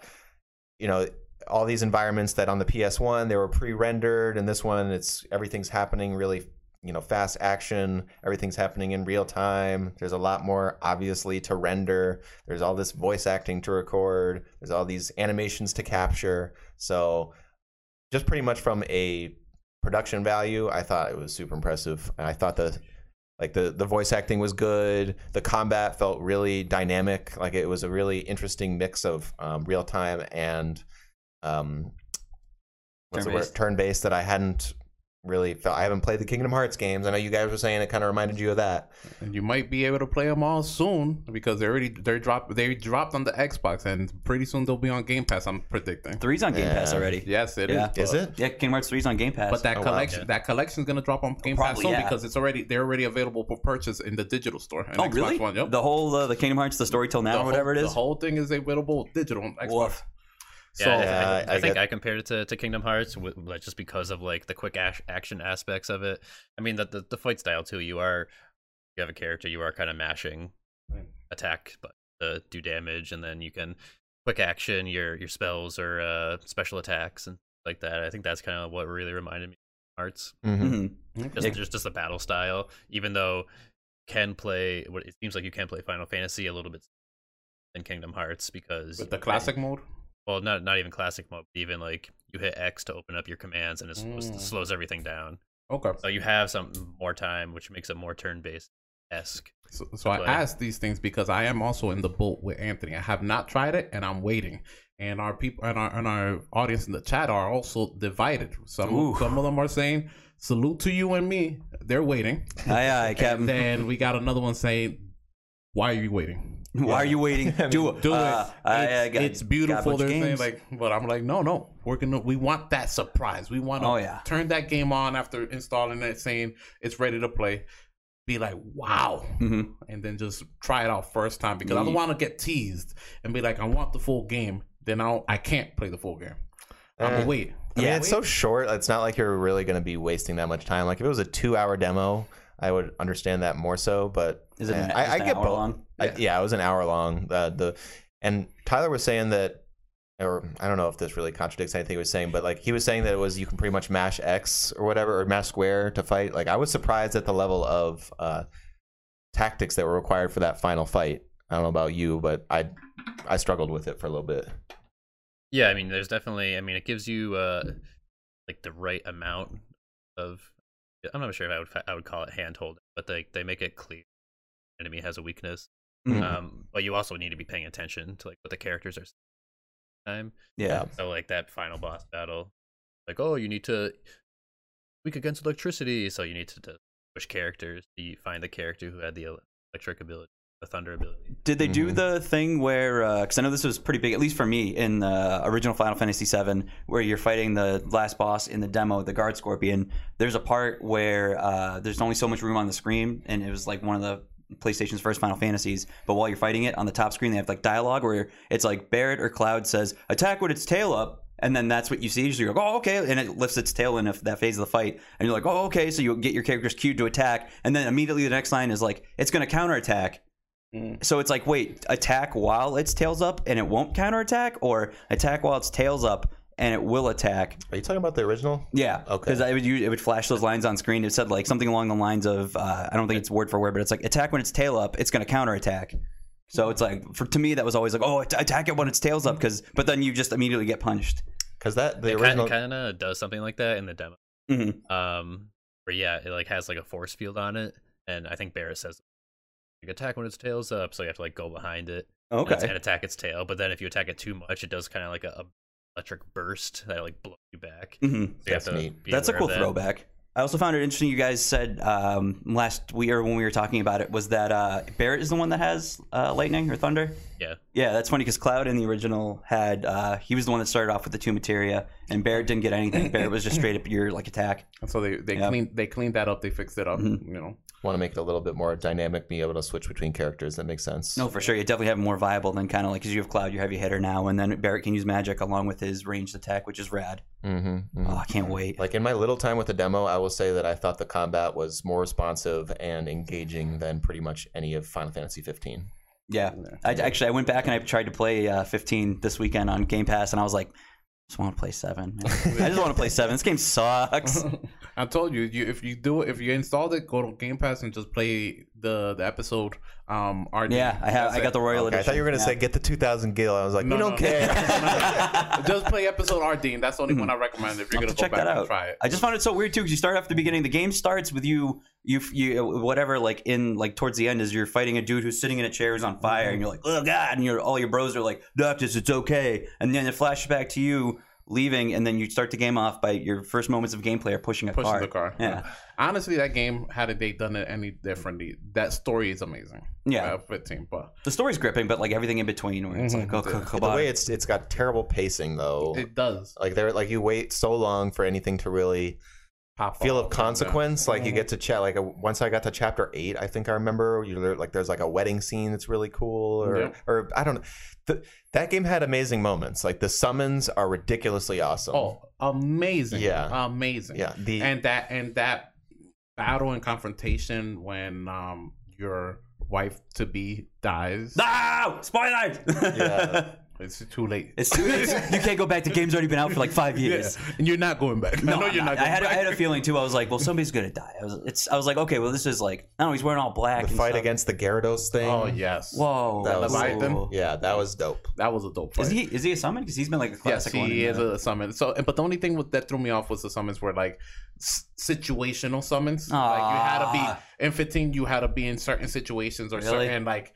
[SPEAKER 1] you know all these environments that on the ps1 they were pre-rendered and this one it's everything's happening really you know fast action everything's happening in real time there's a lot more obviously to render there's all this voice acting to record there's all these animations to capture so just pretty much from a production value i thought it was super impressive and i thought the like the the voice acting was good the combat felt really dynamic like it was a really interesting mix of um, real time and um what's the word
[SPEAKER 3] Turn-based.
[SPEAKER 1] turn based that i hadn't really felt i haven't played the kingdom hearts games i know you guys were saying it kind of reminded you of that
[SPEAKER 7] And you might be able to play them all soon because they already they're dropped they dropped on the Xbox and pretty soon they'll be on Game Pass. I'm predicting.
[SPEAKER 3] Three's on Game Pass
[SPEAKER 1] Yeah.
[SPEAKER 3] already.
[SPEAKER 7] Yes, it is.
[SPEAKER 3] Yeah.
[SPEAKER 1] is it
[SPEAKER 3] Yeah, Kingdom Hearts three's on Game Pass.
[SPEAKER 7] But that
[SPEAKER 1] Oh, wow.
[SPEAKER 7] collection,
[SPEAKER 4] Yeah.
[SPEAKER 7] that collection's gonna drop on Game Pass
[SPEAKER 3] Probably,
[SPEAKER 7] soon
[SPEAKER 3] yeah.
[SPEAKER 7] because it's already they're already available for purchase in the digital store. And
[SPEAKER 3] oh
[SPEAKER 7] Xbox
[SPEAKER 3] really?
[SPEAKER 7] One, yep.
[SPEAKER 3] The whole uh, the Kingdom Hearts the story till now,
[SPEAKER 7] The
[SPEAKER 3] or whatever
[SPEAKER 7] whole,
[SPEAKER 3] it
[SPEAKER 7] The
[SPEAKER 3] is.
[SPEAKER 7] whole thing is available digital on Xbox.
[SPEAKER 3] Woof.
[SPEAKER 4] Yeah,
[SPEAKER 7] So-
[SPEAKER 4] I- I,
[SPEAKER 1] Yeah, I-
[SPEAKER 4] I
[SPEAKER 1] I
[SPEAKER 4] think
[SPEAKER 1] get-
[SPEAKER 4] I compared it to, to Kingdom Hearts with, like, just because of like the quick ac- action aspects of it. I mean, the, the the fight style too. You are you have a character. You are kind of mashing attack, but uh, do damage, and then you can quick action your your spells or uh, special attacks and like that. I think that's kind of what really reminded me of Kingdom Hearts.
[SPEAKER 1] mm-hmm.
[SPEAKER 3] Mhm.
[SPEAKER 4] Just,
[SPEAKER 3] Yeah.
[SPEAKER 4] just just the battle style, even though you can play. What it seems like you can play Final Fantasy a little bit than Kingdom Hearts because
[SPEAKER 7] With the classic mode,
[SPEAKER 4] well not not even classic mode but even like you hit x to open up your commands and it slows,
[SPEAKER 7] Mm.
[SPEAKER 4] slows everything down
[SPEAKER 7] okay.
[SPEAKER 4] so you have some more time which makes it more turn-based esque
[SPEAKER 7] So, so I
[SPEAKER 4] Play.
[SPEAKER 7] asked these things because I am also in the boat with Anthony. I have not tried it, and I'm waiting. And our people and our and our audience in the chat are also divided. Some
[SPEAKER 3] Ooh.
[SPEAKER 7] some of them are saying salute to you and me. They're waiting.
[SPEAKER 3] Aye, aye, Captain.
[SPEAKER 7] And then we got another one saying, "Why are you waiting?"
[SPEAKER 3] Why are you waiting? do it.
[SPEAKER 7] do
[SPEAKER 3] Uh,
[SPEAKER 7] it.
[SPEAKER 3] I-
[SPEAKER 7] it's,
[SPEAKER 3] I got-
[SPEAKER 7] it's
[SPEAKER 3] got a
[SPEAKER 7] beautiful.
[SPEAKER 3] bunch of
[SPEAKER 7] They're saying
[SPEAKER 3] games.
[SPEAKER 7] like, but I'm like, no, no. We're gonna. We want that surprise. We want to
[SPEAKER 3] Oh, yeah.
[SPEAKER 7] turn that game on after installing it, saying it's ready to play. Be like, wow,
[SPEAKER 3] Mhm.
[SPEAKER 7] and then just try it out first time because I don't
[SPEAKER 3] Ye-
[SPEAKER 7] want to get teased and be like, I want the full game. Then I don't, I can't play the full game. I'm
[SPEAKER 4] Mm-hmm.
[SPEAKER 1] Uh,
[SPEAKER 3] Eh.
[SPEAKER 7] gonna wait.
[SPEAKER 1] I mean,
[SPEAKER 7] yeah,
[SPEAKER 1] it's so short. It's not like you're really going to be wasting that much time. Like if it was a two-hour demo, I would understand that more so. But
[SPEAKER 3] Is it
[SPEAKER 1] eh,
[SPEAKER 3] an-
[SPEAKER 1] I,
[SPEAKER 3] just
[SPEAKER 1] I
[SPEAKER 3] an
[SPEAKER 1] get
[SPEAKER 3] hour
[SPEAKER 1] both.
[SPEAKER 3] long?
[SPEAKER 1] I- yeah. it was an hour long. Uh, the and Tyler was saying that, or I don't know if this really contradicts anything he was saying, but like he was saying that it was you can pretty much mash X or whatever or mash square to fight. Like I was surprised at the level of uh, tactics that were required for that final fight. I don't know about you, but I I struggled with it for a little bit.
[SPEAKER 4] yeah i mean there's definitely i mean it gives you uh like the right amount of i'm not sure if i would I would call it handhold but they they make it clear the enemy has a weakness
[SPEAKER 3] Mhm.
[SPEAKER 4] um but you also need to be paying attention to like what the characters are saying at the time
[SPEAKER 3] Yeah.
[SPEAKER 4] So like that final boss battle, like oh you need to weak against electricity, so you need to, to push characters. You find the character who had the el- electric ability. the thunder ability.
[SPEAKER 3] Did they do the thing where? Because I know this was pretty big, at least for me, in the original Final Fantasy VII, where you're fighting the last boss in the demo, the Guard Scorpion. There's a part where uh, there's only so much room on the screen, and it was like one of the PlayStation's first Final Fantasies. But while you're fighting it on the top screen, they have like dialogue where it's like Barrett or Cloud says, "Attack with its tail up." And then that's what you see. So you're like, oh, okay. And it lifts its tail in that phase of the fight. And you're like, oh, okay. So you get your characters cued to attack. And then immediately the next line is like, it's going to counterattack. So it's like, wait, attack while its tails up and it won't counterattack, or attack while its tails up and it will attack.
[SPEAKER 1] Are you talking about the original?
[SPEAKER 3] Yeah.
[SPEAKER 1] Okay.
[SPEAKER 3] Because I would use, it would flash those lines on screen. It said like something along the lines of uh, I don't think it's word for word, but it's like attack when its tail up, it's gonna counterattack. So it's like for to me that was always like oh at- attack it when its tail's up because but then you just immediately get punched.
[SPEAKER 1] Because that the
[SPEAKER 4] It
[SPEAKER 1] original.
[SPEAKER 4] kind of does something like that in the demo.
[SPEAKER 3] Mhm.
[SPEAKER 4] Um, where yeah, it like has like a force field on it, and I think Barrett says like attack when its tail's up, so you have to like go behind it and it's- and,
[SPEAKER 3] Okay.
[SPEAKER 4] attack its tail. But then if you attack it too much, it does kind of like a, a electric burst that like blows you back.
[SPEAKER 3] hmm
[SPEAKER 4] So you have
[SPEAKER 1] That's
[SPEAKER 4] to
[SPEAKER 1] neat.
[SPEAKER 4] be
[SPEAKER 3] That's a
[SPEAKER 4] aware
[SPEAKER 3] cool
[SPEAKER 4] of that.
[SPEAKER 3] throwback. I also found it interesting. You guys said um, last we or when we were talking about it was that uh, Barrett is the one that has uh, lightning or thunder.
[SPEAKER 4] Yeah.
[SPEAKER 3] yeah, that's funny because Cloud in the original had uh, he was the one that started off with the two materia, and Barrett didn't get anything. Barrett was just straight up your like attack.
[SPEAKER 7] And so they they
[SPEAKER 3] Yeah.
[SPEAKER 7] cleaned they cleaned that up. They fixed it up.
[SPEAKER 3] Mhm.
[SPEAKER 7] You know,
[SPEAKER 1] Want to make it a little bit more dynamic, be able to switch between characters. That makes sense.
[SPEAKER 3] No, for sure, you definitely have more viable than kind of like because you have Cloud, your heavy hitter now, and then Barrett can use magic along with his ranged attack, which is rad.
[SPEAKER 1] hmm
[SPEAKER 4] Mm-hmm.
[SPEAKER 3] Oh, I can't wait.
[SPEAKER 1] Like in my little time with the demo, I will say that I thought the combat was more responsive and engaging than pretty much any of Final Fantasy 15.
[SPEAKER 3] Yeah. I actually I went back and I tried to play uh, 15 this weekend on Game Pass, and I was like, I just want to play seven. man. I just want to play seven. This game sucks.
[SPEAKER 7] I told you, you if you do it, if you installed it, go to Game Pass and just play the the episode. Um, RD.
[SPEAKER 3] yeah, I have.
[SPEAKER 7] That's
[SPEAKER 3] I got
[SPEAKER 7] it.
[SPEAKER 3] the Royal Edition.
[SPEAKER 1] I thought you were gonna
[SPEAKER 3] Yeah.
[SPEAKER 1] say get the 2,000 gil. I was like,
[SPEAKER 7] No,
[SPEAKER 1] you
[SPEAKER 7] no,
[SPEAKER 1] don't
[SPEAKER 7] no.
[SPEAKER 1] care.
[SPEAKER 7] just play episode RD. And that's the only one I recommend if you're
[SPEAKER 3] Hmm. I'll have
[SPEAKER 7] gonna go
[SPEAKER 3] to check
[SPEAKER 7] back
[SPEAKER 3] that out.
[SPEAKER 7] and try it.
[SPEAKER 3] I just found it so weird too because you start off at the beginning. The game starts with you, you, you, whatever. Like in like towards the end, is you're fighting a dude who's sitting in a chair who's on fire, and you're like, oh god, and you're all your bros are like, doctors, it's okay. And then it flashes back to you leaving, and then you start the game off by your first moments of gameplay are pushing a
[SPEAKER 7] Pushing
[SPEAKER 3] car.
[SPEAKER 7] the car.
[SPEAKER 3] Yeah.
[SPEAKER 7] Honestly, that game had they done it any differently, that story is amazing.
[SPEAKER 3] Yeah.
[SPEAKER 7] Uh, fifteen, but
[SPEAKER 3] The story's gripping, but like everything in between, where it's
[SPEAKER 7] Mhm.
[SPEAKER 3] like, oh,
[SPEAKER 1] the way it's it's got terrible pacing though.
[SPEAKER 7] it does
[SPEAKER 1] like they're like you wait so long for anything to really
[SPEAKER 7] pop
[SPEAKER 1] feel
[SPEAKER 7] off.
[SPEAKER 1] of consequence. Like you get to chat. Like uh, once I got to chapter eight, I think I remember. You lear- like there's like a wedding scene that's really cool, or
[SPEAKER 7] Yep.
[SPEAKER 1] or I don't. know. Th- that game had amazing moments. Like the summons are ridiculously awesome.
[SPEAKER 7] Oh, amazing!
[SPEAKER 1] Yeah.
[SPEAKER 7] amazing.
[SPEAKER 1] yeah. The
[SPEAKER 7] and that and that battle and confrontation when um your wife to be dies.
[SPEAKER 3] no spoilers.
[SPEAKER 1] Yeah.
[SPEAKER 7] It's too late.
[SPEAKER 3] it's too. It's, you can't go back. The game's already been out for like five years.
[SPEAKER 7] Yeah. And you're not going back.
[SPEAKER 3] No,
[SPEAKER 7] I know
[SPEAKER 3] I'm
[SPEAKER 7] you're not.
[SPEAKER 3] not.
[SPEAKER 7] going
[SPEAKER 3] I had
[SPEAKER 7] back.
[SPEAKER 3] I had a feeling too. I was like, well, somebody's gonna die. I was it's I was like, okay, well, this is like I don't know. He's wearing all black.
[SPEAKER 1] the
[SPEAKER 3] and
[SPEAKER 1] fight
[SPEAKER 3] stuff.
[SPEAKER 1] against the Gyarados thing.
[SPEAKER 7] Oh yes.
[SPEAKER 3] Whoa,
[SPEAKER 1] That
[SPEAKER 3] whoa.
[SPEAKER 1] was-
[SPEAKER 7] Leviathan?
[SPEAKER 1] Yeah, that was dope.
[SPEAKER 7] that was a dope.
[SPEAKER 3] Is
[SPEAKER 7] fight.
[SPEAKER 3] he is he a summon? Because he's been like a
[SPEAKER 7] Yes,
[SPEAKER 3] classic one.
[SPEAKER 7] he
[SPEAKER 3] in
[SPEAKER 7] is
[SPEAKER 3] the-
[SPEAKER 7] a summon. So, and- but the only thing with, that threw me off was the summons were like s- situational summons. Like you had to
[SPEAKER 3] Ah.
[SPEAKER 7] be in fifteen, you had to be in certain situations or
[SPEAKER 3] Really?
[SPEAKER 7] certain like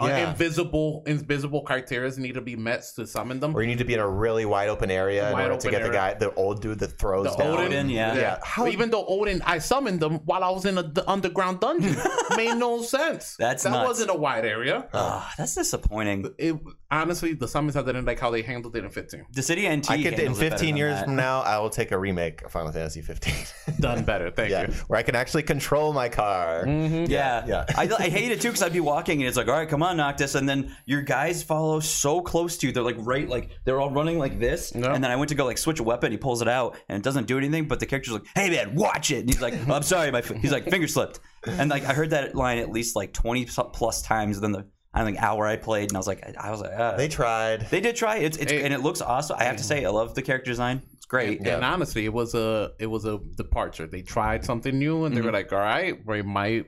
[SPEAKER 7] uh,
[SPEAKER 1] Yeah.
[SPEAKER 7] invisible invisible criteria need to be met to summon them.
[SPEAKER 1] Or you need to be in a really wide open area in
[SPEAKER 7] Wide
[SPEAKER 1] order to
[SPEAKER 7] open
[SPEAKER 1] get the guy,
[SPEAKER 7] area.
[SPEAKER 1] the old dude that throws
[SPEAKER 7] The
[SPEAKER 1] down.
[SPEAKER 7] Odin,
[SPEAKER 3] yeah.
[SPEAKER 1] yeah. How
[SPEAKER 7] Even though Odin, I summoned them while I was in an underground dungeon. Made no sense.
[SPEAKER 3] That's
[SPEAKER 7] that
[SPEAKER 3] nuts.
[SPEAKER 7] wasn't a wide area.
[SPEAKER 3] Ah, that's disappointing.
[SPEAKER 7] It honestly, the summons I didn't like how they handled it in fifteen.
[SPEAKER 3] The city NT.
[SPEAKER 1] I could in
[SPEAKER 3] handles it better
[SPEAKER 1] 15
[SPEAKER 3] than
[SPEAKER 1] years
[SPEAKER 3] that.
[SPEAKER 1] from now, I will take a remake of Final Fantasy 15.
[SPEAKER 7] Done better. Thank
[SPEAKER 1] yeah,
[SPEAKER 7] you.
[SPEAKER 1] where I can actually control my car.
[SPEAKER 7] Mm.
[SPEAKER 3] Yeah,
[SPEAKER 1] Yeah, yeah.
[SPEAKER 3] I, I hate it too because I'd be walking and it's like, all right, come on, Noctis, and then your guys follow so close to you. They're like right, like they're all running like this, and then I went to go like switch a weapon. He pulls it out and it doesn't do anything, but the character's like, hey man, watch it. And he's like, I'm sorry, my fi-. he's like finger slipped, and like I heard that line at least like twenty pl- plus times. Then the I think hour I played, and I was like, I, I was like, ah.
[SPEAKER 1] They
[SPEAKER 3] they
[SPEAKER 1] tried.
[SPEAKER 3] did try it's, it's
[SPEAKER 7] Hey.
[SPEAKER 3] and it looks awesome. I have to say, I love the character design. It's great.
[SPEAKER 7] And honestly, it was a it was a departure. They tried something new, and they
[SPEAKER 3] Mm-hmm.
[SPEAKER 7] were like, "All right, we might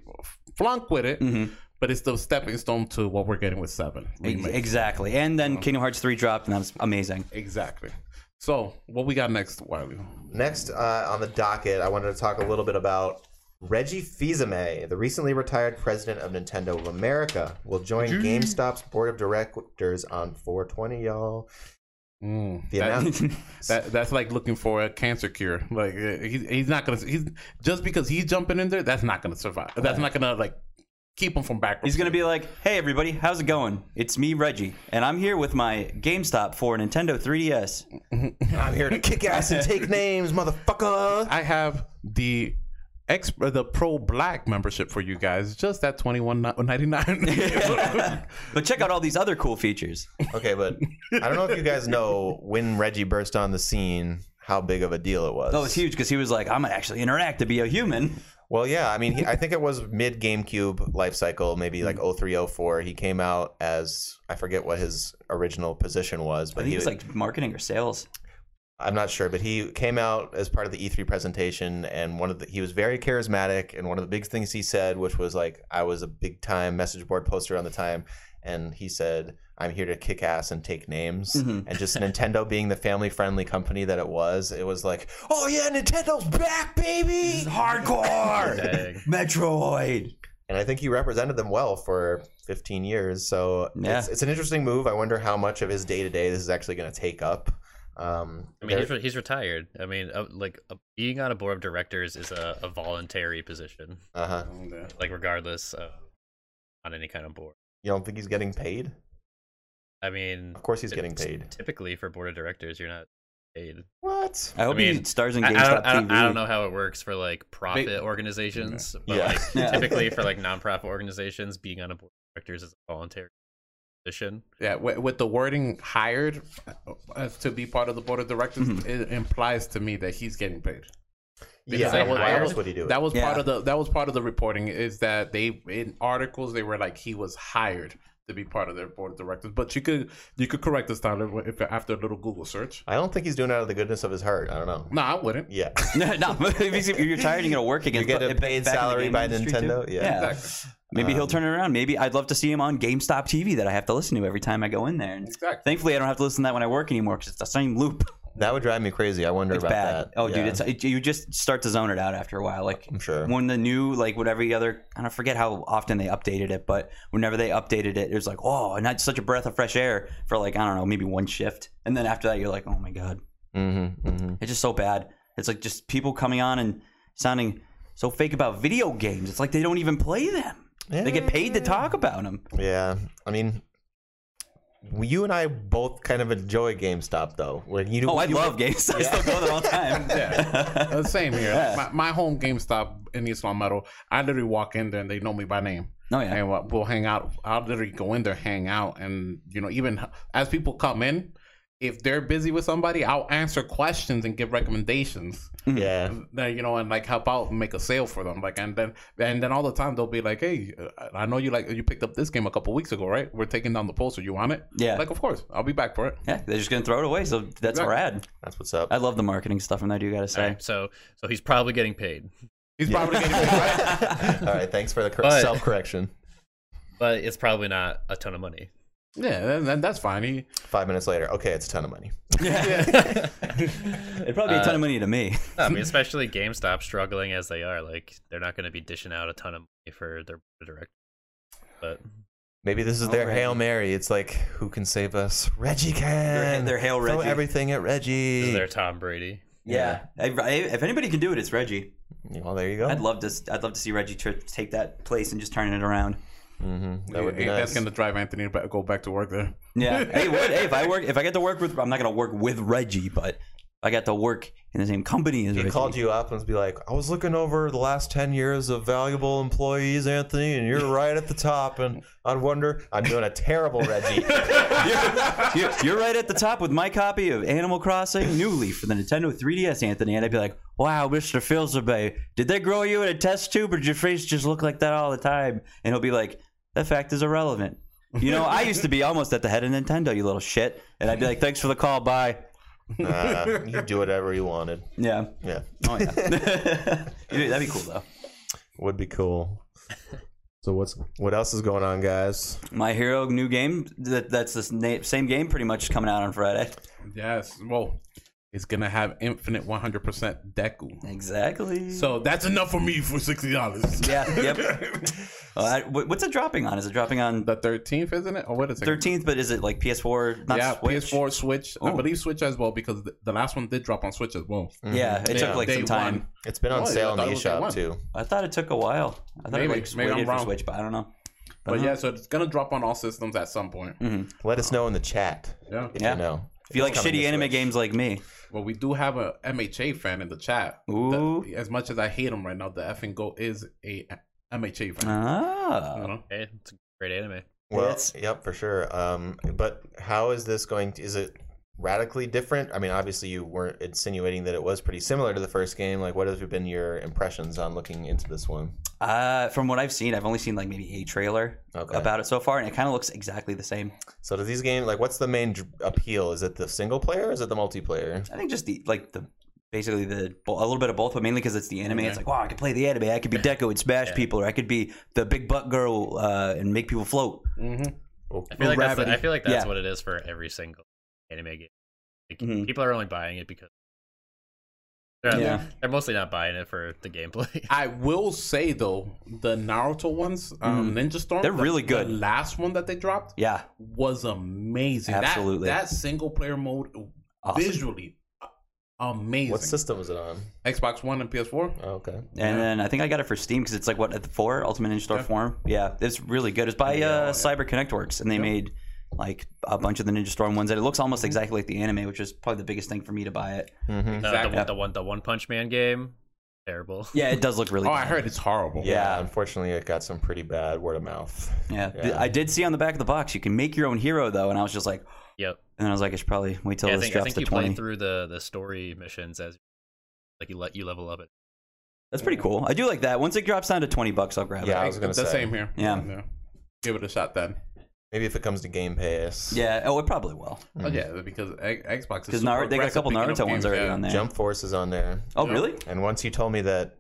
[SPEAKER 7] flunk with it." But it's the stepping stone to what we're getting with seven.
[SPEAKER 3] Ex- Exactly. And then Kingdom Hearts three dropped, and that was amazing.
[SPEAKER 7] Exactly. So, what we got next, Wiley?
[SPEAKER 1] Next uh, on the docket, I wanted to talk a little bit about Reggie Fils-Aimé, the recently retired president of Nintendo of America, will join GameStop's board of directors on 420, y'all.
[SPEAKER 7] Mm,
[SPEAKER 1] The
[SPEAKER 7] that-
[SPEAKER 1] announce-
[SPEAKER 7] That that's like looking for a cancer cure. Like eh, uh, he's he's not gonna he's just because he's jumping in there. That's not gonna survive. That's not gonna like keep him from back.
[SPEAKER 3] He's gonna be like, "Hey everybody, how's it going? It's me, Reggie, and I'm here with my GameStop for a Nintendo 3DS."
[SPEAKER 1] I'm here to kick ass and take names, motherfucker.
[SPEAKER 7] I have the ex the pro black membership for you guys. Just at twenty one ninety nine.
[SPEAKER 3] But check out all these other cool features.
[SPEAKER 1] Okay, but I don't know if you guys know when Reggie burst on the scene, how big of a deal it was.
[SPEAKER 3] That was huge because Oh, he was like, "I'm gonna actually interact to be a human."
[SPEAKER 1] Well, yeah, I mean, he, I think it was mid GameCube life cycle,
[SPEAKER 3] Hmm.
[SPEAKER 1] maybe like 03, 04. He came out as I forget what his original position was,
[SPEAKER 3] I
[SPEAKER 1] but
[SPEAKER 3] think
[SPEAKER 1] he
[SPEAKER 3] it was like marketing or sales.
[SPEAKER 1] I'm not sure, but he came out as part of the E3 presentation, and one of the he was very charismatic, and one of the big things he said, which was like, I was a big time message board poster on the time, and he said, I'm here to kick ass and take names, and just Nintendo being the family friendly company that it was, it was like, oh yeah, Nintendo's back, baby, hardcore.
[SPEAKER 4] Dang.
[SPEAKER 3] Metroid.
[SPEAKER 1] and I think he represented them well for 15 years, so it's,
[SPEAKER 3] Yeah.
[SPEAKER 1] it's an interesting move. I wonder how much of his day to day this is actually going to take up. Um,
[SPEAKER 4] I mean,
[SPEAKER 1] there-
[SPEAKER 4] he's, re- he's retired. I mean, uh, like uh, being on a board of directors is a, a voluntary position,
[SPEAKER 1] uh-huh.
[SPEAKER 4] like regardless uh, on any kind of board.
[SPEAKER 1] You don't think he's getting paid?
[SPEAKER 4] I mean,
[SPEAKER 1] Of course he's
[SPEAKER 4] t-
[SPEAKER 1] getting
[SPEAKER 4] t-
[SPEAKER 1] paid.
[SPEAKER 4] Typically, for board of directors, you're not paid.
[SPEAKER 1] What?
[SPEAKER 3] I hope he
[SPEAKER 4] mean,
[SPEAKER 3] stars in
[SPEAKER 4] I, I
[SPEAKER 3] GameStop
[SPEAKER 4] don't, I,
[SPEAKER 3] TV.
[SPEAKER 4] don't, I don't know how it works for like profit organizations, but
[SPEAKER 1] Yeah.
[SPEAKER 4] like
[SPEAKER 3] Yeah.
[SPEAKER 4] typically for like nonprofit organizations, being on a board of directors is a voluntary position.
[SPEAKER 7] Yeah, with, with the wording hired uh, to be part of the board of directors, it implies to me that he's getting paid.
[SPEAKER 1] Yeah,
[SPEAKER 4] they
[SPEAKER 1] that was, why
[SPEAKER 4] hired-
[SPEAKER 1] else would he do it?
[SPEAKER 7] That was part
[SPEAKER 3] Yeah.
[SPEAKER 7] of the that was part of the reporting is that they in articles they were like he was hired to be part of their board of directors. But you could you could correct this Tyler if after a little Google search.
[SPEAKER 1] I don't think he's doing it out of the goodness of his heart. I don't know.
[SPEAKER 7] No, I wouldn't.
[SPEAKER 1] Yeah.
[SPEAKER 3] no, no. if you're- if you're tired, you're gonna work against.
[SPEAKER 1] get a
[SPEAKER 3] back in the
[SPEAKER 1] paid
[SPEAKER 3] game
[SPEAKER 1] salary by
[SPEAKER 3] industry, too.
[SPEAKER 1] Nintendo? Yeah.
[SPEAKER 7] Exactly.
[SPEAKER 3] Maybe he'll turn it around. Maybe I'd love to see him on GameStop TV that I have to listen to every time I go in there. And
[SPEAKER 7] Exactly.
[SPEAKER 3] Thankfully, I don't have to listen to that when I work anymore because it's the same loop.
[SPEAKER 1] That would drive me crazy. I wonder
[SPEAKER 3] It's
[SPEAKER 1] about
[SPEAKER 3] bad.
[SPEAKER 1] that.
[SPEAKER 3] Oh,
[SPEAKER 1] Yeah.
[SPEAKER 3] dude, it's it, you just start to zone it out after a while. Like
[SPEAKER 1] I'm sure.
[SPEAKER 3] when the new like whatever the other I don't forget how often they updated it, but whenever they updated it, it was like oh, and that's such a breath of fresh air for like I don't know maybe one shift, and then after that you're like oh my god,
[SPEAKER 1] Mm-hmm, mm-hmm.
[SPEAKER 3] it's just so bad. It's like just people coming on and sounding so fake about video games. It's like they don't even play them. They get paid to talk about them.
[SPEAKER 1] Yeah. I mean, you and I both kind of enjoy GameStop, though. When you
[SPEAKER 3] Oh, I
[SPEAKER 1] you-
[SPEAKER 3] love games. I still go there all the time.
[SPEAKER 7] Uh, same here. My, my home GameStop in East Long Meadow, I literally walk in there and they know me by name.
[SPEAKER 3] Oh, yeah.
[SPEAKER 7] And we'll, we'll hang out. I'll literally go in there, hang out, and you know, even as people come in, if they're busy with somebody, I'll answer questions and give recommendations.
[SPEAKER 1] Yeah.
[SPEAKER 7] Then, you know, and like help out and make a sale for them. Like, and then and then all the time they'll be like, "Hey, uh, I know you like you picked up this game a couple weeks ago, right? We're taking down the poster. You want it?
[SPEAKER 3] Yeah.
[SPEAKER 7] Like, of course, I'll be back for it.
[SPEAKER 3] Yeah, they're just gonna throw it away. So that's
[SPEAKER 7] Exactly.
[SPEAKER 3] rad.
[SPEAKER 1] That's what's up.
[SPEAKER 3] I love the marketing stuff from that. You gotta say.
[SPEAKER 4] Alright, so, so he's probably getting paid.
[SPEAKER 7] He's probably getting paid, right?
[SPEAKER 1] All right. Thanks for the cor-
[SPEAKER 4] But-
[SPEAKER 1] self correction.
[SPEAKER 4] but it's probably not a ton of money.
[SPEAKER 7] Yeah, and, and that's fine. He,
[SPEAKER 1] Five minutes later. Okay, it's a ton of money.
[SPEAKER 3] It'd probably be a ton of money to me.
[SPEAKER 4] I mean, especially GameStop struggling as they are, like they're not going to be dishing out a ton of money for their director. But
[SPEAKER 1] Maybe this is their
[SPEAKER 3] Reggie.
[SPEAKER 1] Hail Mary. It's like, who can save us? Reggie can.
[SPEAKER 3] their Hail
[SPEAKER 1] Throw
[SPEAKER 3] Reggie.
[SPEAKER 1] everything at
[SPEAKER 4] this
[SPEAKER 1] Reggie.
[SPEAKER 4] is their Tom Brady.
[SPEAKER 3] Yeah. Oh. I- I- if anybody can do it, it's Reggie.
[SPEAKER 1] Well, there you go.
[SPEAKER 3] I'd love to. s- I'd love to see Reggie tr- take that place and just turn it around.
[SPEAKER 1] mm-hmm. That would be
[SPEAKER 7] Yeah,
[SPEAKER 1] nice.
[SPEAKER 7] That's gonna drive Anthony to ba- go back to work there.
[SPEAKER 3] Yeah. hey, what, hey, if I work, if I get to work with, I'm not gonna work with Reggie, but I got to work in the same company as
[SPEAKER 1] He
[SPEAKER 3] Reggie.
[SPEAKER 1] called you up and was be like, I was looking over the last 10 years of valuable employees, Anthony, and you're right at the top. And I wonder, I'm doing a terrible Reggie.
[SPEAKER 3] You- You're right at the top with my copy of Animal Crossing New Leaf for the Nintendo 3DS, Anthony, and I'd be like, "Wow, Mr. Filsabay, did they grow you in a test tube, or did your face just look like that all the time?" And he'll be like, "That fact is irrelevant." You know, I used to be almost at the head of Nintendo, you little shit, and I'd be like, "Thanks for the call, bye."
[SPEAKER 1] Nah, you do whatever you wanted.
[SPEAKER 3] Yeah,
[SPEAKER 1] Yeah.
[SPEAKER 3] oh yeah, Dude, that'd be cool though.
[SPEAKER 1] Would be cool. So what's what else is going on, guys?
[SPEAKER 3] My Hero new game. That, that's the na- same game pretty much coming out on Friday.
[SPEAKER 7] Yes. Well, it's gonna have infinite 100% Deku.
[SPEAKER 3] Exactly.
[SPEAKER 7] So that's enough for me for sixty dollars.
[SPEAKER 3] yeah. Yep. Uh, I- wh- what's it dropping on? Is it dropping on
[SPEAKER 7] The thirteenth, isn't it? Oh, Or what is it?
[SPEAKER 3] 13th? But is it like PS4? Not
[SPEAKER 7] yeah,
[SPEAKER 3] Switch?
[SPEAKER 7] PS4, Switch. I
[SPEAKER 3] Ooh.
[SPEAKER 7] believe Switch as well because the, the last one did drop on Switch as well.
[SPEAKER 3] Yeah, it
[SPEAKER 7] Yeah.
[SPEAKER 3] took like
[SPEAKER 7] Day
[SPEAKER 3] some time.
[SPEAKER 7] one.
[SPEAKER 1] It's been on
[SPEAKER 7] Oh, yeah,
[SPEAKER 1] sale
[SPEAKER 7] I
[SPEAKER 1] in
[SPEAKER 7] thought
[SPEAKER 1] the
[SPEAKER 7] it was day
[SPEAKER 1] eShop
[SPEAKER 7] one.
[SPEAKER 1] too.
[SPEAKER 3] I thought it took a while. I thought
[SPEAKER 7] Maybe.
[SPEAKER 3] it like
[SPEAKER 7] Maybe
[SPEAKER 3] waited
[SPEAKER 7] I'm
[SPEAKER 3] for
[SPEAKER 7] wrong.
[SPEAKER 3] Switch, but I don't know.
[SPEAKER 7] But
[SPEAKER 3] Uh-huh.
[SPEAKER 7] yeah, so it's gonna drop on all systems at some point.
[SPEAKER 3] Mm.
[SPEAKER 1] Let us know in the chat
[SPEAKER 7] Yeah.
[SPEAKER 1] if
[SPEAKER 3] Yeah.
[SPEAKER 1] you know.
[SPEAKER 3] If you like
[SPEAKER 1] coming
[SPEAKER 3] shitty
[SPEAKER 1] to
[SPEAKER 3] anime
[SPEAKER 1] Switch.
[SPEAKER 3] games like me,
[SPEAKER 7] Well, we do have a MHA fan in the chat.
[SPEAKER 3] Ooh.
[SPEAKER 7] The- as much as I hate him right now, the effing goat is a MHA fan.
[SPEAKER 3] ah,
[SPEAKER 7] You know?
[SPEAKER 4] Hey, it's a great anime.
[SPEAKER 1] Well,
[SPEAKER 3] It's-
[SPEAKER 1] yep, for sure. Um, but how is this going? To, is it radically different? I mean, obviously, you weren't insinuating that it was pretty similar to the first game. Like, what have been your impressions on looking into this one?
[SPEAKER 3] uh, from what I've seen, I've only seen like maybe a trailer
[SPEAKER 1] Okay.
[SPEAKER 3] about it so far, and it kind of looks exactly the same.
[SPEAKER 1] so, does these games like what's the main dr- appeal? Is it the single player? Or is it the multiplayer?
[SPEAKER 3] I think just the like the basically the bo- a little bit of both, but mainly because it's the anime. It's like wow, I could play the anime. I could be Deku and smash people, or I could be the big butt girl uh, and make people float.
[SPEAKER 7] Mm-hmm.
[SPEAKER 4] I feel like that's the, I
[SPEAKER 3] Gravity.
[SPEAKER 4] feel like that's
[SPEAKER 3] Yeah.
[SPEAKER 4] what it is for every single anime game. Like,
[SPEAKER 3] Mhm.
[SPEAKER 4] People are only buying it because they're,
[SPEAKER 3] Yeah.
[SPEAKER 4] they're mostly not buying it for the gameplay.
[SPEAKER 7] I will say though, the Naruto ones, um, Ninja Storm,
[SPEAKER 3] Mm. They're
[SPEAKER 7] the-
[SPEAKER 3] really good.
[SPEAKER 7] The last one that they dropped
[SPEAKER 3] Yeah,
[SPEAKER 7] was amazing. That-
[SPEAKER 3] Absolutely.
[SPEAKER 7] that, single player mode
[SPEAKER 3] Awesome.
[SPEAKER 7] visually uh, amazing.
[SPEAKER 1] What system is it on?
[SPEAKER 7] Xbox One and PS4.
[SPEAKER 1] Oh, okay.
[SPEAKER 3] and then I think I got it for Steam because it's like what at the four Ultimate Ninja Store
[SPEAKER 7] Yeah.
[SPEAKER 3] form. Yeah, it's really good. It's by uh, Cyber Connect Works, and they made like a bunch of the Ninja Storm ones, and it looks almost
[SPEAKER 7] Mm-hmm.
[SPEAKER 3] exactly like the anime, which is probably the biggest thing for me to buy it.
[SPEAKER 1] Mm-hmm.
[SPEAKER 4] Uh, The-
[SPEAKER 7] Exactly.
[SPEAKER 4] the, the one the One Punch Man game, terrible.
[SPEAKER 3] Yeah, it does look really.
[SPEAKER 7] Oh,
[SPEAKER 3] bad.
[SPEAKER 7] I heard it's horrible.
[SPEAKER 1] Yeah, unfortunately, it got some pretty bad word of mouth.
[SPEAKER 3] Yeah.
[SPEAKER 1] Yeah.
[SPEAKER 3] I did see on the back of the box you can make your own hero though, and I was just like,
[SPEAKER 4] Yep.
[SPEAKER 3] and then I was like, I should probably wait till
[SPEAKER 4] Yeah, I
[SPEAKER 3] this
[SPEAKER 4] think I
[SPEAKER 3] drops
[SPEAKER 4] think
[SPEAKER 3] to
[SPEAKER 4] you
[SPEAKER 3] twenty.
[SPEAKER 4] play through the the story missions as like you let you level up it.
[SPEAKER 3] That's pretty cool. I do like that. Once it drops down to twenty bucks, I'll grab
[SPEAKER 1] Yeah,
[SPEAKER 3] it.
[SPEAKER 1] I was gonna
[SPEAKER 7] the
[SPEAKER 1] say.
[SPEAKER 7] same here.
[SPEAKER 3] Yeah.
[SPEAKER 7] Give it a shot then.
[SPEAKER 1] Maybe if it comes to Game Pass. Mm-hmm.
[SPEAKER 3] Yeah. Oh, it probably will.
[SPEAKER 7] Oh yeah, because X- Xbox is
[SPEAKER 3] Because
[SPEAKER 7] super
[SPEAKER 3] they got a couple Naruto
[SPEAKER 7] aggressive picking up
[SPEAKER 3] ones
[SPEAKER 7] games,
[SPEAKER 3] already
[SPEAKER 7] yeah.
[SPEAKER 3] on there.
[SPEAKER 1] Jump Force is on there.
[SPEAKER 3] Oh, really?
[SPEAKER 1] And once you told me that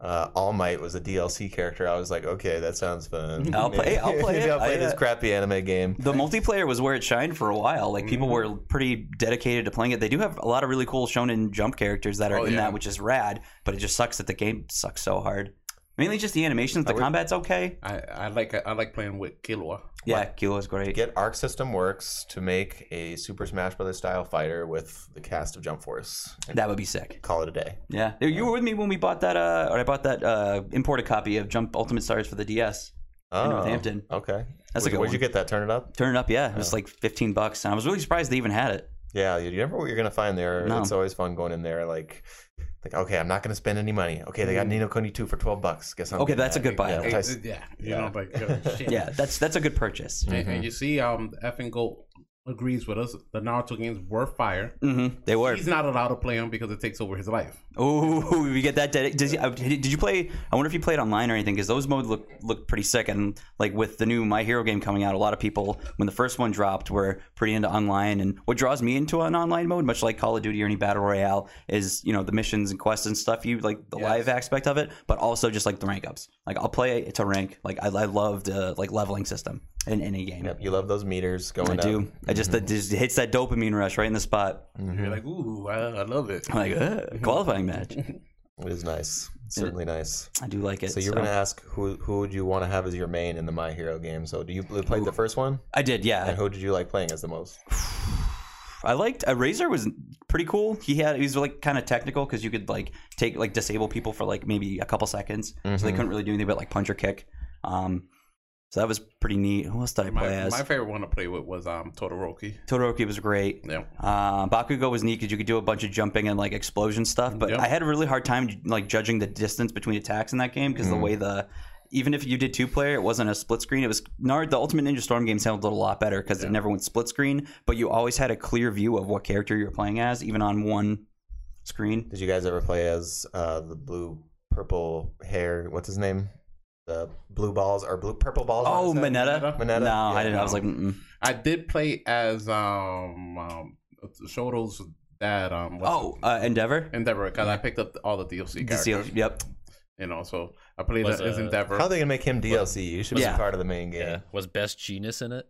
[SPEAKER 1] uh, All Might was a DLC character, I was like, okay, that sounds fun.
[SPEAKER 3] I'll play- I'll play
[SPEAKER 1] maybe
[SPEAKER 3] it.
[SPEAKER 1] I'll play
[SPEAKER 3] I,
[SPEAKER 1] this
[SPEAKER 3] uh,
[SPEAKER 1] crappy anime game.
[SPEAKER 3] The multiplayer was where it shined for a while. Like people were pretty dedicated to playing it. They do have a lot of really cool Shonen Jump characters that are
[SPEAKER 7] Oh,
[SPEAKER 3] in
[SPEAKER 7] yeah.
[SPEAKER 3] that, which is rad. But it just sucks that the game sucks so hard. Mainly just the animations. The combat's okay.
[SPEAKER 7] I, I like I like playing with Killua.
[SPEAKER 3] Yeah, Kilo's great.
[SPEAKER 1] Get Arc System Works to make a Super Smash Brothers style fighter with the cast of Jump Force and
[SPEAKER 3] That would be sick.
[SPEAKER 1] call it a day.
[SPEAKER 3] Yeah, you were with me when we bought that. Uh, or I bought that uh, imported copy of Jump Ultimate Stars for the DS.
[SPEAKER 1] Oh,
[SPEAKER 3] Northampton.
[SPEAKER 1] Okay.
[SPEAKER 3] That's a
[SPEAKER 1] Where'd-
[SPEAKER 3] good
[SPEAKER 1] Where'd
[SPEAKER 3] one.
[SPEAKER 1] you get that? Turn it up?
[SPEAKER 3] Turn it up, yeah. It was like fifteen bucks, and I was really surprised they even had it.
[SPEAKER 1] Yeah, you never know what you're gonna find there.
[SPEAKER 3] No.
[SPEAKER 1] It's always fun going in there like like okay, I'm not gonna spend any money. Okay, they got Nino Kuni 2 for 12 bucks. Guess I'm
[SPEAKER 3] Mm-hmm. Okay,
[SPEAKER 1] getting
[SPEAKER 3] that's a
[SPEAKER 1] that.
[SPEAKER 3] good buy.
[SPEAKER 1] Yeah.
[SPEAKER 3] Yeah,
[SPEAKER 7] Hey,
[SPEAKER 1] Tice-
[SPEAKER 7] yeah, you
[SPEAKER 1] yeah.
[SPEAKER 7] know, like oh, shit.
[SPEAKER 3] that's that's a good purchase.
[SPEAKER 7] And, and you see, um, the effing Goat agrees with us. The Naruto games were fire.
[SPEAKER 3] hmm They were.
[SPEAKER 7] He's not allowed to play them because it takes over his life.
[SPEAKER 3] Oh, we get that. Dedi- does he, uh, did you play? I wonder if you played online or anything, because those modes look look pretty sick. And like with the new My Hero game coming out, a lot of people when the first one dropped were pretty into online. And what draws me into an online mode, much like Call of Duty or any battle royale, is you know the missions and quests and stuff. You like the live aspect of it, but also just like the rank ups. Like I'll play it to rank. Like I, I love the like leveling system in any game.
[SPEAKER 1] Yep, you love those meters going Mm-hmm.
[SPEAKER 3] I
[SPEAKER 1] up.
[SPEAKER 3] do. I just that just hits that dopamine rush right in the spot.
[SPEAKER 7] You're like, ooh, I, I love it.
[SPEAKER 3] I'm Mm-hmm. like "Ugh, qualifying match.
[SPEAKER 1] It is nice. Certainly nice.
[SPEAKER 3] I do like it.
[SPEAKER 1] So you're gonna ask who who would you want to have as your main in the My Hero game? So do you play the first one?
[SPEAKER 3] I did, yeah.
[SPEAKER 1] And who did you like playing as the most?
[SPEAKER 3] I liked uh, Razor was pretty cool. He had he was like kind of technical because you could like take like disable people for like maybe a couple seconds, so they couldn't really do anything but like punch or kick. Um, so that was pretty neat. Who else did I play
[SPEAKER 7] My,
[SPEAKER 3] as?
[SPEAKER 7] my favorite one to play with was um Todoroki.
[SPEAKER 3] Todoroki was great.
[SPEAKER 7] Yeah.
[SPEAKER 3] Uh, Bakugo was neat because you could do a bunch of jumping and like explosion stuff, but
[SPEAKER 7] Yep.
[SPEAKER 3] I had a really hard time like judging the distance between attacks in that game because the way the even if you did two player, it wasn't a split screen. It was Nard. The Ultimate Ninja Storm games handled it a lot better because it never went split screen, but you always had a clear view of what character you were playing as, even on one screen.
[SPEAKER 1] Did you guys ever play as uh, the blue purple hair? What's his name? The blue balls or blue purple balls? on
[SPEAKER 3] Oh,
[SPEAKER 1] his head?
[SPEAKER 3] Mineta.
[SPEAKER 1] Mineta?
[SPEAKER 3] No, I
[SPEAKER 1] Yeah.
[SPEAKER 3] didn't. I was like, Mm-mm.
[SPEAKER 7] I did play as um, um Shoto's dad. Um, what's
[SPEAKER 3] oh, uh, Endeavor.
[SPEAKER 7] it? Endeavor, because I picked up all the DLC
[SPEAKER 3] The seal-
[SPEAKER 7] characters.
[SPEAKER 3] Yep.
[SPEAKER 7] You know, so I played
[SPEAKER 4] Was,
[SPEAKER 7] as
[SPEAKER 4] uh,
[SPEAKER 7] Endeavor.
[SPEAKER 1] How are they gonna make him DLC? You should
[SPEAKER 3] Yeah.
[SPEAKER 1] be part of the main game.
[SPEAKER 4] Was Best Genius in it?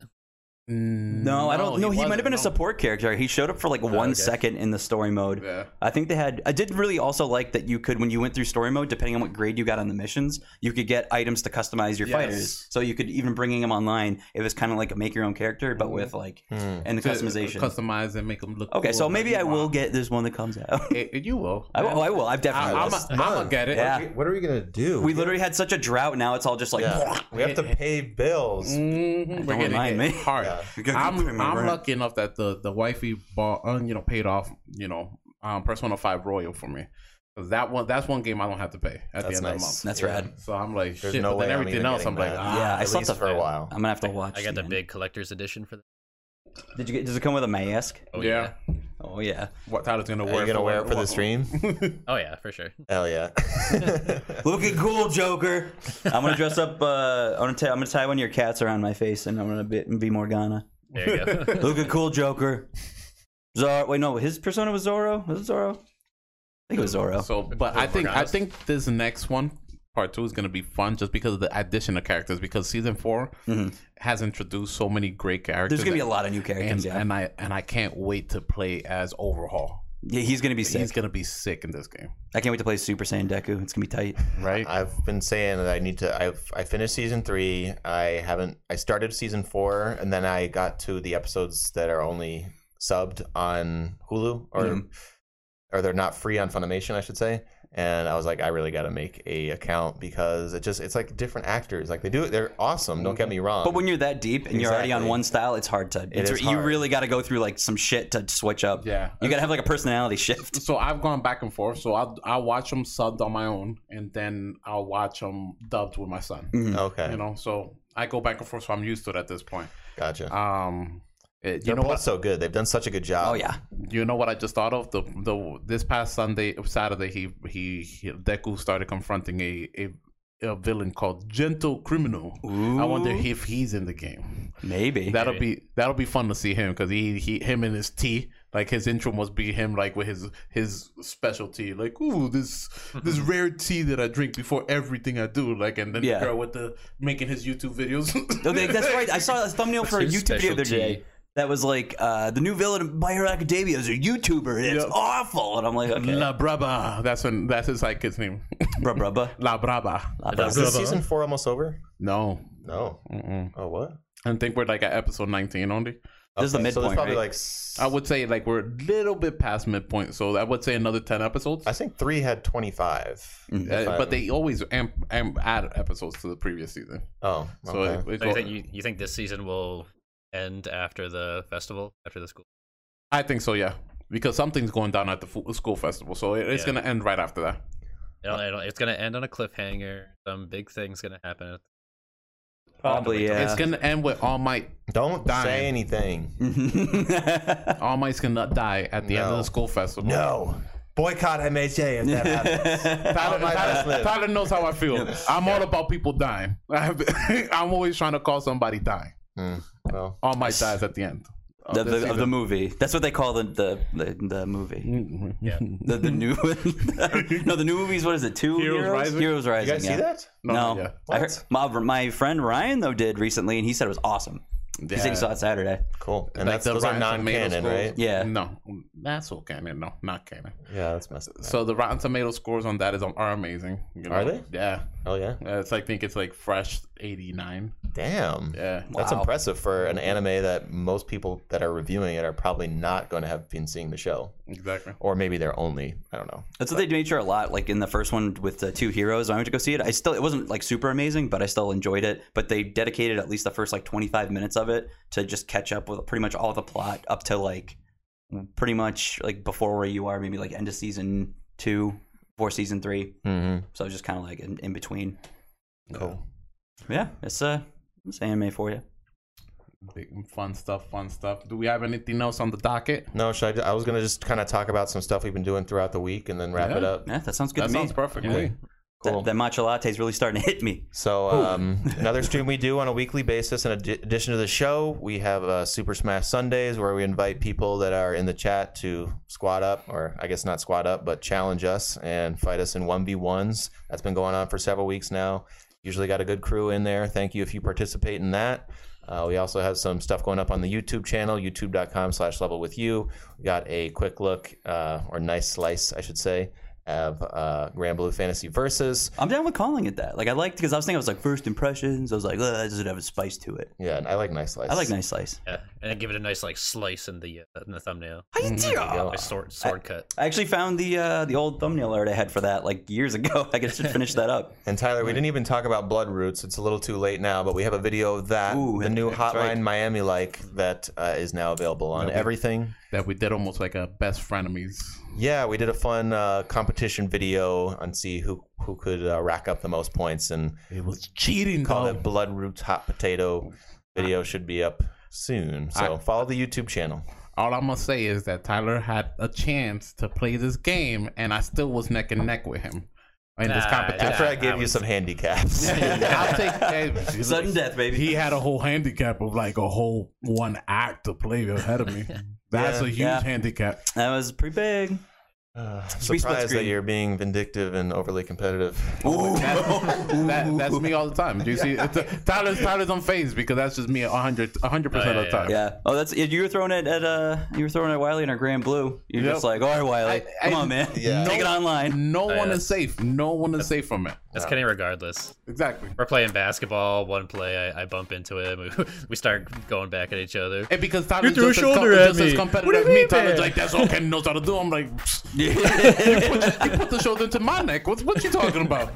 [SPEAKER 3] No, I don't. No, he, might
[SPEAKER 7] wasn't,
[SPEAKER 3] have been a
[SPEAKER 7] Mm, no.
[SPEAKER 3] support character. He showed up for like one second
[SPEAKER 4] okay.
[SPEAKER 3] in the story mode.
[SPEAKER 7] Yeah.
[SPEAKER 3] I think they had. I did really also like that you could, when you went through story mode, depending on what grade you got on the missions, you could get items to customize your
[SPEAKER 7] Yes.
[SPEAKER 3] fighters. So you could even bringing them online. It was kind of like a make your own character, but with like
[SPEAKER 1] Hmm.
[SPEAKER 3] and the
[SPEAKER 7] Mm-hmm. To uh,
[SPEAKER 3] customization.
[SPEAKER 7] Customize and make them look.
[SPEAKER 3] okay,
[SPEAKER 7] cool
[SPEAKER 3] so
[SPEAKER 7] and
[SPEAKER 3] maybe
[SPEAKER 7] like
[SPEAKER 3] I
[SPEAKER 7] you
[SPEAKER 3] will
[SPEAKER 7] want.
[SPEAKER 3] get this one that comes out.
[SPEAKER 7] It- it- you will.
[SPEAKER 3] I, will, I will. I've
[SPEAKER 7] I,
[SPEAKER 3] definitely.
[SPEAKER 7] I'm
[SPEAKER 3] will.
[SPEAKER 7] gonna get it.
[SPEAKER 3] Yeah.
[SPEAKER 1] What are we gonna do?
[SPEAKER 3] we literally had such a drought. Now it's all just like.
[SPEAKER 1] Yeah. we have to pay bills.
[SPEAKER 7] Mhm, We're
[SPEAKER 3] Don't
[SPEAKER 7] getting
[SPEAKER 3] remind
[SPEAKER 7] hit
[SPEAKER 3] me.
[SPEAKER 7] hard.
[SPEAKER 1] Yeah.
[SPEAKER 7] I'm, I'm lucky enough that the the wifey bought, uh, you know, paid off, you know, um, Persona Five Royal for me. 'Cause that one, that's one game I don't have to pay at the
[SPEAKER 1] That's
[SPEAKER 7] end of the
[SPEAKER 1] nice.
[SPEAKER 7] month.
[SPEAKER 3] That's
[SPEAKER 1] Yeah.
[SPEAKER 3] rad.
[SPEAKER 7] So I'm like,
[SPEAKER 1] There's
[SPEAKER 7] shit.
[SPEAKER 1] no
[SPEAKER 7] but
[SPEAKER 1] way
[SPEAKER 7] then
[SPEAKER 1] I'm
[SPEAKER 7] everything
[SPEAKER 1] even
[SPEAKER 7] else, I'm
[SPEAKER 1] getting
[SPEAKER 7] like,
[SPEAKER 1] that.
[SPEAKER 7] ah,
[SPEAKER 3] Yeah, I
[SPEAKER 1] At
[SPEAKER 3] slept
[SPEAKER 1] least
[SPEAKER 3] up
[SPEAKER 1] for a while.
[SPEAKER 3] I'm gonna have to watch.
[SPEAKER 4] I got the
[SPEAKER 3] man.
[SPEAKER 4] big collector's edition for that.
[SPEAKER 3] Did you get? Does it come with a mask?
[SPEAKER 4] Oh
[SPEAKER 7] yeah.
[SPEAKER 4] yeah.
[SPEAKER 3] Oh yeah.
[SPEAKER 7] What Tyler's gonna
[SPEAKER 1] Are
[SPEAKER 7] wear?
[SPEAKER 1] you gonna wear it for the stream?
[SPEAKER 4] Oh yeah, for sure.
[SPEAKER 1] Hell yeah.
[SPEAKER 3] Looking cool, Joker. I'm gonna dress up. Uh, I'm gonna tie. I'm gonna tie one of your cats around my face, and I'm gonna be, be Morgana.
[SPEAKER 4] There you go.
[SPEAKER 3] Looking cool, Joker. Zorro. Wait, no, his persona was Zorro. Was it Zorro? I think it was Zorro.
[SPEAKER 7] So, but I think I think this next one, part two, is gonna be fun just because of the addition of characters. Because season 4
[SPEAKER 1] Mm-hmm.
[SPEAKER 7] has introduced so many great characters.
[SPEAKER 3] There's gonna be a lot of new characters.
[SPEAKER 7] and,
[SPEAKER 3] yeah.
[SPEAKER 7] and I and I can't wait to play as Overhaul.
[SPEAKER 3] yeah, he's gonna be sick.
[SPEAKER 7] He's gonna be sick in this game,
[SPEAKER 3] I can't wait to play Super Saiyan Deku. It's gonna be tight.
[SPEAKER 7] right?
[SPEAKER 1] I've been saying that I need to. I've I finished season three. I haven't. I started season four, and then I got to the episodes that are only subbed on Hulu, or
[SPEAKER 3] Mm-hmm.
[SPEAKER 1] or they're not free on Funimation, I should say. And I was like, I really got to make a account because it just it's like different actors. Like they do it. They're awesome. Don't get me wrong.
[SPEAKER 3] But when you're that deep and you're already on
[SPEAKER 1] Exactly.
[SPEAKER 3] one style, it's hard to. it's,
[SPEAKER 1] is
[SPEAKER 3] You
[SPEAKER 1] hard.
[SPEAKER 3] really got to go through like some shit to switch up.
[SPEAKER 7] Yeah.
[SPEAKER 3] You gotta have like a personality shift.
[SPEAKER 7] so I've gone back and forth. So I'll I'll watch them subbed on my own, and then I'll watch them dubbed with my son.
[SPEAKER 1] okay,
[SPEAKER 7] You know, so I go back and forth. So I'm used to it at this point.
[SPEAKER 3] uh,
[SPEAKER 1] gotcha.
[SPEAKER 7] Um, it-
[SPEAKER 1] you
[SPEAKER 7] you know what?
[SPEAKER 1] so good. They've done such a good job.
[SPEAKER 3] Oh yeah.
[SPEAKER 7] You know what I just thought of the the this past Sunday Saturday he he, he Deku started confronting a, a a villain called Gentle Criminal. I wonder if he's in the game.
[SPEAKER 3] Maybe.
[SPEAKER 7] That'll be that'll be fun to see him because he he him and his tea like his intro must be him like with his his specialty like ooh this this rare tea that I drink before everything I do like and then
[SPEAKER 3] Yeah.
[SPEAKER 7] the girl with the making his YouTube videos.
[SPEAKER 3] No, they- that's right. I saw a thumbnail for a
[SPEAKER 4] That's your
[SPEAKER 3] YouTube video the other
[SPEAKER 4] specialty.
[SPEAKER 3] day that was like uh, the new villain of My Hero Academia is a YouTuber. And It's
[SPEAKER 7] Yep.
[SPEAKER 3] awful, and I'm like, okay,
[SPEAKER 7] La Braba. That's when that's his like his name.
[SPEAKER 3] bruh, bruh, bruh.
[SPEAKER 7] La Braba.
[SPEAKER 1] Is this season four almost over?
[SPEAKER 7] No.
[SPEAKER 1] No.
[SPEAKER 7] Mm-mm.
[SPEAKER 1] Oh what?
[SPEAKER 7] I think we're like at episode 19 only.
[SPEAKER 3] This is the
[SPEAKER 1] So there's
[SPEAKER 3] midpoint,
[SPEAKER 1] probably
[SPEAKER 3] right? Uh,
[SPEAKER 1] like s-
[SPEAKER 7] I would say like we're a little bit past midpoint, so I would say another 10 episodes.
[SPEAKER 1] I think three had 25.
[SPEAKER 7] Uh, but they always amp, amp, add episodes to the previous season.
[SPEAKER 1] Oh,
[SPEAKER 7] So
[SPEAKER 1] okay.
[SPEAKER 7] it, it
[SPEAKER 4] So you
[SPEAKER 7] go-
[SPEAKER 4] think you, you think this season will end after the festival, after the school?
[SPEAKER 7] I think so, yeah. Because something's going down at the fu- school festival, so it, it's
[SPEAKER 4] Yeah.
[SPEAKER 7] gonna end right after that.
[SPEAKER 4] It'll- it'll- it's gonna end on a cliffhanger. Some big thing's gonna happen.
[SPEAKER 3] Probably,
[SPEAKER 7] It's
[SPEAKER 3] yeah.
[SPEAKER 7] gonna end with All Might.
[SPEAKER 1] Don't
[SPEAKER 7] Dying. Mm-hmm.
[SPEAKER 1] say anything.
[SPEAKER 7] All Might's gonna die at the end
[SPEAKER 1] No.
[SPEAKER 7] of the school festival.
[SPEAKER 1] No. Boycott MHA if that happens.
[SPEAKER 7] Tyler,
[SPEAKER 1] All Might has
[SPEAKER 7] Tyler,
[SPEAKER 1] lived.
[SPEAKER 7] Tyler knows how I feel. I'm all about people dying. I have, I'm always trying to call somebody dying.
[SPEAKER 1] Mm, well,
[SPEAKER 7] All Might dies at the end. Of
[SPEAKER 3] The,
[SPEAKER 7] this
[SPEAKER 3] the, of the
[SPEAKER 7] season.
[SPEAKER 3] movie. That's what they call the the, the, the movie. The, the new no, the new movie's what is it? Two
[SPEAKER 7] Heroes
[SPEAKER 3] Heroes,
[SPEAKER 7] Rising?
[SPEAKER 3] Heroes
[SPEAKER 1] you
[SPEAKER 3] Rising.
[SPEAKER 1] guys
[SPEAKER 3] yeah.
[SPEAKER 1] see that?
[SPEAKER 3] No,
[SPEAKER 7] yeah.
[SPEAKER 3] I heard, my my friend Ryan though did recently, and he said it was awesome. He said
[SPEAKER 7] Yeah.
[SPEAKER 3] he saw it Saturday.
[SPEAKER 1] Cool. And
[SPEAKER 7] Like
[SPEAKER 1] that's
[SPEAKER 7] the
[SPEAKER 1] those are
[SPEAKER 7] Rotten Tomatoes
[SPEAKER 1] non-canon,
[SPEAKER 7] scores.
[SPEAKER 1] right?
[SPEAKER 3] Yeah.
[SPEAKER 7] No, that's all canon. No, not canon.
[SPEAKER 1] Yeah, that's messed up.
[SPEAKER 7] So the Rotten Tomato scores on that is are amazing. you know?
[SPEAKER 1] Are they?
[SPEAKER 7] Yeah,
[SPEAKER 1] Oh yeah.
[SPEAKER 7] Uh, it's like, I think it's like fresh eighty nine.
[SPEAKER 1] Damn.
[SPEAKER 7] Yeah,
[SPEAKER 1] That's
[SPEAKER 3] Wow.
[SPEAKER 1] impressive for an anime that most people that are reviewing it are probably not going to have been seeing the show,
[SPEAKER 7] exactly.
[SPEAKER 1] or maybe they're only. I don't know.
[SPEAKER 3] That's what they made sure a lot. Like in the first one with the two heroes, when I went to go see it. I still it wasn't like super amazing, but I still enjoyed it. But they dedicated at least the first like 25 minutes of it to just catch up with pretty much all the plot up to like pretty much like before where you are, maybe like end of season two, before season three.
[SPEAKER 1] Mm-hmm.
[SPEAKER 3] So it's just kind of like in, in between.
[SPEAKER 1] Cool.
[SPEAKER 3] Yeah, it's uh, it's anime for you.
[SPEAKER 7] Big, fun stuff. Fun stuff. Do we have anything else on the docket?
[SPEAKER 1] No, should I? I was going to just kind of talk about some stuff we've been doing throughout the week and then wrap it
[SPEAKER 7] Yeah.
[SPEAKER 1] up.
[SPEAKER 3] Yeah, that sounds good
[SPEAKER 7] that
[SPEAKER 3] to
[SPEAKER 7] sounds
[SPEAKER 3] me.
[SPEAKER 7] perfect.
[SPEAKER 1] Yeah.
[SPEAKER 7] Lee.
[SPEAKER 1] Cool.
[SPEAKER 3] That, that matcha latte is really starting to hit me.
[SPEAKER 1] So um, another stream we do on a weekly basis. In addi- addition to the show, we have uh, Super Smash Sundays where we invite people that are in the chat to squad up, or I guess not squad up, but challenge us and fight us in one v ones. That's been going on for several weeks now. Usually got a good crew in there. Thank you if you participate in that. Uh, we also have some stuff going up on the YouTube channel, youtube.com slash level with you. We got a quick look, uh, or nice slice, I should say, of uh, Grand Blue Fantasy Versus.
[SPEAKER 3] I'm down with calling it that. Like I liked because I was thinking I was like first impressions. I was like, "Ugh, does it have a spice to it?
[SPEAKER 1] Yeah, and I like nice slice.
[SPEAKER 3] I like nice slice.
[SPEAKER 4] Yeah, and then give it a nice like slice in the uh, in the thumbnail.
[SPEAKER 1] go.
[SPEAKER 4] A sword sword cut.
[SPEAKER 3] Mm-hmm. I actually found the uh, the old thumbnail art I had for that like years ago. I guess I should finish that up.
[SPEAKER 1] And Tyler, we didn't even talk about Blood Roots. It's a little too late now, but we have a video of that,
[SPEAKER 3] Ooh,
[SPEAKER 1] the new Hotline
[SPEAKER 3] that's right.
[SPEAKER 1] Miami like that uh, is now available on
[SPEAKER 7] Yeah, we-
[SPEAKER 1] everything.
[SPEAKER 7] That we did almost like a best frenemies.
[SPEAKER 1] Yeah, we did a fun uh, competition video on see who who could uh, rack up the most points and
[SPEAKER 7] It was cheating.
[SPEAKER 1] call
[SPEAKER 7] though.
[SPEAKER 1] it Blood Roots Hot Potato.
[SPEAKER 3] Ah.
[SPEAKER 1] Video should be up soon. So follow the YouTube channel.
[SPEAKER 7] All I'm gonna say is that Tyler had a chance to play this game, and I still was neck and neck with him in this
[SPEAKER 4] Nah,
[SPEAKER 7] competition.
[SPEAKER 1] After I gave
[SPEAKER 4] I
[SPEAKER 1] you
[SPEAKER 4] was-
[SPEAKER 1] some handicaps.
[SPEAKER 7] I'll take hey,
[SPEAKER 3] Sudden death, baby.
[SPEAKER 7] He had a whole handicap of like a whole one act to play ahead of me. That's a huge
[SPEAKER 3] Yeah.
[SPEAKER 7] handicap.
[SPEAKER 3] That was pretty big.
[SPEAKER 1] Uh,
[SPEAKER 3] we split
[SPEAKER 1] surprised that
[SPEAKER 3] screen?
[SPEAKER 1] you're being vindictive and overly competitive.
[SPEAKER 7] That, that's me all the time. Do you see? It's a, Tyler's Tyler's on phase because that's just me 100 100 percent of the
[SPEAKER 4] Oh, yeah,
[SPEAKER 7] time.
[SPEAKER 3] Yeah. Oh, that's you were throwing it at uh you were throwing it at Wiley in our Grand Blue. You're
[SPEAKER 7] Yep.
[SPEAKER 3] just like, all right, Wiley,
[SPEAKER 7] I- I-
[SPEAKER 3] come on, man,
[SPEAKER 1] Yeah.
[SPEAKER 3] take it online.
[SPEAKER 7] No
[SPEAKER 4] Oh,
[SPEAKER 7] one
[SPEAKER 4] yeah.
[SPEAKER 7] is safe. No one is safe from it.
[SPEAKER 4] That's Kenny regardless.
[SPEAKER 7] Exactly.
[SPEAKER 4] We're playing basketball. One play, I, I bump into him. We, we start going back at each other.
[SPEAKER 7] And because Tyler's
[SPEAKER 4] threw a
[SPEAKER 7] just, as, com-
[SPEAKER 4] shoulder at
[SPEAKER 7] just as
[SPEAKER 4] me.
[SPEAKER 7] competitive
[SPEAKER 4] What do you
[SPEAKER 7] as me,
[SPEAKER 4] mean,
[SPEAKER 7] Tyler's
[SPEAKER 4] man?
[SPEAKER 7] like, that's all Ken knows how to do. I'm like, you put the shoulder into my neck. What, what you talking about?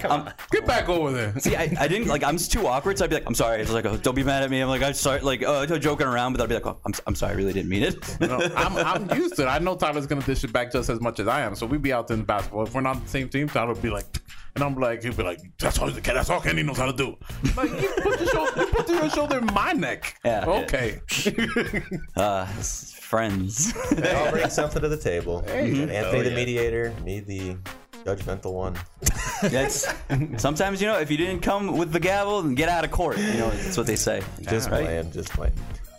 [SPEAKER 7] Get back over there.
[SPEAKER 3] See, I, I didn't like. I'm just too awkward, so I'd be like, "I'm sorry." It's like, oh, "Don't be mad at me." I'm like, "I'm sorry," like, "Oh, joking around," but I'd be like, oh, I'm, "I'm sorry, I really didn't mean it."
[SPEAKER 7] No, I'm, I'm used to it. I know Tyler's gonna dish it back just as much as I am. So we be out there in basketball. If we're not on the same team, Tyler will be like, and I'm like, he'll be like, that's all, that's all Kenny knows how to do. Like you put the shoulder, you put your shoulder in my neck.
[SPEAKER 3] Yeah.
[SPEAKER 7] Okay.
[SPEAKER 3] uh, s- friends.
[SPEAKER 1] They all bring something to the table. Got Anthony
[SPEAKER 4] Oh,
[SPEAKER 1] the
[SPEAKER 4] yeah.
[SPEAKER 1] mediator, me the judgmental one.
[SPEAKER 3] That's sometimes you know if you didn't come with the gavel, then get out of court. You know that's what they say.
[SPEAKER 1] Just
[SPEAKER 3] right.
[SPEAKER 1] playing, just playing.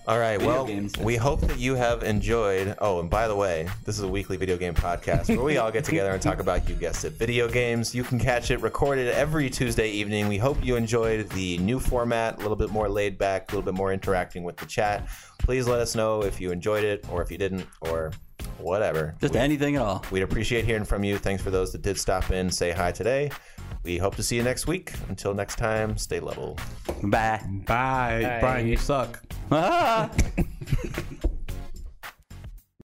[SPEAKER 1] All right,
[SPEAKER 3] Video
[SPEAKER 1] well,
[SPEAKER 3] games.
[SPEAKER 1] we hope that you have enjoyed. Oh, and by the way, this is a weekly video game podcast where we all get together and talk about, you guessed it, video games. You can catch it recorded every Tuesday evening. We hope you enjoyed the new format, a little bit more laid back, a little bit more interacting with the chat. Please let us know if you enjoyed it or if you didn't or whatever.
[SPEAKER 3] Just anything at all.
[SPEAKER 1] We'd appreciate hearing from you. Thanks for those that did stop in, say hi today. We hope to see you next week. Until next time, stay level.
[SPEAKER 3] Bye.
[SPEAKER 7] Bye, Brian. You suck.
[SPEAKER 3] Ah.